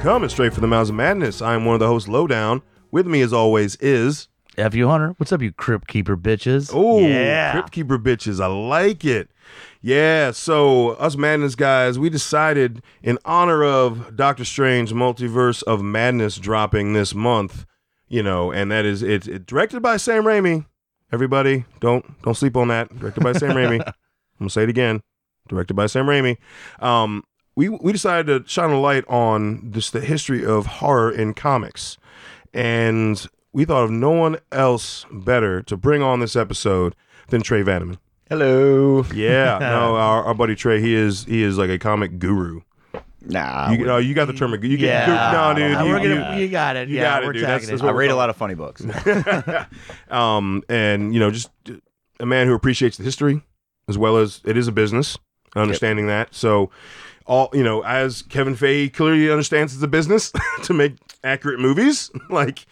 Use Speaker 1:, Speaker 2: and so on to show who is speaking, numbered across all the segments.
Speaker 1: Coming straight from the Mouths of Madness, I am one of the hosts, Lowdown. With me, as always, is.
Speaker 2: F you, Hunter. What's up, you Crypt Keeper bitches?
Speaker 1: Oh,
Speaker 2: yeah.
Speaker 1: Crypt Keeper bitches. I like it. Yeah, so us Madness guys, we decided in honor of Doctor Strange Multiverse of Madness dropping this month, you know, and that is it's it, directed by Sam Raimi. Everybody, don't don't sleep on that. Directed by Sam Raimi. I'm gonna say it again. Directed by Sam Raimi. Um, we we decided to shine a light on just the history of horror in comics, and we thought of no one else better to bring on this episode than Trey Vanneman.
Speaker 3: Hello.
Speaker 1: Yeah, no, our, our buddy Trey, he is he is like a comic guru.
Speaker 3: Nah.
Speaker 1: You, no, you got the term. You get
Speaker 2: Yeah.
Speaker 1: no, dude.
Speaker 2: Uh,
Speaker 1: you-
Speaker 2: we're
Speaker 1: you-
Speaker 2: gonna, you, got it.
Speaker 1: you
Speaker 2: yeah,
Speaker 1: got it,
Speaker 2: we're
Speaker 1: dude.
Speaker 2: tagging
Speaker 1: That's- that's
Speaker 2: it.
Speaker 3: I read a lot of funny books.
Speaker 1: um, and you know, just a man who appreciates the history as well as it is a business, understanding that. So, all you know, as Kevin Feige clearly understands, it's a business to make accurate movies, like,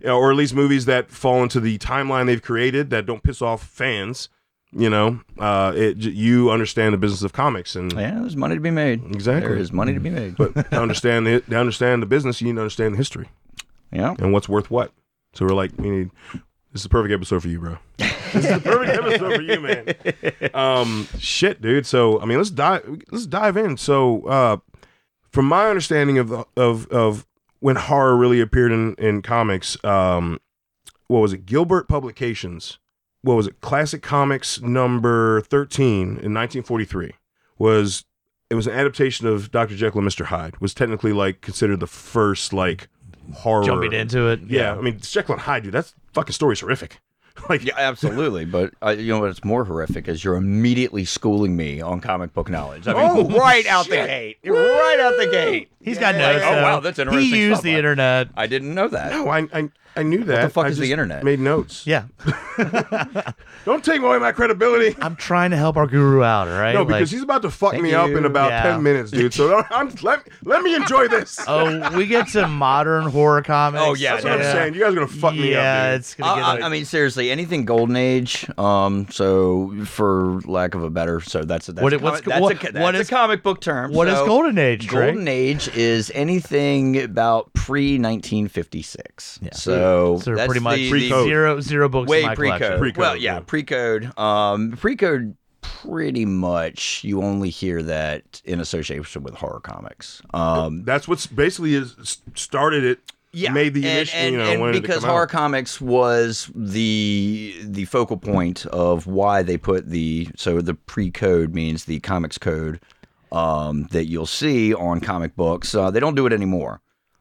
Speaker 1: you know, or at least movies that fall into the timeline they've created that don't piss off fans. You know, uh, it j- you understand the business of comics and
Speaker 3: yeah, there's money to be made.
Speaker 1: Exactly.
Speaker 3: There is money to be made.
Speaker 1: but to understand the to understand the business, you need to understand the history
Speaker 3: yeah.
Speaker 1: and what's worth what. So we're like, we need this is the perfect episode for you, bro. this is the perfect episode for you, man. Um, shit, dude. So I mean, let's dive let's dive in. So uh, from my understanding of the, of of when horror really appeared in in comics, um, what was it? Gilbert Publications. What was it? Classic Comics number thirteen in 1943 was it was an adaptation of Dr. Jekyll and Mr. Hyde. Was technically like considered the first like horror
Speaker 2: Jumping into it.
Speaker 1: yeah, I mean, Jekyll and Hyde, dude, that's fucking story's horrific. like,
Speaker 3: Yeah, absolutely. But uh, you know what's more horrific is you're immediately schooling me on comic book knowledge. I mean,
Speaker 1: Oh,
Speaker 3: right out
Speaker 1: shit.
Speaker 3: the gate. Right out the gate.
Speaker 2: He's
Speaker 3: Yeah.
Speaker 2: got notes.
Speaker 3: Oh,
Speaker 2: though.
Speaker 3: wow. That's interesting.
Speaker 2: He used
Speaker 3: stuff.
Speaker 2: the internet.
Speaker 3: I didn't know that.
Speaker 1: no, I, I, I knew that.
Speaker 3: fuck
Speaker 1: I
Speaker 3: is the
Speaker 1: just
Speaker 3: internet?
Speaker 1: Made notes.
Speaker 2: Yeah.
Speaker 1: Don't take away my credibility.
Speaker 2: I'm trying to help our guru out, all right?
Speaker 1: No, because
Speaker 2: Like,
Speaker 1: he's about to fuck me
Speaker 3: you.
Speaker 1: up in about
Speaker 2: Yeah.
Speaker 1: ten minutes, dude. So don't, I'm, let let me enjoy this.
Speaker 2: Oh, we get some modern horror comics.
Speaker 3: Oh, yeah,
Speaker 1: That's what I'm
Speaker 3: yeah.
Speaker 1: saying. You guys are gonna fuck
Speaker 2: yeah,
Speaker 1: me up, dude.
Speaker 2: it's gonna
Speaker 3: Uh,
Speaker 2: get.
Speaker 3: I-
Speaker 2: like-
Speaker 3: I mean, seriously, anything Golden Age. Um, so for lack of a better, so that's that's
Speaker 2: What
Speaker 3: a
Speaker 2: it- what's-
Speaker 3: comic- that's,
Speaker 2: what-
Speaker 3: a, that's
Speaker 2: what
Speaker 3: a
Speaker 2: is-
Speaker 3: comic book term.
Speaker 2: what is
Speaker 3: so-
Speaker 2: Golden Age, Trey?
Speaker 3: Golden Age is anything about pre 1956.
Speaker 2: Yeah.
Speaker 3: So,
Speaker 2: so
Speaker 3: that's
Speaker 2: pretty much
Speaker 3: the,
Speaker 1: Pre-code.
Speaker 3: the
Speaker 2: zero zero books. in
Speaker 3: way
Speaker 2: my
Speaker 3: pre-code.
Speaker 2: collection.
Speaker 1: Pre-code,
Speaker 3: Well,
Speaker 1: yeah.
Speaker 3: yeah, pre-code. Um, pre-code. Pretty much, you only hear that in association with horror comics. Um,
Speaker 1: That's what's basically is s- started it. made the
Speaker 3: and,
Speaker 1: initial.
Speaker 3: and,
Speaker 1: you know,
Speaker 3: and
Speaker 1: wanted it to
Speaker 3: because
Speaker 1: come out.
Speaker 3: horror comics was the the focal point of why they put the so the pre-code means the comics code um, that you'll see on comic books. Uh, they don't do it anymore,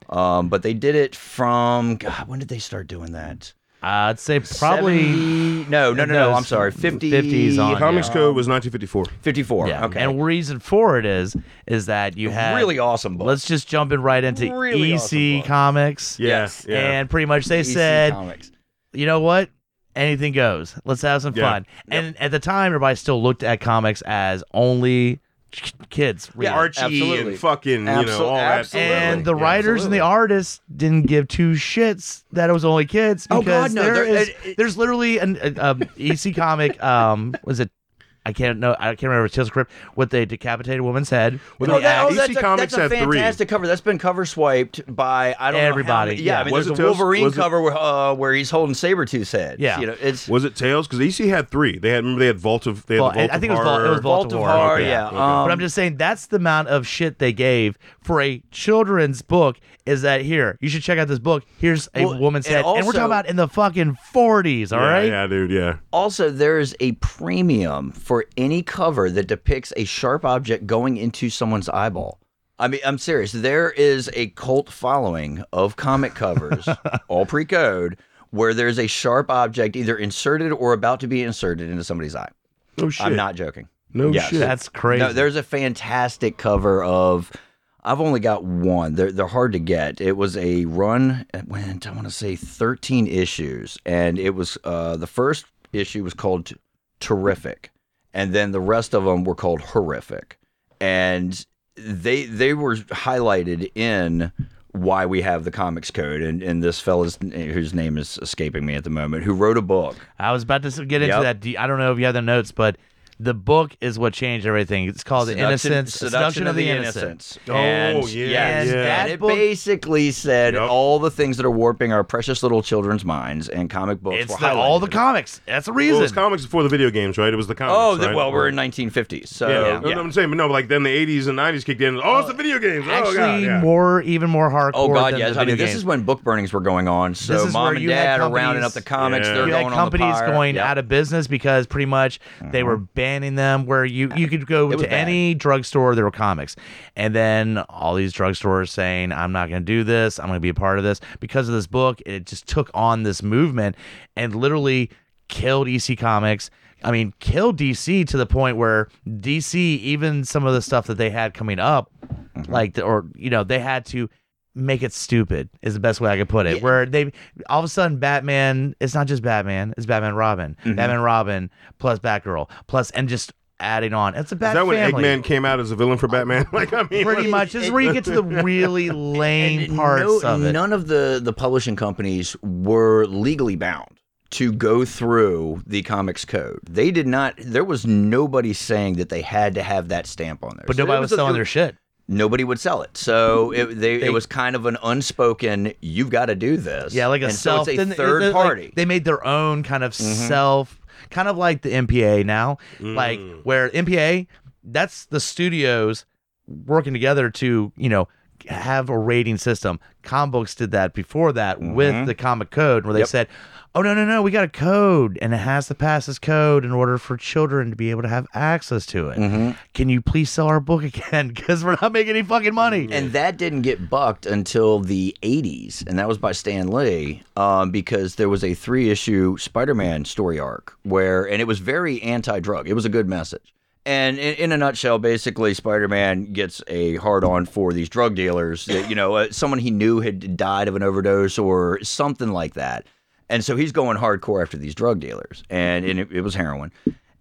Speaker 3: um, but they did it from God. When did they start doing that?
Speaker 2: Uh, I'd say probably
Speaker 3: 70 no, no, no, no. I'm sorry, 50,
Speaker 2: 50s on,
Speaker 1: Comics
Speaker 2: yeah.
Speaker 1: Code was 1954.
Speaker 3: 54.
Speaker 2: Yeah.
Speaker 3: Okay,
Speaker 2: And reason for it is is that you had
Speaker 3: really awesome book.
Speaker 2: Let's just jump in right into
Speaker 3: Really
Speaker 2: EC
Speaker 3: awesome book.
Speaker 2: Comics.
Speaker 1: Yeah,
Speaker 3: Yes.
Speaker 1: yeah.
Speaker 2: And pretty much they
Speaker 3: DC
Speaker 2: said,
Speaker 3: E comics.
Speaker 2: you know what? Anything goes. Let's have some
Speaker 1: Yeah.
Speaker 2: fun. And at the time, everybody still looked at comics as only k- kids. reading.
Speaker 3: Yeah,
Speaker 1: Archie
Speaker 3: absolutely.
Speaker 1: and fucking you know
Speaker 3: Absol-
Speaker 1: all
Speaker 3: absolutely.
Speaker 2: and the
Speaker 1: Yeah,
Speaker 2: writers and
Speaker 3: absolutely.
Speaker 2: the artists didn't give two shits that it was only kids.
Speaker 3: Oh, God,
Speaker 2: because
Speaker 3: no,
Speaker 2: there
Speaker 3: there-
Speaker 2: is
Speaker 3: it- it-
Speaker 2: there's literally an a, um, EC comic. Um, was it? I can't know. I can't remember. Chisel Grip with a decapitated woman's head. With
Speaker 3: No,
Speaker 2: the
Speaker 3: that,
Speaker 2: axe.
Speaker 1: EC
Speaker 3: oh, that's, a, that's
Speaker 1: E Comics
Speaker 3: a
Speaker 1: had three.
Speaker 3: fantastic cover. That's been cover swiped by I don't know how
Speaker 2: Everybody,
Speaker 3: many- yeah,
Speaker 2: yeah.
Speaker 3: I mean,
Speaker 1: Was
Speaker 3: there's
Speaker 1: it
Speaker 3: a
Speaker 1: Tales-
Speaker 3: Wolverine
Speaker 1: was it-
Speaker 3: cover where, uh, where he's holding Sabretooth's head.
Speaker 2: Yeah.
Speaker 3: you know, it's
Speaker 1: Was it Tails? Because EC had three. They had remember they had Vault of. They had
Speaker 2: Well,
Speaker 1: the Vault
Speaker 2: I
Speaker 1: of
Speaker 2: think it was Vault-
Speaker 1: Horror.
Speaker 2: it was Vault
Speaker 3: Vault
Speaker 2: of
Speaker 3: of
Speaker 2: Horror,
Speaker 3: Horror.
Speaker 1: okay,
Speaker 3: Yeah,
Speaker 1: okay.
Speaker 3: Um,
Speaker 2: but I'm just saying that's the amount of shit they gave for a children's book. Is that here? You should check out this book. Here's a
Speaker 3: Well,
Speaker 2: woman's
Speaker 3: and
Speaker 2: head, and we're
Speaker 3: also-
Speaker 2: talking about in the fucking 40s. All
Speaker 1: yeah,
Speaker 2: right.
Speaker 1: yeah, dude, yeah.
Speaker 3: also there is a premium for any cover that depicts a sharp object going into someone's eyeball. I mean, I'm serious. There is a cult following of comic covers, all pre-code, where there's a sharp object either inserted or about to be inserted into somebody's eye.
Speaker 1: No shit.
Speaker 3: I'm not joking.
Speaker 1: No
Speaker 3: Yes.
Speaker 1: shit.
Speaker 2: That's crazy.
Speaker 3: No, there's a fantastic cover of I've only got one. They're they're hard to get. It was a run. It went I want to say thirteen issues, and it was uh, the first issue was called Terrific, and then the rest of them were called Horrific, and they they were highlighted in why we have the comics code and, and this fella's whose name is escaping me at the moment who wrote a book
Speaker 2: I was about to s- get into
Speaker 3: Yep.
Speaker 2: that. Do you- I don't know if you have the notes, but the book is what changed everything. It's called The Innocence, Seduction, of the Innocent.
Speaker 1: Oh,
Speaker 3: And-
Speaker 1: yeah,
Speaker 3: yes,
Speaker 1: yeah.
Speaker 3: and
Speaker 2: That
Speaker 3: it
Speaker 2: book-
Speaker 3: basically said
Speaker 1: Yep.
Speaker 3: all the things that are warping our precious little children's minds and comic books.
Speaker 2: It's
Speaker 3: were
Speaker 2: the, all the
Speaker 3: highlighted.
Speaker 2: comics. That's the
Speaker 1: Well, it
Speaker 2: reason.
Speaker 1: was comics before the video games, right? It was the comics.
Speaker 3: Oh, the,
Speaker 1: right?
Speaker 3: well, we're in 1950s, so
Speaker 1: Yeah,
Speaker 3: yeah.
Speaker 1: No, no, I'm saying, but no, like then the 80s and 90s kicked in. Oh, it's the video games.
Speaker 2: Actually,
Speaker 1: oh, God. Yeah.
Speaker 2: more even more hardcore.
Speaker 3: Oh God,
Speaker 2: than
Speaker 3: yes.
Speaker 2: The
Speaker 3: I mean,
Speaker 2: video
Speaker 3: this
Speaker 2: games.
Speaker 3: is when book burnings were going on.
Speaker 2: This
Speaker 3: So
Speaker 2: is where
Speaker 3: mom and
Speaker 2: you had
Speaker 3: dad are rounding
Speaker 2: companies-
Speaker 3: up the comics.
Speaker 1: Yeah.
Speaker 3: They're
Speaker 2: you had
Speaker 3: going on the
Speaker 2: companies
Speaker 3: pyre.
Speaker 2: going
Speaker 3: Yep. Mm-hmm.
Speaker 2: out of business because pretty much they were banning them. Where you you could go
Speaker 3: It was
Speaker 2: to any drugstore, there were comics, and then all these drugstores saying, "I'm not going to do this. I'm going to be a part of this." Because of this book, it just took on this movement and literally killed EC Comics. I mean, killed DC to the point where DC, even some of the stuff that they had coming up, like the, or you know, they had to make it stupid is the best way I could put it.
Speaker 3: Yeah.
Speaker 2: Where they all of a sudden Batman, it's not just Batman, it's Batman Robin, Batman Robin plus Batgirl plus and just adding on. It's a
Speaker 1: Is
Speaker 2: Bat
Speaker 1: that when
Speaker 2: family.
Speaker 1: Eggman came out as a villain for Batman? like, I mean,
Speaker 2: Pretty
Speaker 1: like-
Speaker 2: much, this is where you get to the really lame
Speaker 3: And
Speaker 2: parts
Speaker 3: no-
Speaker 2: of it.
Speaker 3: None of the the publishing companies were legally bound to go through the comics code. They did not. There was nobody saying that they had to have that stamp on there.
Speaker 2: But
Speaker 3: So
Speaker 2: nobody
Speaker 3: it
Speaker 2: was
Speaker 3: a-
Speaker 2: selling their shit.
Speaker 3: Nobody would sell it. So it, they,
Speaker 2: They-
Speaker 3: it was kind of an unspoken. You've got to do this.
Speaker 2: Yeah, like a
Speaker 3: and
Speaker 2: self
Speaker 3: So it's a
Speaker 2: then they-
Speaker 3: third
Speaker 2: they- like,
Speaker 3: party. Mm-hmm.
Speaker 2: they made their own kind of self, kind of like the MPA now, like
Speaker 3: Mm.
Speaker 2: where MPA that's the studios working together to you know have a rating system. Comic books did that before that with the comic code, where they
Speaker 3: Mm-hmm. Yep.
Speaker 2: said, "Oh no, no, no, we got a code, and it has to pass this code in order for children to be able to have access to it.
Speaker 3: Mm-hmm.
Speaker 2: Can you please sell our book again? Because we're not making any fucking money."
Speaker 3: and that didn't get bucked until the 80s and that was by stan lee um, because there was a three issue spider-man story arc where and it was very anti-drug it was a good message and in, in a nutshell basically spider-man gets a hard on for these drug dealers that, you know uh, someone he knew had died of an overdose or something like that and so he's going hardcore after these drug dealers and, and it, it was heroin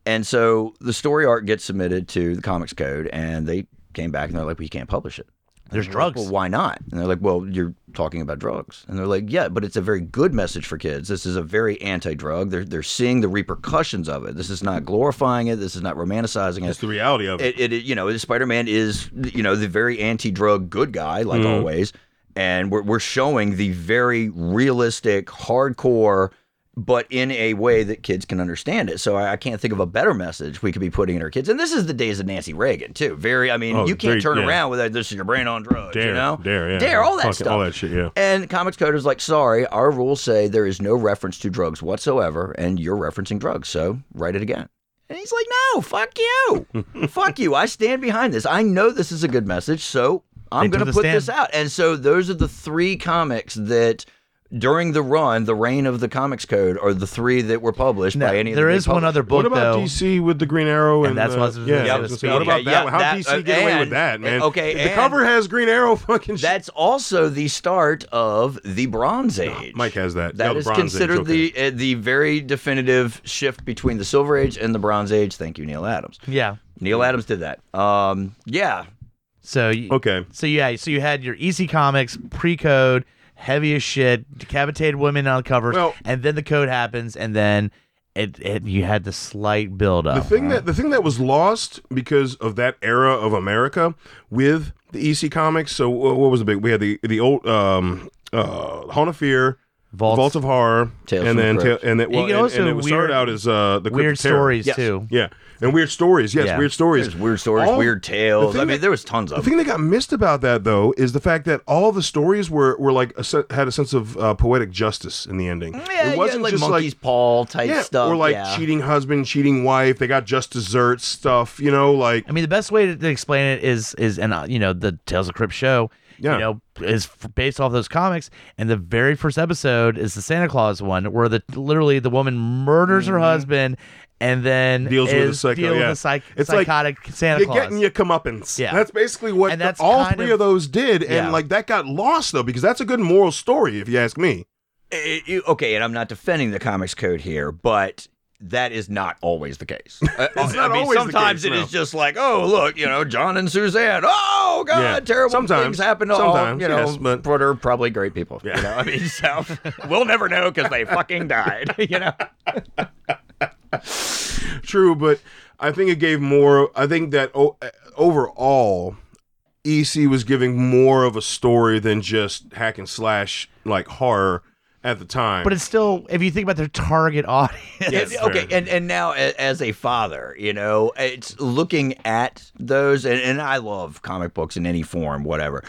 Speaker 3: and so the story arc gets submitted to the comics code and they came back and they're like we can't publish it
Speaker 2: There's
Speaker 3: and we're like,
Speaker 2: drugs.
Speaker 3: well, why not? And they're like, well, you're talking about drugs. And they're like, yeah, but it's a very good message for kids. This is a very anti-drug. They're they're seeing the repercussions of it. This is not glorifying it. This is not romanticizing
Speaker 1: It's
Speaker 3: it.
Speaker 1: the reality of it.
Speaker 3: It, it, it- you know, Spider-Man is you know the very anti-drug good guy, like
Speaker 1: Mm-hmm.
Speaker 3: always, and we're we're showing the very realistic, hardcore. But in a way that kids can understand it, so I, I can't think of a better message we could be putting in our kids. And this is the days of Nancy Reagan too. Very, I mean,
Speaker 1: Oh,
Speaker 3: you
Speaker 1: very-
Speaker 3: can't turn
Speaker 1: yeah.
Speaker 3: around without this is your brain on drugs.
Speaker 1: Dare,
Speaker 3: you know,
Speaker 1: dare, yeah.
Speaker 3: dare, all that
Speaker 1: Fucking-
Speaker 3: stuff,
Speaker 1: all that shit, yeah.
Speaker 3: And comics code is like, sorry, our rules say there is no reference to drugs whatsoever, and you're referencing drugs, so write it again. And he's like, no, fuck you, fuck you. I stand behind this. I know this is a good message, so I'm
Speaker 2: They took
Speaker 3: going to
Speaker 2: the
Speaker 3: put
Speaker 2: stand.
Speaker 3: this out. And so those are the three comics that. During the run, the reign of the comics code are the three that were published
Speaker 2: Now,
Speaker 3: by any. of the
Speaker 2: there
Speaker 3: big
Speaker 2: is one
Speaker 3: publishers.
Speaker 2: other book
Speaker 1: what about
Speaker 2: though.
Speaker 1: DC with the Green Arrow and,
Speaker 2: And that's
Speaker 1: uh,
Speaker 2: what I was gonna
Speaker 1: yeah,
Speaker 2: say.
Speaker 1: I was gonna say,
Speaker 2: Okay,
Speaker 1: what about
Speaker 3: yeah,
Speaker 1: that? How
Speaker 3: that-
Speaker 1: DC
Speaker 3: uh,
Speaker 1: get away with
Speaker 3: and-
Speaker 1: that, man?
Speaker 3: okay,
Speaker 1: the
Speaker 3: and-
Speaker 1: cover has Green Arrow fucking. shit.
Speaker 3: That's also the start of the Bronze Age.
Speaker 1: Mike has that. Yeah,
Speaker 3: That
Speaker 1: the
Speaker 3: is
Speaker 1: Bronze Age,
Speaker 3: considered
Speaker 1: okay.
Speaker 3: the uh, the very definitive shift between the Silver Age and the Bronze Age. Thank you, Neil Adams.
Speaker 2: yeah.
Speaker 3: Neil Adams did that. Um, yeah,
Speaker 2: So you,
Speaker 1: okay.
Speaker 2: So yeah, so you had your easy comics pre-code, heavy as shit, decapitated women on covers,
Speaker 1: Well-
Speaker 2: and then the code happens, and then it, it you had the slight build
Speaker 1: The
Speaker 2: up.
Speaker 1: thing that the thing that was lost because of that era of America with the EC Comics. So wh- what was the big? We had the the old um uh Haunt of Fear,
Speaker 2: Vaults-
Speaker 1: Vault of Horror,
Speaker 3: Tales
Speaker 1: and
Speaker 3: from
Speaker 1: then
Speaker 3: the
Speaker 1: ta-
Speaker 3: Crypt.
Speaker 1: and then well,
Speaker 2: You can
Speaker 1: and,
Speaker 2: also
Speaker 1: and it was
Speaker 2: weird-
Speaker 1: started out as uh the Crypt
Speaker 2: Weird
Speaker 1: of Terror.
Speaker 2: stories
Speaker 3: Yes.
Speaker 2: too.
Speaker 1: Yeah, and weird stories. Yes,
Speaker 2: Yeah.
Speaker 1: weird stories.
Speaker 3: there's weird stories,
Speaker 1: All-
Speaker 3: weird
Speaker 1: the
Speaker 3: tales.
Speaker 1: thing
Speaker 3: I mean,
Speaker 1: that-
Speaker 3: there was tons
Speaker 1: The
Speaker 3: of them.
Speaker 1: thing that got missed about that though is the fact that all the stories were were like a, se- had a sense of uh, poetic justice in the ending.
Speaker 3: Yeah,
Speaker 1: it
Speaker 3: you
Speaker 1: wasn't
Speaker 3: had, like
Speaker 1: just
Speaker 3: monkey's
Speaker 1: like
Speaker 3: paw type
Speaker 1: yeah,
Speaker 3: stuff.
Speaker 1: or like
Speaker 3: yeah.
Speaker 1: cheating husband, cheating wife. They got just dessert stuff, you know, like
Speaker 2: I mean, the best way to, to explain it is is and uh, you know the Tales of Crypt show.
Speaker 1: Yeah.
Speaker 2: You know, is f- based off those comics, and the very first episode is the Santa Claus one, where the literally the woman murders her husband and then
Speaker 1: Mm-hmm. Deals with the
Speaker 2: is
Speaker 1: psycho-
Speaker 2: dealing
Speaker 1: yeah.
Speaker 2: with the psych-
Speaker 1: It's like,
Speaker 2: psychotic Santa
Speaker 1: You're
Speaker 2: Claus.
Speaker 1: getting your comeuppance.
Speaker 2: Yeah.
Speaker 1: that's basically what
Speaker 2: And
Speaker 1: the-
Speaker 2: that's
Speaker 1: all
Speaker 2: kind
Speaker 1: three
Speaker 2: of-
Speaker 1: of those did, and
Speaker 2: Yeah.
Speaker 1: like that got lost though because that's a good moral story, if you ask me.
Speaker 3: Eh, you- okay, and I'm not defending the comics code here, but that is not always the case. it's
Speaker 1: not always the
Speaker 3: sometimes
Speaker 1: case,
Speaker 3: it is
Speaker 1: no.
Speaker 3: just like, oh, look, you know, John and Suzanne. Oh God,
Speaker 1: Yeah.
Speaker 3: terrible
Speaker 1: Sometimes.
Speaker 3: things happen to all.
Speaker 1: Sometimes,
Speaker 3: You know,
Speaker 1: yes, but-
Speaker 3: but are probably great people.
Speaker 1: Yeah.
Speaker 3: You know, I mean, so we'll never know because they fucking died. You know,
Speaker 1: True, but I think it gave more. I think that o- uh, overall, EC was giving more of a story than just hack and slash like horror at the time.
Speaker 2: but it's still if you think about their target audience.
Speaker 1: Yes.
Speaker 3: And- okay,
Speaker 1: fair.
Speaker 3: and and now a- as a father, you know, it's looking at those, and, and I love comic books in any form, whatever.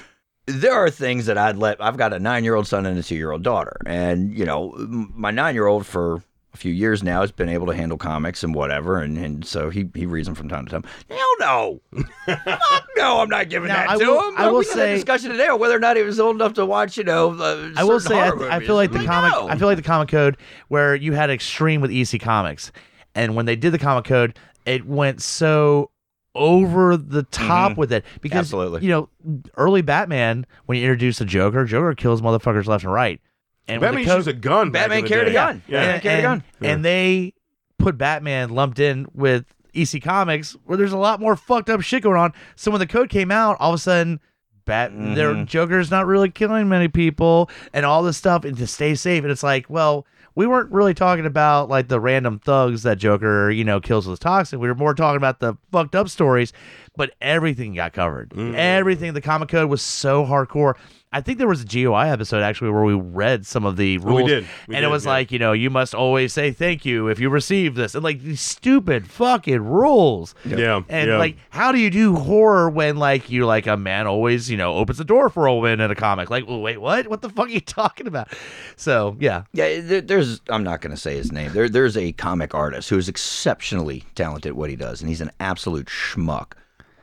Speaker 3: There are things that I'd let. I've got a nine-year-old son and a two-year-old daughter, and you know, m- my nine-year-old for a few years now has been able to handle comics and whatever, and, and so he he reads them from time to time. Hell no, Fuck no, I'm not giving
Speaker 2: Now,
Speaker 3: that
Speaker 2: I
Speaker 3: to
Speaker 2: will-
Speaker 3: him.
Speaker 2: I will
Speaker 3: we had
Speaker 2: say-
Speaker 3: a discussion today on whether or not he was old enough to watch. You know, uh,
Speaker 2: I will
Speaker 3: certain
Speaker 2: say I,
Speaker 3: horror
Speaker 2: I
Speaker 3: movies.
Speaker 2: feel like the
Speaker 3: Like,
Speaker 2: comic
Speaker 3: no.
Speaker 2: I feel like the comic code where you had extreme with EC Comics, and when they did the comic code, it went so over the top with it because
Speaker 3: Mm-hmm. Absolutely.
Speaker 2: you know early Batman when you introduce the Joker, Joker kills motherfuckers left and right, and with the
Speaker 1: Batman
Speaker 2: code-
Speaker 1: used a gun. back
Speaker 3: Batman
Speaker 1: in the
Speaker 3: carried a
Speaker 1: day.
Speaker 3: gun.
Speaker 1: Yeah.
Speaker 3: Batman carried a gun.
Speaker 2: and they put Batman lumped in with EC Comics, where there's a lot more fucked up shit going on. So when the code came out, all of a sudden, Bat, their
Speaker 1: Mm-hmm.
Speaker 2: Joker's not really killing many people, and all this stuff, and to stay safe. And it's like, well, we weren't really talking about like the random thugs that Joker, you know, kills with toxin. We were more talking about the fucked up stories, but everything got covered.
Speaker 1: Mm-hmm.
Speaker 2: Everything. The comic code was so hardcore. I think there was a GOI episode actually where we read some of the rules,
Speaker 1: did. Oh, We
Speaker 2: and
Speaker 1: did,
Speaker 2: it was
Speaker 1: yeah.
Speaker 2: like like, you know, you must always say thank you if you receive this, and like these stupid fucking rules.
Speaker 1: Yeah,
Speaker 2: And
Speaker 1: yeah.
Speaker 2: like, how do you do horror when like you like a man always you know opens the door for a woman in a comic? Like, well, wait, what? What the fuck are you talking about? So yeah,
Speaker 3: Yeah, eh, there, there's. I'm not going to say his name. There, there's a comic artist who is exceptionally talented at what he does, and he's an absolute schmuck.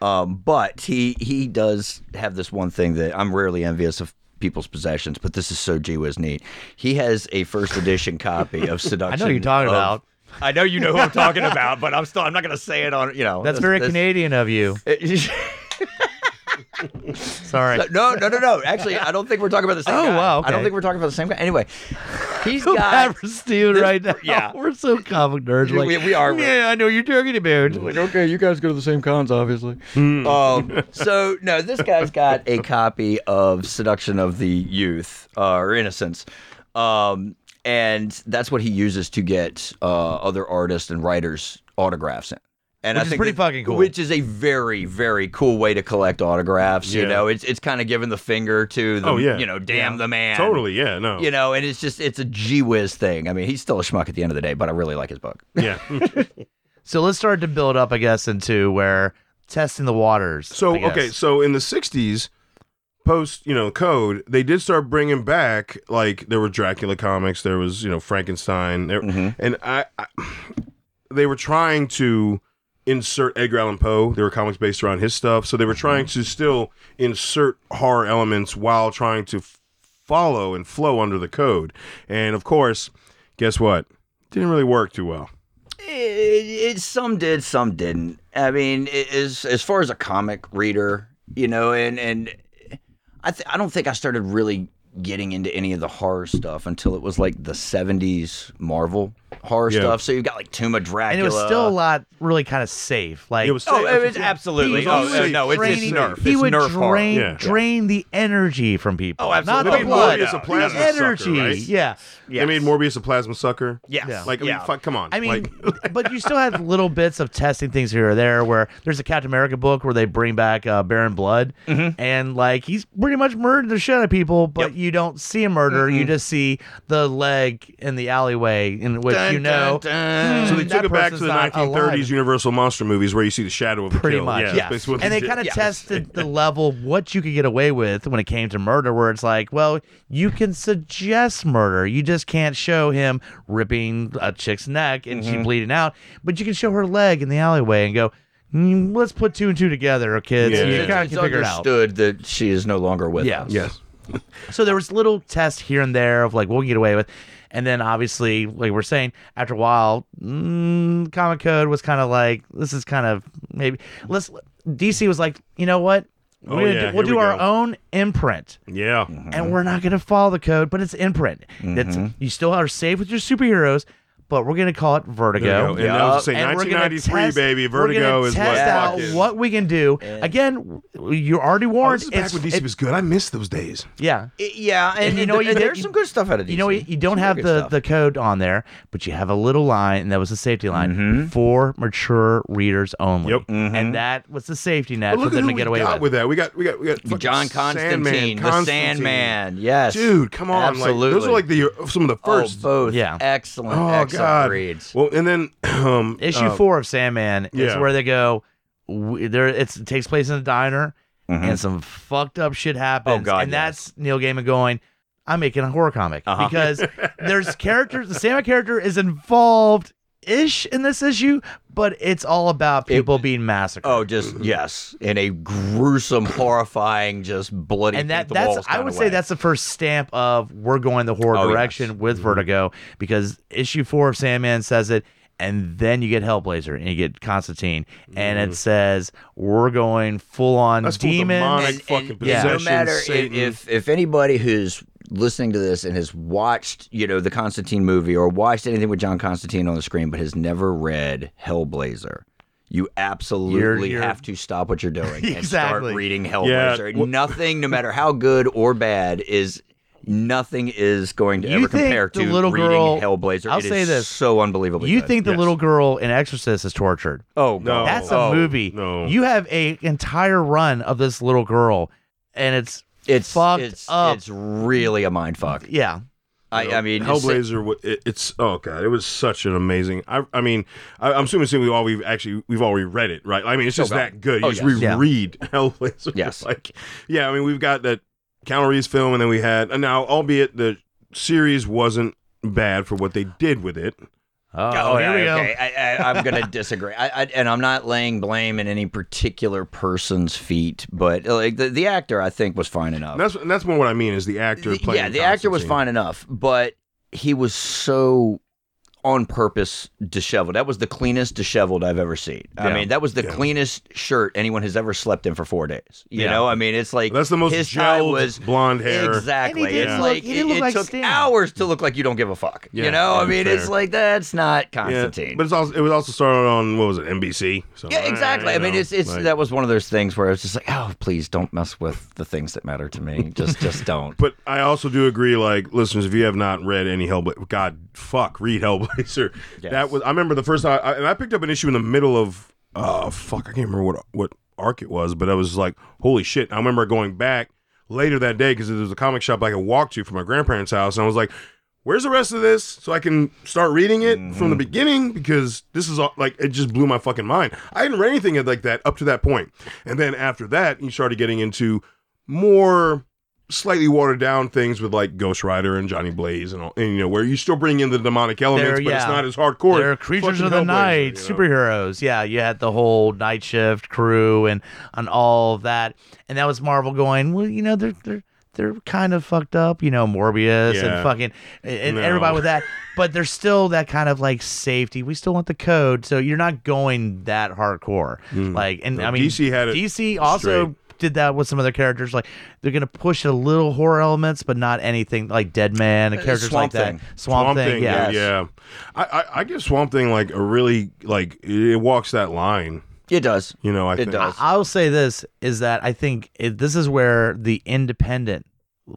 Speaker 3: Um, but he he does have this one thing that I'm rarely envious of people's possessions, but this is so gee whiz neat. He has a first edition copy of
Speaker 2: I
Speaker 3: Seduction.
Speaker 2: know what you're talking
Speaker 3: of-
Speaker 2: about.
Speaker 3: I know you know who I'm talking about, but I'm still. I'm not going to say it on. You know,
Speaker 2: That's
Speaker 3: this-
Speaker 2: very
Speaker 3: this-
Speaker 2: Canadian of you. Sorry.
Speaker 3: No, no, no, no. Actually, I don't think we're talking about the same
Speaker 2: Oh,
Speaker 3: guy.
Speaker 2: wow, okay.
Speaker 3: I don't think we're talking about the same guy. Anyway, he's
Speaker 2: Go
Speaker 3: got.
Speaker 2: back for Steven
Speaker 3: this-
Speaker 2: right now.
Speaker 3: yeah.
Speaker 2: We're so comic nerds. Like,
Speaker 3: We- we are.
Speaker 2: Yeah, I know what you're talking about.
Speaker 3: Like, okay, you guys go to the same cons, obviously. Um, so no, this guy's got a copy of Seduction of the Youth uh, or Innocence, um, and that's what he uses to get uh, other artists and writers autographs in. And
Speaker 2: Which is pretty fucking cool.
Speaker 3: Which is a very, very cool way to collect autographs.
Speaker 1: Yeah.
Speaker 3: You know, it's it's kind of giving the finger to the,
Speaker 1: Oh, yeah.
Speaker 3: you know, damn the man.
Speaker 1: Totally. Yeah. No.
Speaker 3: You know, and it's just it's a gee whiz thing. I mean, he's still a schmuck at the end of the day, but I really like his book.
Speaker 1: Yeah.
Speaker 2: So let's start to build up, I guess, into where testing the waters.
Speaker 1: So
Speaker 2: I guess.
Speaker 1: okay, so in the '60s, post you know code, they did start bringing back like there were Dracula comics, there was you know Frankenstein,
Speaker 2: Mm.
Speaker 1: there,
Speaker 3: Mhm.
Speaker 1: and I, I they were trying to insert Edgar Allan Poe. There were comics based around his stuff, so they were trying
Speaker 2: Mm-hmm.
Speaker 1: to still insert horror elements while trying to f- follow and flow under the code. And of course, guess what? Didn't really work too well.
Speaker 3: It, it, some did, some didn't. I mean, it, as as far as a comic reader, you know, and and I th- I don't think I started really getting into any of the horror stuff until it was like the '70s Marvel horror
Speaker 1: Yeah.
Speaker 3: stuff. So you got like Tomb of Dracula,
Speaker 2: and it was still a lot really kind of safe. Like
Speaker 1: It was
Speaker 3: Oh, it was
Speaker 2: he
Speaker 3: absolutely.
Speaker 2: would-
Speaker 1: oh,
Speaker 2: he would
Speaker 1: no, it's- it's
Speaker 2: drain-
Speaker 1: Nerf.
Speaker 2: He
Speaker 3: It's
Speaker 2: would
Speaker 3: Nerf horror.
Speaker 2: drain
Speaker 1: Yeah.
Speaker 2: drain the energy from people.
Speaker 3: Oh, absolutely.
Speaker 2: Not
Speaker 1: They
Speaker 2: the
Speaker 1: made
Speaker 2: blood.
Speaker 1: Morbius a
Speaker 2: the
Speaker 1: plasma sucker,
Speaker 2: energy.
Speaker 1: right?
Speaker 2: Yeah.
Speaker 1: They made Morbius a plasma sucker.
Speaker 3: Yes.
Speaker 2: Yeah.
Speaker 1: Like, I mean,
Speaker 3: Yeah.
Speaker 1: fuck, come on.
Speaker 2: I mean,
Speaker 1: Like-
Speaker 2: but you still had little bits of testing things here or there. Where there's a Captain America book where they bring back uh, Baron Blood,
Speaker 3: Mm-hmm.
Speaker 2: and like he's pretty much murdered the shit out of people, but you don't see a murder. You just see the leg in the alleyway, in which you know.
Speaker 3: dun.
Speaker 1: So they took
Speaker 2: "Hmm, that
Speaker 1: it back to the
Speaker 2: person's not
Speaker 1: 1930s
Speaker 2: alive."
Speaker 1: Universal monster movies where you see the shadow of the
Speaker 2: pretty
Speaker 1: kill.
Speaker 2: much
Speaker 1: Yeah,
Speaker 2: yeah,
Speaker 1: that's basically what
Speaker 2: and they
Speaker 1: did.
Speaker 2: kind of tested the level of what you could get away with when it came to murder where it's like well you can suggest murder you just can't show him ripping a chick's neck and she bleeding out but you can show her leg in the alleyway and go "Mm, let's put two and two together kids
Speaker 1: Yeah.
Speaker 2: you
Speaker 1: It's-
Speaker 2: kind of
Speaker 3: It's
Speaker 2: can figure it out
Speaker 3: understood that she is no longer with
Speaker 2: Yeah.
Speaker 3: us.
Speaker 1: Yes.
Speaker 2: so there was little tests here and there of like what we can get away with And then obviously, like we're saying, after a while, mm, Comic Code was kind of like, this is kind of maybe let's. DC was like, you know what?
Speaker 1: Oh,
Speaker 2: We're gonna
Speaker 1: yeah,
Speaker 2: do, we'll
Speaker 1: here
Speaker 2: do
Speaker 1: we
Speaker 2: our
Speaker 1: go. Mm-hmm.
Speaker 2: own imprint
Speaker 1: Yeah.
Speaker 2: and we're not going to follow the code, but it's imprint. That's
Speaker 1: Mm-hmm.
Speaker 2: you still are safe with your superheroes, but we're going to call it Vertigo.
Speaker 1: Vertigo. And I was
Speaker 3: Yup.
Speaker 1: gonna say
Speaker 2: And we're gonna
Speaker 1: 1993,
Speaker 2: test-
Speaker 1: baby.
Speaker 2: we're gonna
Speaker 1: Vertigo is what
Speaker 2: test
Speaker 1: fuck
Speaker 2: out
Speaker 1: is.
Speaker 2: what we can do. Again, you're already
Speaker 1: Oh,
Speaker 2: warned.
Speaker 1: this is back
Speaker 2: it's-
Speaker 1: when DC
Speaker 2: it-
Speaker 1: was good. I miss those days.
Speaker 2: yeah.
Speaker 3: It- yeah, and,
Speaker 2: And you
Speaker 3: you
Speaker 2: know
Speaker 3: know,
Speaker 2: what you did?
Speaker 3: there's some good stuff out of DC.
Speaker 2: You know, you, you don't
Speaker 3: Some
Speaker 2: have
Speaker 3: good
Speaker 2: the,
Speaker 3: stuff.
Speaker 2: the code on there, but you have a little line, and that was a safety line for mature readers only.
Speaker 1: Mm-hmm. Yep.
Speaker 3: Mm-hmm.
Speaker 2: And that was the safety net
Speaker 1: But
Speaker 2: for
Speaker 1: look at
Speaker 2: them
Speaker 1: who
Speaker 2: to
Speaker 1: we
Speaker 2: get away
Speaker 1: got
Speaker 2: with.
Speaker 1: with that. We got we got we got fucking
Speaker 3: John Constantine,
Speaker 1: Sandman,
Speaker 3: the
Speaker 1: Constantine.
Speaker 3: Sandman. Yes,
Speaker 1: Dude, come on!
Speaker 3: Absolutely,
Speaker 1: Like, those are like the some of the first.
Speaker 3: Oh, both.
Speaker 2: Yeah.
Speaker 3: excellent,
Speaker 1: Oh,
Speaker 3: excellent
Speaker 1: god.
Speaker 3: reads.
Speaker 1: Well, and then um,
Speaker 2: Issue
Speaker 1: uh,
Speaker 2: four of Sandman is
Speaker 1: yeah.
Speaker 2: where they go. w there, it's, it takes place in a diner,
Speaker 1: Mm-hmm.
Speaker 2: and some fucked up shit happens.
Speaker 3: Oh, God,
Speaker 2: and
Speaker 3: yes.
Speaker 2: that's Neil Gaiman going. I'm making a horror comic
Speaker 3: Uh-huh.
Speaker 2: because there's characters. The Sandman character is involved ish in this issue, but it's all about people being massacred.
Speaker 3: Oh, just yes, in a gruesome, horrifying, just bloody.
Speaker 2: and that
Speaker 3: the
Speaker 2: that's
Speaker 3: walls
Speaker 2: I
Speaker 3: kinda
Speaker 2: would
Speaker 3: way.
Speaker 2: say that's the first stamp of we're going the horror
Speaker 3: Oh, yes.
Speaker 2: direction with Vertigo because issue four of Sandman says it, and then you get Hellblazer and you get Constantine, and
Speaker 3: Mm-hmm.
Speaker 2: it says we're going full on
Speaker 1: That's full
Speaker 2: demons.
Speaker 1: demonic
Speaker 3: and,
Speaker 1: fucking
Speaker 3: and
Speaker 1: possession,
Speaker 3: no matter if-
Speaker 1: Satan.
Speaker 3: if if anybody who's listening to this and has watched you know the Constantine movie or watched anything with John Constantine on the screen but has never read Hellblazer. You absolutely
Speaker 2: you're-
Speaker 3: have to stop what you're doing and
Speaker 2: Exactly.
Speaker 3: start reading Hellblazer.
Speaker 1: Wh-
Speaker 3: Nothing, no matter how good or bad, is nothing is going to
Speaker 2: You
Speaker 3: ever
Speaker 2: think
Speaker 3: compare
Speaker 2: the
Speaker 3: to
Speaker 2: little
Speaker 3: reading
Speaker 2: girl-
Speaker 3: Hellblazer.
Speaker 2: I'll
Speaker 3: It is
Speaker 2: say this.
Speaker 3: so unbelievably.
Speaker 2: you
Speaker 3: good.
Speaker 2: think the
Speaker 1: Yes.
Speaker 2: little girl in Exorcist is tortured?
Speaker 3: Oh
Speaker 1: No.
Speaker 3: God.
Speaker 2: That's a
Speaker 3: Oh,
Speaker 2: movie.
Speaker 1: no.
Speaker 2: You have a entire run of this little girl, and it's
Speaker 3: It's
Speaker 2: fucked
Speaker 3: it's,
Speaker 2: up.
Speaker 3: It's really a mind fuck.
Speaker 2: yeah.
Speaker 3: I, I mean, it's-
Speaker 1: Hellblazer. wa- It, it's oh god, it was such an amazing. I, I mean, I, I'm assuming we all we've actually we've already read it, right? I mean, it's just
Speaker 3: God.
Speaker 1: that good. You
Speaker 3: Oh,
Speaker 1: just
Speaker 3: yes.
Speaker 2: Yeah.
Speaker 1: reread Hellblazer.
Speaker 3: Yes.
Speaker 1: like yeah. I mean, we've got that Keanu Reeves film, and then we had and now, albeit the series wasn't bad for what they did with it.
Speaker 2: Oh,
Speaker 3: Oh,
Speaker 2: here
Speaker 3: yeah,
Speaker 2: we go.
Speaker 3: okay. I, I, I'm going to disagree, I, I, and I'm not laying blame in any particular person's feet, but like the, the actor, I think was fine enough.
Speaker 1: And that's and that's more what I mean is the actor
Speaker 3: The-
Speaker 1: playing.
Speaker 3: yeah, the actor was
Speaker 1: Constantine.
Speaker 3: fine enough, but he was so on purpose disheveled. That was the cleanest disheveled I've ever seen. I
Speaker 2: Yeah.
Speaker 3: mean, that was the
Speaker 1: Yeah.
Speaker 3: cleanest shirt anyone has ever slept in for four days. You
Speaker 2: Yeah.
Speaker 3: know, I mean, it's like
Speaker 1: That's the most
Speaker 3: his tie
Speaker 1: gelled
Speaker 3: was
Speaker 1: blonde hair.
Speaker 3: Exactly.
Speaker 2: And he did
Speaker 3: it's
Speaker 2: look-
Speaker 3: like
Speaker 2: he did
Speaker 3: it,
Speaker 2: look
Speaker 3: it
Speaker 2: like
Speaker 3: took
Speaker 2: Sting.
Speaker 3: hours to look like you don't give a fuck.
Speaker 1: Yeah,
Speaker 3: you know, I
Speaker 1: yeah,
Speaker 3: mean,
Speaker 1: fair.
Speaker 3: it's like that's not
Speaker 1: Yeah,
Speaker 3: Constantine.
Speaker 1: but it's also it was also started on what was it NBC? So,
Speaker 3: Yeah, exactly. I,
Speaker 1: you
Speaker 3: mean,
Speaker 1: know,
Speaker 3: it's it's
Speaker 1: like-
Speaker 3: that was one of those things where I was just like, oh, please don't mess with the things that matter to me. Just just don't.
Speaker 1: But I also do agree, like listeners, if you have not read any Hellblazer, God, fuck, read Hellblazer. That was I remember the first time, I, and I picked up an issue in the middle of, uh, fuck, I can't remember what what arc it was, but I was like, holy shit! I remember going back later that day because there was a comic shop I could walk to from my grandparents' house, and I was like. Where's the rest of this so I can start reading it from the beginning? Because this is all, like, it just blew my fucking mind. I didn't read anything like that up to that point. And then after that, you started getting into more slightly watered down things with like Ghost Rider and Johnny Blaze and all, and you know where you still bring in the demonic elements,
Speaker 2: They're-
Speaker 1: but it's
Speaker 2: yeah.
Speaker 1: not as hardcore.
Speaker 2: They're creatures
Speaker 1: Fucking
Speaker 2: of the
Speaker 1: Hellblazer,
Speaker 2: night,
Speaker 1: you know?
Speaker 2: superheroes. Yeah, you had the whole night shift crew and and all of that, and that was Marvel going. Well, you know they're they're they're kind of fucked up. You know Morbius
Speaker 1: Yeah.
Speaker 2: and fucking and
Speaker 1: No.
Speaker 2: everybody with that, but there's still that kind of like safety. We still want the code, so you're not going that hardcore. Like and
Speaker 1: Mm. No,
Speaker 2: I mean
Speaker 1: DC had it
Speaker 2: DC also. Did that with some other characters, like they're gonna push a little horror elements, but not anything like Dead Man and characters
Speaker 3: Uh, Swamp
Speaker 2: like
Speaker 3: Thing.
Speaker 2: that. Swamp, Thing, yeah,
Speaker 1: dude, yeah. I, I I give Swamp Thing like a really like it walks that line.
Speaker 3: It does.
Speaker 1: You know, I
Speaker 3: It
Speaker 1: think
Speaker 3: does.
Speaker 2: I- I'll say this is that I think it, this is where the independent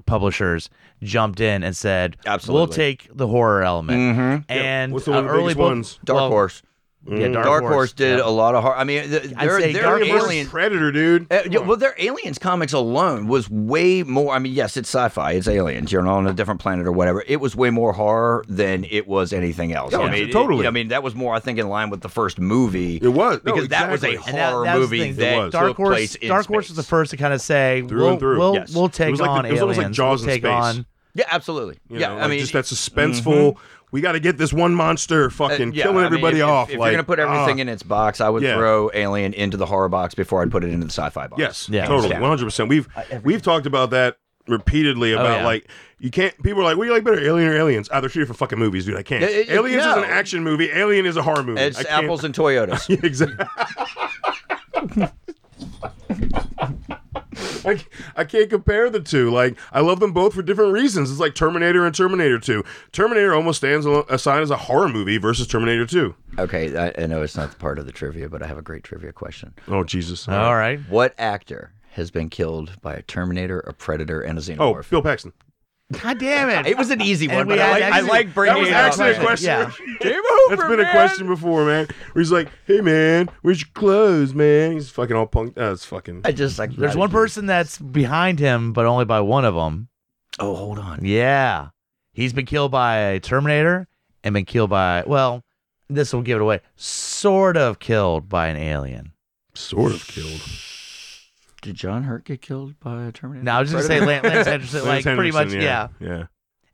Speaker 2: publishers jumped in and said, "We'll
Speaker 3: Absolutely.
Speaker 2: take the horror element."
Speaker 3: Mm-hmm.
Speaker 2: And
Speaker 1: What's the
Speaker 2: uh,
Speaker 1: one Mm. of the
Speaker 2: early
Speaker 1: biggest
Speaker 2: book-
Speaker 1: ones?
Speaker 3: Dark
Speaker 2: well,
Speaker 3: Horse.
Speaker 2: Yeah, Dark, Horse,
Speaker 3: did
Speaker 2: yeah.
Speaker 3: a lot of hard. I mean, th- their,
Speaker 2: say
Speaker 3: their
Speaker 2: Dark Horse-
Speaker 3: alien.
Speaker 1: Predator, dude.
Speaker 3: Uh, yeah, well, their aliens comics alone was way more. I mean, yes, it's sci-fi, it's aliens. You're on a different planet or whatever. It was way more horror than it was anything else.
Speaker 1: Yeah,
Speaker 3: I mean, it-
Speaker 1: totally.
Speaker 3: I mean, that was more, I think, in line with the first movie.
Speaker 1: It was No,
Speaker 3: because that was
Speaker 1: exactly.
Speaker 3: a
Speaker 2: And that-
Speaker 3: horror
Speaker 2: that was the
Speaker 3: movie
Speaker 2: thing.
Speaker 1: It
Speaker 3: that
Speaker 1: was.
Speaker 2: Dark
Speaker 3: took
Speaker 2: Horse.
Speaker 3: place in
Speaker 2: Dark Horse was
Speaker 3: space.
Speaker 2: the first to kind of say,
Speaker 1: Through
Speaker 2: "We'll,
Speaker 1: and through.
Speaker 2: we'll,
Speaker 3: Yes.
Speaker 2: we'll
Speaker 1: It
Speaker 2: take
Speaker 1: was like the-
Speaker 2: on
Speaker 1: it was almost
Speaker 2: aliens.
Speaker 1: like Jaws
Speaker 2: we'll
Speaker 1: in
Speaker 2: take
Speaker 1: space.
Speaker 2: on."
Speaker 3: Yeah, absolutely.
Speaker 1: You
Speaker 3: yeah,
Speaker 1: know,
Speaker 3: I
Speaker 1: like,
Speaker 3: mean,
Speaker 1: just that suspenseful.
Speaker 2: Mm-hmm.
Speaker 1: We got to get this one monster fucking
Speaker 3: Uh, yeah, I
Speaker 1: killing
Speaker 3: mean,
Speaker 1: everybody
Speaker 3: if- if-
Speaker 1: off.
Speaker 3: If,
Speaker 1: like,
Speaker 3: you're gonna put everything
Speaker 1: ah.
Speaker 3: in its box, I would
Speaker 1: Yeah.
Speaker 3: throw Alien into the horror box before I'd put it into the sci-fi box.
Speaker 1: Yes,
Speaker 2: Yeah.
Speaker 1: totally,
Speaker 3: Hands down.
Speaker 1: one hundred percent. We've we've talked about that repeatedly
Speaker 3: Oh,
Speaker 1: about
Speaker 2: yeah.
Speaker 1: like you can't. People are like, "What do you like better, Alien or Aliens?" Ah, they're two different fucking movies, dude. I can't.
Speaker 3: Yeah, it- it-
Speaker 1: Aliens
Speaker 3: no.
Speaker 1: is an action movie. Alien is a horror movie. I
Speaker 3: It's
Speaker 1: can't-
Speaker 3: apples and Toyotas.
Speaker 1: Yeah, exactly. I, c- I can't compare the two. Like I love them both for different reasons. It's like Terminator and Terminator Two. Terminator almost stands alo- aside as a horror movie versus Terminator Two.
Speaker 3: Okay, I, I know it's not part of the trivia, but I have a great trivia question.
Speaker 1: Oh Jesus!
Speaker 2: All right.
Speaker 3: What actor has been killed by a Terminator, a Predator, and a
Speaker 1: oh,
Speaker 3: Xenomorph?
Speaker 1: Bill Paxton.
Speaker 2: God damn it.
Speaker 3: it was an easy
Speaker 2: And
Speaker 3: one,
Speaker 2: we
Speaker 3: but I
Speaker 2: had
Speaker 3: like, I
Speaker 2: actually-
Speaker 3: like
Speaker 1: That
Speaker 3: bringing
Speaker 1: was
Speaker 3: it up.
Speaker 1: actually a question.
Speaker 2: Yeah.
Speaker 1: That's been a question before, man. Where he's like, "Hey, man, where's your clothes, man?" He's fucking all punked. That's fucking.
Speaker 3: I just like.
Speaker 2: There's one person that's behind him, but only by one of them.
Speaker 3: Oh, hold on.
Speaker 2: Yeah. He's been killed by a Terminator and been killed by, well, this will give it away. Sort of killed by an alien.
Speaker 1: sort of killed.
Speaker 3: Did John Hurt get killed by a Terminator?
Speaker 2: Now, I was just going to say Lan- Lance Henderson, like,
Speaker 1: Lance
Speaker 2: pretty much,
Speaker 1: Henderson,
Speaker 2: yeah.
Speaker 1: yeah,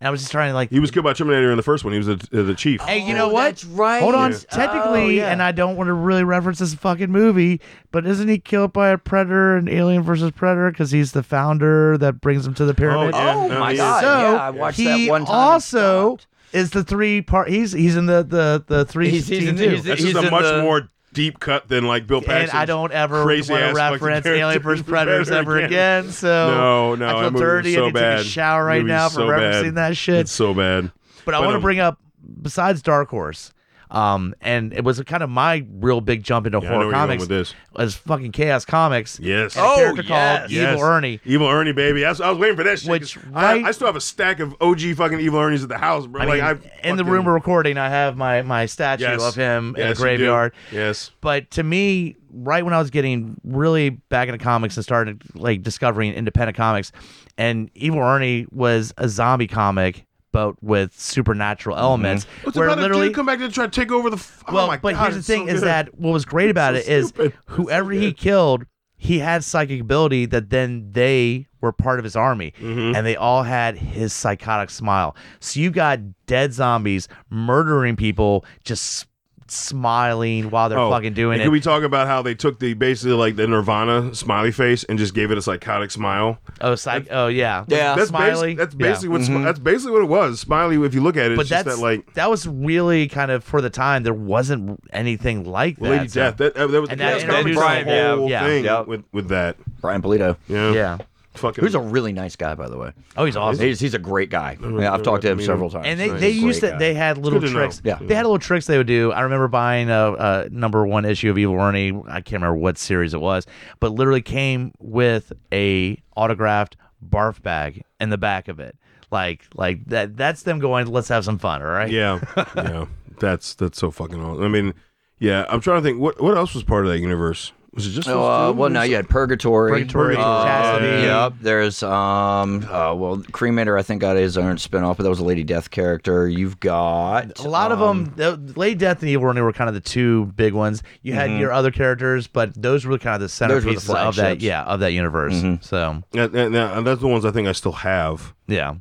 Speaker 2: And I was just trying to, like,
Speaker 1: He was killed by Terminator in the first one. He was the, uh, the chief.
Speaker 2: Hey, you know what?
Speaker 3: That's right.
Speaker 2: Hold on.
Speaker 1: Yeah.
Speaker 2: Technically,
Speaker 3: Oh, yeah.
Speaker 2: and I don't want to really reference this fucking movie, but isn't he killed by a predator in Alien versus Predator because he's the founder that brings him to the pyramid?
Speaker 1: yeah.
Speaker 3: Oh
Speaker 1: No,
Speaker 3: my
Speaker 1: he-
Speaker 3: god!
Speaker 2: So
Speaker 3: yeah, I watched
Speaker 2: he
Speaker 3: that one time. and
Speaker 2: also
Speaker 3: stopped.
Speaker 2: is the three part. He's he's in the the the three.
Speaker 3: He's- he's
Speaker 2: team
Speaker 3: in the-
Speaker 2: too.
Speaker 3: he's in-
Speaker 1: This is
Speaker 3: he's
Speaker 1: a much
Speaker 3: the-
Speaker 1: more deep cut than like Bill
Speaker 2: and
Speaker 1: Paxton.
Speaker 2: I don't ever want
Speaker 1: crazy
Speaker 2: to
Speaker 1: ass fucking
Speaker 2: reference
Speaker 1: character
Speaker 2: Alien versus Predators ever again. So
Speaker 1: No, no,
Speaker 2: I
Speaker 1: that
Speaker 2: feel
Speaker 1: movie was so
Speaker 2: dirty. I need to take a
Speaker 1: bad.
Speaker 2: shower right
Speaker 1: Movie's
Speaker 2: now for
Speaker 1: so
Speaker 2: referencing
Speaker 1: bad.
Speaker 2: that shit.
Speaker 1: It's so bad.
Speaker 2: But I want to
Speaker 1: um,
Speaker 2: bring up besides Dark Horse, um, and it was kind of my real big jump
Speaker 1: Yeah,
Speaker 2: into
Speaker 1: I know
Speaker 2: horror
Speaker 1: where you're going
Speaker 2: comics
Speaker 1: with this.
Speaker 2: was fucking Chaos Comics.
Speaker 1: Yes.
Speaker 2: and a
Speaker 3: Oh,
Speaker 2: character
Speaker 3: yes.
Speaker 2: called
Speaker 1: Yes.
Speaker 2: Evil Ernie.
Speaker 1: Evil Ernie, baby. That's, I was waiting for that shit.
Speaker 2: Which,
Speaker 1: 'cause
Speaker 2: right-
Speaker 1: I, I still have a stack of OG fucking Evil Ernies at the house, bro.
Speaker 2: I
Speaker 1: like
Speaker 2: mean,
Speaker 1: I
Speaker 2: in the
Speaker 1: fucking-
Speaker 2: room we're recording, I have my my statue
Speaker 1: Yes.
Speaker 2: of him
Speaker 1: Yes,
Speaker 2: in a
Speaker 1: you do.
Speaker 2: graveyard.
Speaker 1: Yes.
Speaker 2: But to me, right when I was getting really back into comics and started like discovering independent comics, and Evil Ernie was a zombie comic, but with supernatural elements,
Speaker 1: Mm-hmm. What's
Speaker 2: where
Speaker 1: about a dude
Speaker 2: literally
Speaker 1: come back to try to take over the? F- oh
Speaker 2: well,
Speaker 1: my
Speaker 2: but
Speaker 1: God,
Speaker 2: here's the
Speaker 1: it's so
Speaker 2: thing is
Speaker 1: good.
Speaker 2: that what was great about
Speaker 1: It's
Speaker 2: it
Speaker 1: so
Speaker 2: is
Speaker 1: stupid. It's so
Speaker 2: whoever he
Speaker 1: good.
Speaker 2: killed, he had psychic ability that then they were part of his army
Speaker 1: Mm-hmm.
Speaker 2: and they all had his psychotic smile. So you got dead zombies murdering people just s- smiling while they're
Speaker 1: Oh,
Speaker 3: Oh.
Speaker 2: fucking doing
Speaker 1: and
Speaker 2: it.
Speaker 1: Can we talk about how they took the basically like the Nirvana smiley face and just gave it a psychotic smile?
Speaker 2: oh, psych- oh yeah.
Speaker 3: Yeah.
Speaker 1: That's basi-
Speaker 2: smiley.
Speaker 1: that's
Speaker 2: Yeah. Mm-hmm.
Speaker 1: basically what smi- that's basically what it was. Smiley. If you look at it,
Speaker 2: But
Speaker 1: it's just
Speaker 2: that's
Speaker 1: that like
Speaker 2: that was really kind of for the time there wasn't anything like that.
Speaker 1: Lady
Speaker 2: so-
Speaker 1: Death. That, that, that was
Speaker 2: And
Speaker 1: that,
Speaker 2: that-
Speaker 1: was
Speaker 2: and
Speaker 1: kind
Speaker 2: that
Speaker 1: of
Speaker 3: Brian,
Speaker 1: the
Speaker 3: yeah,
Speaker 1: whole
Speaker 2: yeah.
Speaker 1: thing
Speaker 3: Yep.
Speaker 1: with with that.
Speaker 3: Brian Polito,
Speaker 1: Yeah.
Speaker 2: Yeah.
Speaker 1: Fucking.
Speaker 3: who's a really nice guy, by the way.
Speaker 2: Oh, he's awesome.
Speaker 3: He's he's a great guy. Yeah, I've talked to him
Speaker 1: I mean,
Speaker 3: several times.
Speaker 2: And they,
Speaker 3: He's
Speaker 2: they
Speaker 3: a great
Speaker 2: used
Speaker 3: guy.
Speaker 2: that they had little
Speaker 1: good to know.
Speaker 2: tricks.
Speaker 1: Yeah.
Speaker 2: They had little tricks they would do. I remember buying a, a number one issue of Evil Ernie. I can't remember what series it was, but literally came with a autographed barf bag in the back of it. Like like that that's them going, let's have some fun, all right?
Speaker 1: yeah, yeah. That's that's so fucking awesome. I mean, yeah. I'm trying to think what what else was part of that universe. Was it just?
Speaker 3: Oh,
Speaker 1: those
Speaker 3: uh,
Speaker 1: two?
Speaker 3: well, no, you had Purgatory.
Speaker 2: Purgatory,
Speaker 3: Uh,
Speaker 2: Chastity.
Speaker 3: Yep. There's um. Uh, well, Cremator, I think got his own spinoff, but that was a Lady Death character. You've got
Speaker 2: A lot
Speaker 3: Um,
Speaker 2: of them, the, Late Death and Evil Ernie were kind of the two big ones. You had your other characters, but those were kind of the
Speaker 3: Mm-hmm. Those were the
Speaker 2: centerpieces of that,
Speaker 3: flagships. Mm-hmm.
Speaker 2: yeah, of that universe. So,
Speaker 1: And, and- and that's the ones I think I still have
Speaker 2: yeah,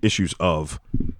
Speaker 1: issues of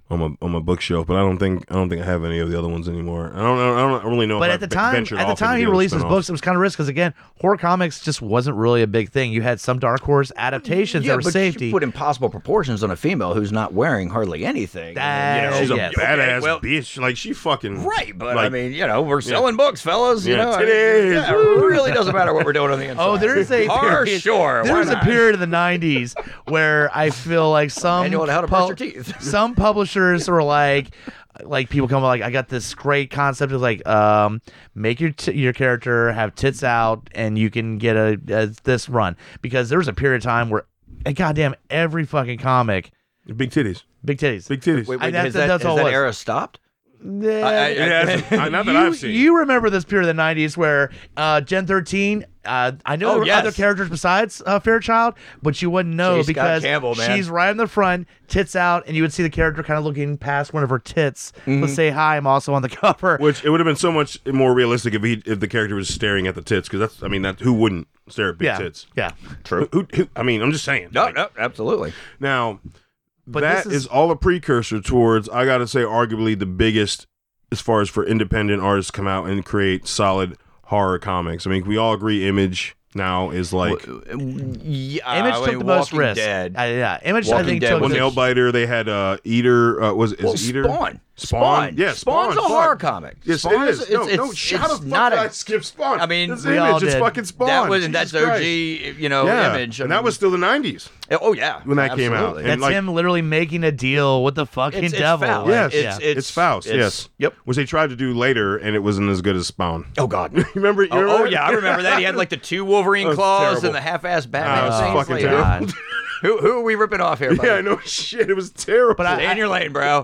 Speaker 1: on my on my bookshelf, but I don't think I don't think I have any of the other ones anymore. I don't know. I don't really know.
Speaker 2: But
Speaker 1: if
Speaker 2: at the
Speaker 1: I've
Speaker 2: time,
Speaker 1: ventured
Speaker 2: at the
Speaker 1: off into
Speaker 2: time he
Speaker 1: other
Speaker 2: released his
Speaker 1: spinoffs.
Speaker 2: books, it was kind of risk because again, horror comics just wasn't really a big thing. You had some Dark Horse adaptations
Speaker 3: yeah,
Speaker 2: that were
Speaker 3: but
Speaker 2: safety.
Speaker 3: You put impossible proportions on a female who's not wearing hardly anything.
Speaker 2: That-
Speaker 1: Yeah, she's a
Speaker 2: Yes.
Speaker 1: badass
Speaker 3: Okay, well-
Speaker 1: bitch. Like she fucking
Speaker 3: Right, but I
Speaker 1: like,
Speaker 3: mean, you know, we're selling books, fellas. You
Speaker 1: Yeah,
Speaker 3: know, I
Speaker 1: titties.
Speaker 3: mean, yeah, it really doesn't matter what we're doing on the inside.
Speaker 2: oh, there is a
Speaker 3: Har,
Speaker 2: period,
Speaker 3: sure. why
Speaker 2: There was a
Speaker 3: not?
Speaker 2: period in the '90s where I feel like some
Speaker 3: Manual on how to brush your teeth.
Speaker 2: some publishers were like, like people come like, I got this great concept of like, um, make your t- your character have tits out and you can get a, a this run because there was a period of time where, and goddamn, every fucking comic,
Speaker 1: big titties,
Speaker 2: big titties.
Speaker 1: big titties.
Speaker 3: Wait,
Speaker 2: I-
Speaker 3: wait,
Speaker 2: that's-
Speaker 3: has that,
Speaker 2: that's
Speaker 3: has
Speaker 2: all it
Speaker 3: that
Speaker 2: was.
Speaker 3: era stopped?
Speaker 2: Yeah.
Speaker 1: It hasn't- I- not that
Speaker 2: you,
Speaker 1: I've seen.
Speaker 2: you remember this period of the 90s where uh, Gen 13, uh, I know
Speaker 3: Oh,
Speaker 2: there were
Speaker 3: yes.
Speaker 2: other characters besides uh, Fairchild, but you wouldn't know
Speaker 3: J. Scott
Speaker 2: because
Speaker 3: Campbell, man.
Speaker 2: she's right in the front, tits out, and you would see the character kind of looking past one of her tits.
Speaker 3: Mm-hmm.
Speaker 2: Let's say, hi, I'm also on the cover.
Speaker 1: Which it would have been so much more realistic if he if the character was staring at the tits because that's I mean that who wouldn't stare at big
Speaker 2: yeah.
Speaker 1: tits?
Speaker 2: Yeah.
Speaker 1: True. Who, who- I mean, I'm just saying.
Speaker 3: No,
Speaker 1: Like,
Speaker 3: no, absolutely.
Speaker 1: Now,
Speaker 2: But
Speaker 1: that
Speaker 2: this
Speaker 1: is,
Speaker 2: is-
Speaker 1: all a precursor towards I got to say, arguably the biggest as far as for independent artists to come out and create solid horror comics. I mean, we all agree Image now is like
Speaker 3: Yeah,
Speaker 2: Image
Speaker 3: Uh, I
Speaker 2: took
Speaker 3: mean,
Speaker 2: the most
Speaker 3: Walking
Speaker 2: risk.
Speaker 3: Dead.
Speaker 2: Uh, yeah, Image. I
Speaker 3: Walking
Speaker 2: think
Speaker 3: Dead
Speaker 2: took
Speaker 1: well,
Speaker 3: was
Speaker 2: the-
Speaker 1: nail biter. They had uh, eater. Uh, was is
Speaker 3: well,
Speaker 1: eater
Speaker 3: Spawn.
Speaker 1: Spawn?
Speaker 3: Spawn.
Speaker 1: Yeah,
Speaker 3: Spawn's
Speaker 1: Spawn,
Speaker 3: a
Speaker 1: Spawn.
Speaker 3: horror comic.
Speaker 1: Yes,
Speaker 3: Spawn
Speaker 1: it is.
Speaker 3: It's,
Speaker 1: no,
Speaker 3: it's,
Speaker 1: no,
Speaker 3: it's,
Speaker 1: shut the
Speaker 3: it's
Speaker 1: fuck
Speaker 3: not
Speaker 1: I
Speaker 3: a.
Speaker 1: skipped Spawn.
Speaker 3: I mean,
Speaker 1: It's
Speaker 2: we
Speaker 1: image.
Speaker 2: all
Speaker 1: It's
Speaker 2: did.
Speaker 1: fucking Spawn.
Speaker 3: That was
Speaker 1: Jesus
Speaker 3: that's
Speaker 1: Christ.
Speaker 3: OG, you know,
Speaker 1: Yeah,
Speaker 3: image. I
Speaker 1: and that
Speaker 3: mean-
Speaker 1: was still the '90s.
Speaker 3: oh yeah,
Speaker 1: when that came out.
Speaker 3: absolutely.
Speaker 1: And
Speaker 2: That's
Speaker 1: like-
Speaker 2: him literally making a deal with the fucking
Speaker 3: It's- it's
Speaker 2: devil.
Speaker 3: foul.
Speaker 1: Yes,
Speaker 2: Like, yeah.
Speaker 1: it's, Faust.
Speaker 3: it's-
Speaker 1: yes,
Speaker 3: yep.
Speaker 1: Which they tried to do later, and it wasn't as good as Spawn.
Speaker 3: Oh god. Oh,
Speaker 1: remember? you remember
Speaker 3: oh,
Speaker 1: that?
Speaker 3: yeah, I remember that. He had like the two Wolverine
Speaker 1: was
Speaker 3: claws
Speaker 1: terrible.
Speaker 3: and the half-assed
Speaker 1: Ah,
Speaker 3: Batman.
Speaker 1: it was
Speaker 3: thing. It's
Speaker 1: fucking
Speaker 3: like, ah.
Speaker 1: terrible.
Speaker 2: God.
Speaker 3: Who who are we ripping off here? Buddy?
Speaker 1: Yeah, I know. Shit, it was terrible.
Speaker 2: But I-
Speaker 3: Stay in your lane, bro.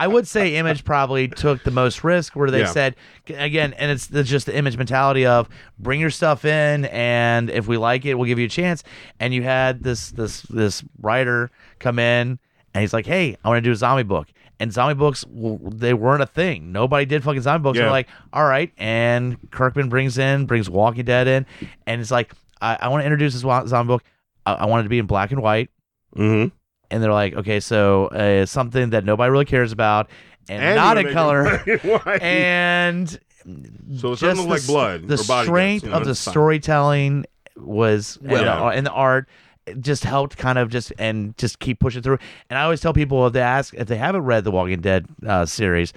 Speaker 2: I would say Image probably took the most risk where they
Speaker 1: Yeah.
Speaker 2: said again, and it's the, just the Image mentality of bring your stuff in, and if we like it, we'll give you a chance. And you had this this this writer come in, and he's like, "Hey, I want to do a zombie book." And zombie books, well, they weren't a thing. Nobody did fucking zombie books.
Speaker 1: Yeah.
Speaker 2: They're like, all right. And Kirkman brings in, brings Walking Dead in, and it's like, I, I want to introduce this wa- zombie book. I, I want it to be in black and white.
Speaker 1: mm-hmm.
Speaker 2: and they're like, okay, so uh, something that nobody really cares about, and, not in color, and
Speaker 1: So it's
Speaker 2: just
Speaker 1: doesn't look
Speaker 2: the
Speaker 1: like
Speaker 2: s-
Speaker 1: blood.
Speaker 2: The
Speaker 1: or body
Speaker 2: strength
Speaker 1: parts, you know,
Speaker 2: of the
Speaker 1: it's fine.
Speaker 2: storytelling was and,
Speaker 1: Well-
Speaker 2: the, ar- and the art it just helped kind of just and just keep pushing through. And I always tell people if they ask if they haven't read the Walking Dead uh, series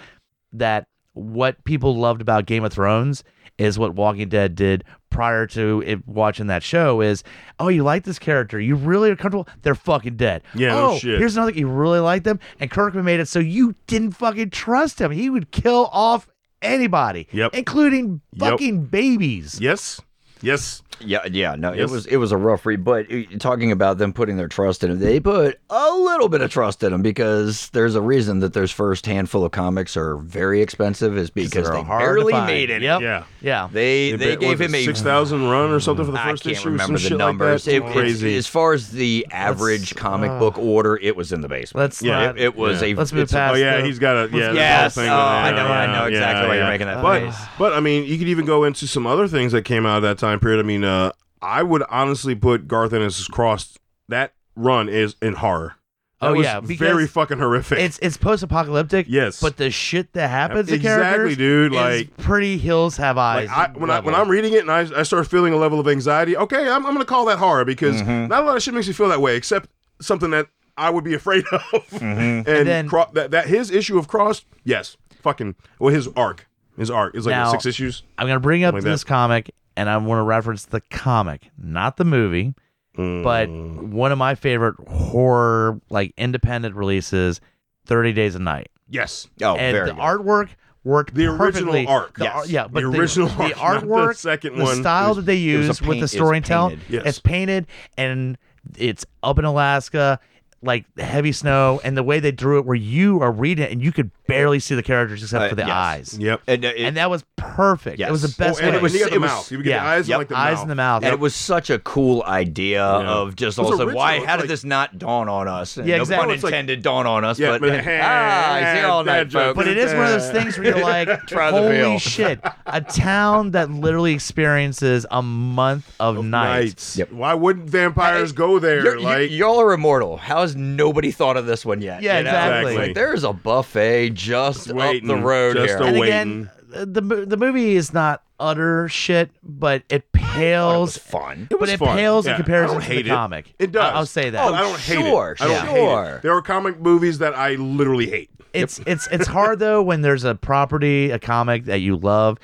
Speaker 2: that what people loved about Game of Thrones is what Walking Dead did prior to it watching that show is oh you like this character you really are comfortable they're fucking dead
Speaker 1: Yeah, no
Speaker 2: oh
Speaker 1: shit.
Speaker 2: here's another you really like them and Kirkman made it so you didn't fucking trust him he would kill off anybody
Speaker 1: Yep.
Speaker 2: including
Speaker 1: Yep.
Speaker 2: fucking babies.
Speaker 1: Yes, yes.
Speaker 3: Yeah, yeah, no,
Speaker 1: Yes.
Speaker 3: it was it was a rough read. But uh, talking about them putting their trust in him, they put a little bit of trust in him because there's a reason that those first handful of comics are very expensive is because
Speaker 2: They're
Speaker 3: they
Speaker 2: hard to
Speaker 3: barely
Speaker 2: find.
Speaker 3: made it.
Speaker 2: Yep.
Speaker 1: Yeah.
Speaker 2: Yeah.
Speaker 3: They they
Speaker 1: bet-
Speaker 3: gave
Speaker 1: was
Speaker 3: him
Speaker 1: it
Speaker 3: a
Speaker 1: six thousand run or something for the
Speaker 3: I
Speaker 1: first
Speaker 3: can't
Speaker 1: issue.
Speaker 3: remember
Speaker 1: some
Speaker 3: the
Speaker 1: shit
Speaker 3: numbers.
Speaker 1: Like
Speaker 3: It-
Speaker 1: that.
Speaker 3: it's-
Speaker 1: crazy.
Speaker 3: as far as the average comic book order, it was in the basement.
Speaker 2: Let's
Speaker 1: Yeah,
Speaker 2: not.
Speaker 3: it, it was
Speaker 1: yeah.
Speaker 3: a.
Speaker 2: Let's move
Speaker 3: it's a-
Speaker 2: past-
Speaker 1: oh yeah,
Speaker 2: the-
Speaker 1: he's got a yeah.
Speaker 3: Yes.
Speaker 1: this whole thing
Speaker 3: Oh,
Speaker 1: with-
Speaker 3: I know- I know
Speaker 1: yeah,
Speaker 3: exactly
Speaker 1: yeah,
Speaker 3: why you're
Speaker 1: yeah.
Speaker 3: making that
Speaker 1: But
Speaker 2: face.
Speaker 1: but I mean, you could even go into some other things that came out of that time period. I mean, uh, I would honestly put Garth Ennis' cross that run is in horror. That
Speaker 2: Oh,
Speaker 1: was
Speaker 2: yeah, because
Speaker 1: very fucking horrific.
Speaker 2: it's it's post-apocalyptic.
Speaker 1: Yes.
Speaker 2: But the shit that happens to
Speaker 1: exactly,
Speaker 2: characters,
Speaker 1: dude.
Speaker 2: is
Speaker 1: Like
Speaker 2: pretty hills have eyes.
Speaker 1: Like I, when I when
Speaker 2: level.
Speaker 1: I'm reading it and I, I start feeling a level of anxiety, okay, I'm, I'm gonna call that horror because not a lot of shit makes me feel that way, except something that I would be afraid of. And,
Speaker 2: then-
Speaker 1: Cro- that that his issue of Cross, yes, fucking well, his arc, his arc is like
Speaker 2: Now-
Speaker 1: six issues.
Speaker 2: I'm gonna bring up
Speaker 1: Like that.
Speaker 2: this comic, and I want to reference the comic, not the movie, but
Speaker 1: Mm.
Speaker 2: one of my favorite horror like independent releases, Thirty Days a Night,
Speaker 1: Yes,
Speaker 3: oh,
Speaker 2: and
Speaker 3: very
Speaker 2: the
Speaker 3: good.
Speaker 2: artwork worked
Speaker 1: The original
Speaker 2: perfectly.
Speaker 1: arc,
Speaker 2: The
Speaker 1: yes.
Speaker 2: ar- yeah,
Speaker 1: The
Speaker 2: but
Speaker 1: original
Speaker 2: the
Speaker 1: arc, not the
Speaker 2: artwork,
Speaker 1: second
Speaker 2: the
Speaker 1: one. It
Speaker 2: style
Speaker 1: was-
Speaker 2: that they
Speaker 3: was a
Speaker 2: used
Speaker 3: paint-
Speaker 2: with
Speaker 3: it
Speaker 2: the
Speaker 3: was
Speaker 2: storytelling,
Speaker 3: painted.
Speaker 1: Yes.
Speaker 2: it's painted and it's up in Alaska, like heavy snow, and the way they drew it, where you are reading it and you could barely see the characters except
Speaker 3: Uh,
Speaker 2: for the
Speaker 3: yes.
Speaker 2: eyes,
Speaker 1: yep.
Speaker 3: and, uh, it-
Speaker 2: and that was perfect. It was
Speaker 3: Yes.
Speaker 2: the best.
Speaker 1: oh, and
Speaker 2: way.
Speaker 1: it was, Oh, you got the
Speaker 3: it was-
Speaker 1: mouth. You get
Speaker 2: yeah,
Speaker 1: the eyes and
Speaker 3: yep,
Speaker 1: like the
Speaker 2: eyes
Speaker 1: mouth.
Speaker 2: in the mouth.
Speaker 3: And it was such a cool idea of just
Speaker 1: It was
Speaker 3: also why?
Speaker 1: original.
Speaker 3: How
Speaker 1: It's
Speaker 3: did
Speaker 1: like-
Speaker 3: this not dawn on us? And
Speaker 2: Yeah,
Speaker 3: no
Speaker 2: exactly.
Speaker 3: pun
Speaker 1: It's like-
Speaker 3: intended, dawn on us.
Speaker 1: Yeah,
Speaker 3: but
Speaker 1: but-
Speaker 3: ah, he's here all
Speaker 1: Dad
Speaker 3: night,
Speaker 1: joke.
Speaker 3: folks.
Speaker 2: But it is one of those things where you're like,
Speaker 3: Try the
Speaker 2: holy
Speaker 3: veal."
Speaker 2: shit, a town that literally experiences a month of, nights.
Speaker 1: Nights.
Speaker 3: Yep.
Speaker 1: Why wouldn't vampires go there?
Speaker 3: You're,
Speaker 1: like
Speaker 3: you, all are immortal. How has nobody thought of this one yet?
Speaker 2: Yeah,
Speaker 3: You know?
Speaker 2: exactly.
Speaker 1: Exactly.
Speaker 3: Like, there's a buffet just
Speaker 1: Just
Speaker 3: up
Speaker 1: waiting,
Speaker 3: the road
Speaker 1: just
Speaker 3: here.
Speaker 1: a-
Speaker 2: And
Speaker 1: Waiting.
Speaker 2: again, the mo- the movie is not utter shit, but it pales.
Speaker 3: was fun.
Speaker 2: But it
Speaker 1: fun.
Speaker 2: pales
Speaker 1: Yeah,
Speaker 2: in
Speaker 1: I
Speaker 2: comparison
Speaker 1: don't
Speaker 2: to
Speaker 1: hate
Speaker 2: the
Speaker 1: it.
Speaker 2: comic.
Speaker 1: It does.
Speaker 2: I- I'll say that.
Speaker 1: Oh, I don't hate
Speaker 3: sure,
Speaker 1: it. I don't hate
Speaker 3: sure.
Speaker 1: it. There are comic movies that I literally hate.
Speaker 2: It's it's it's hard though when there's a property, a comic that you love,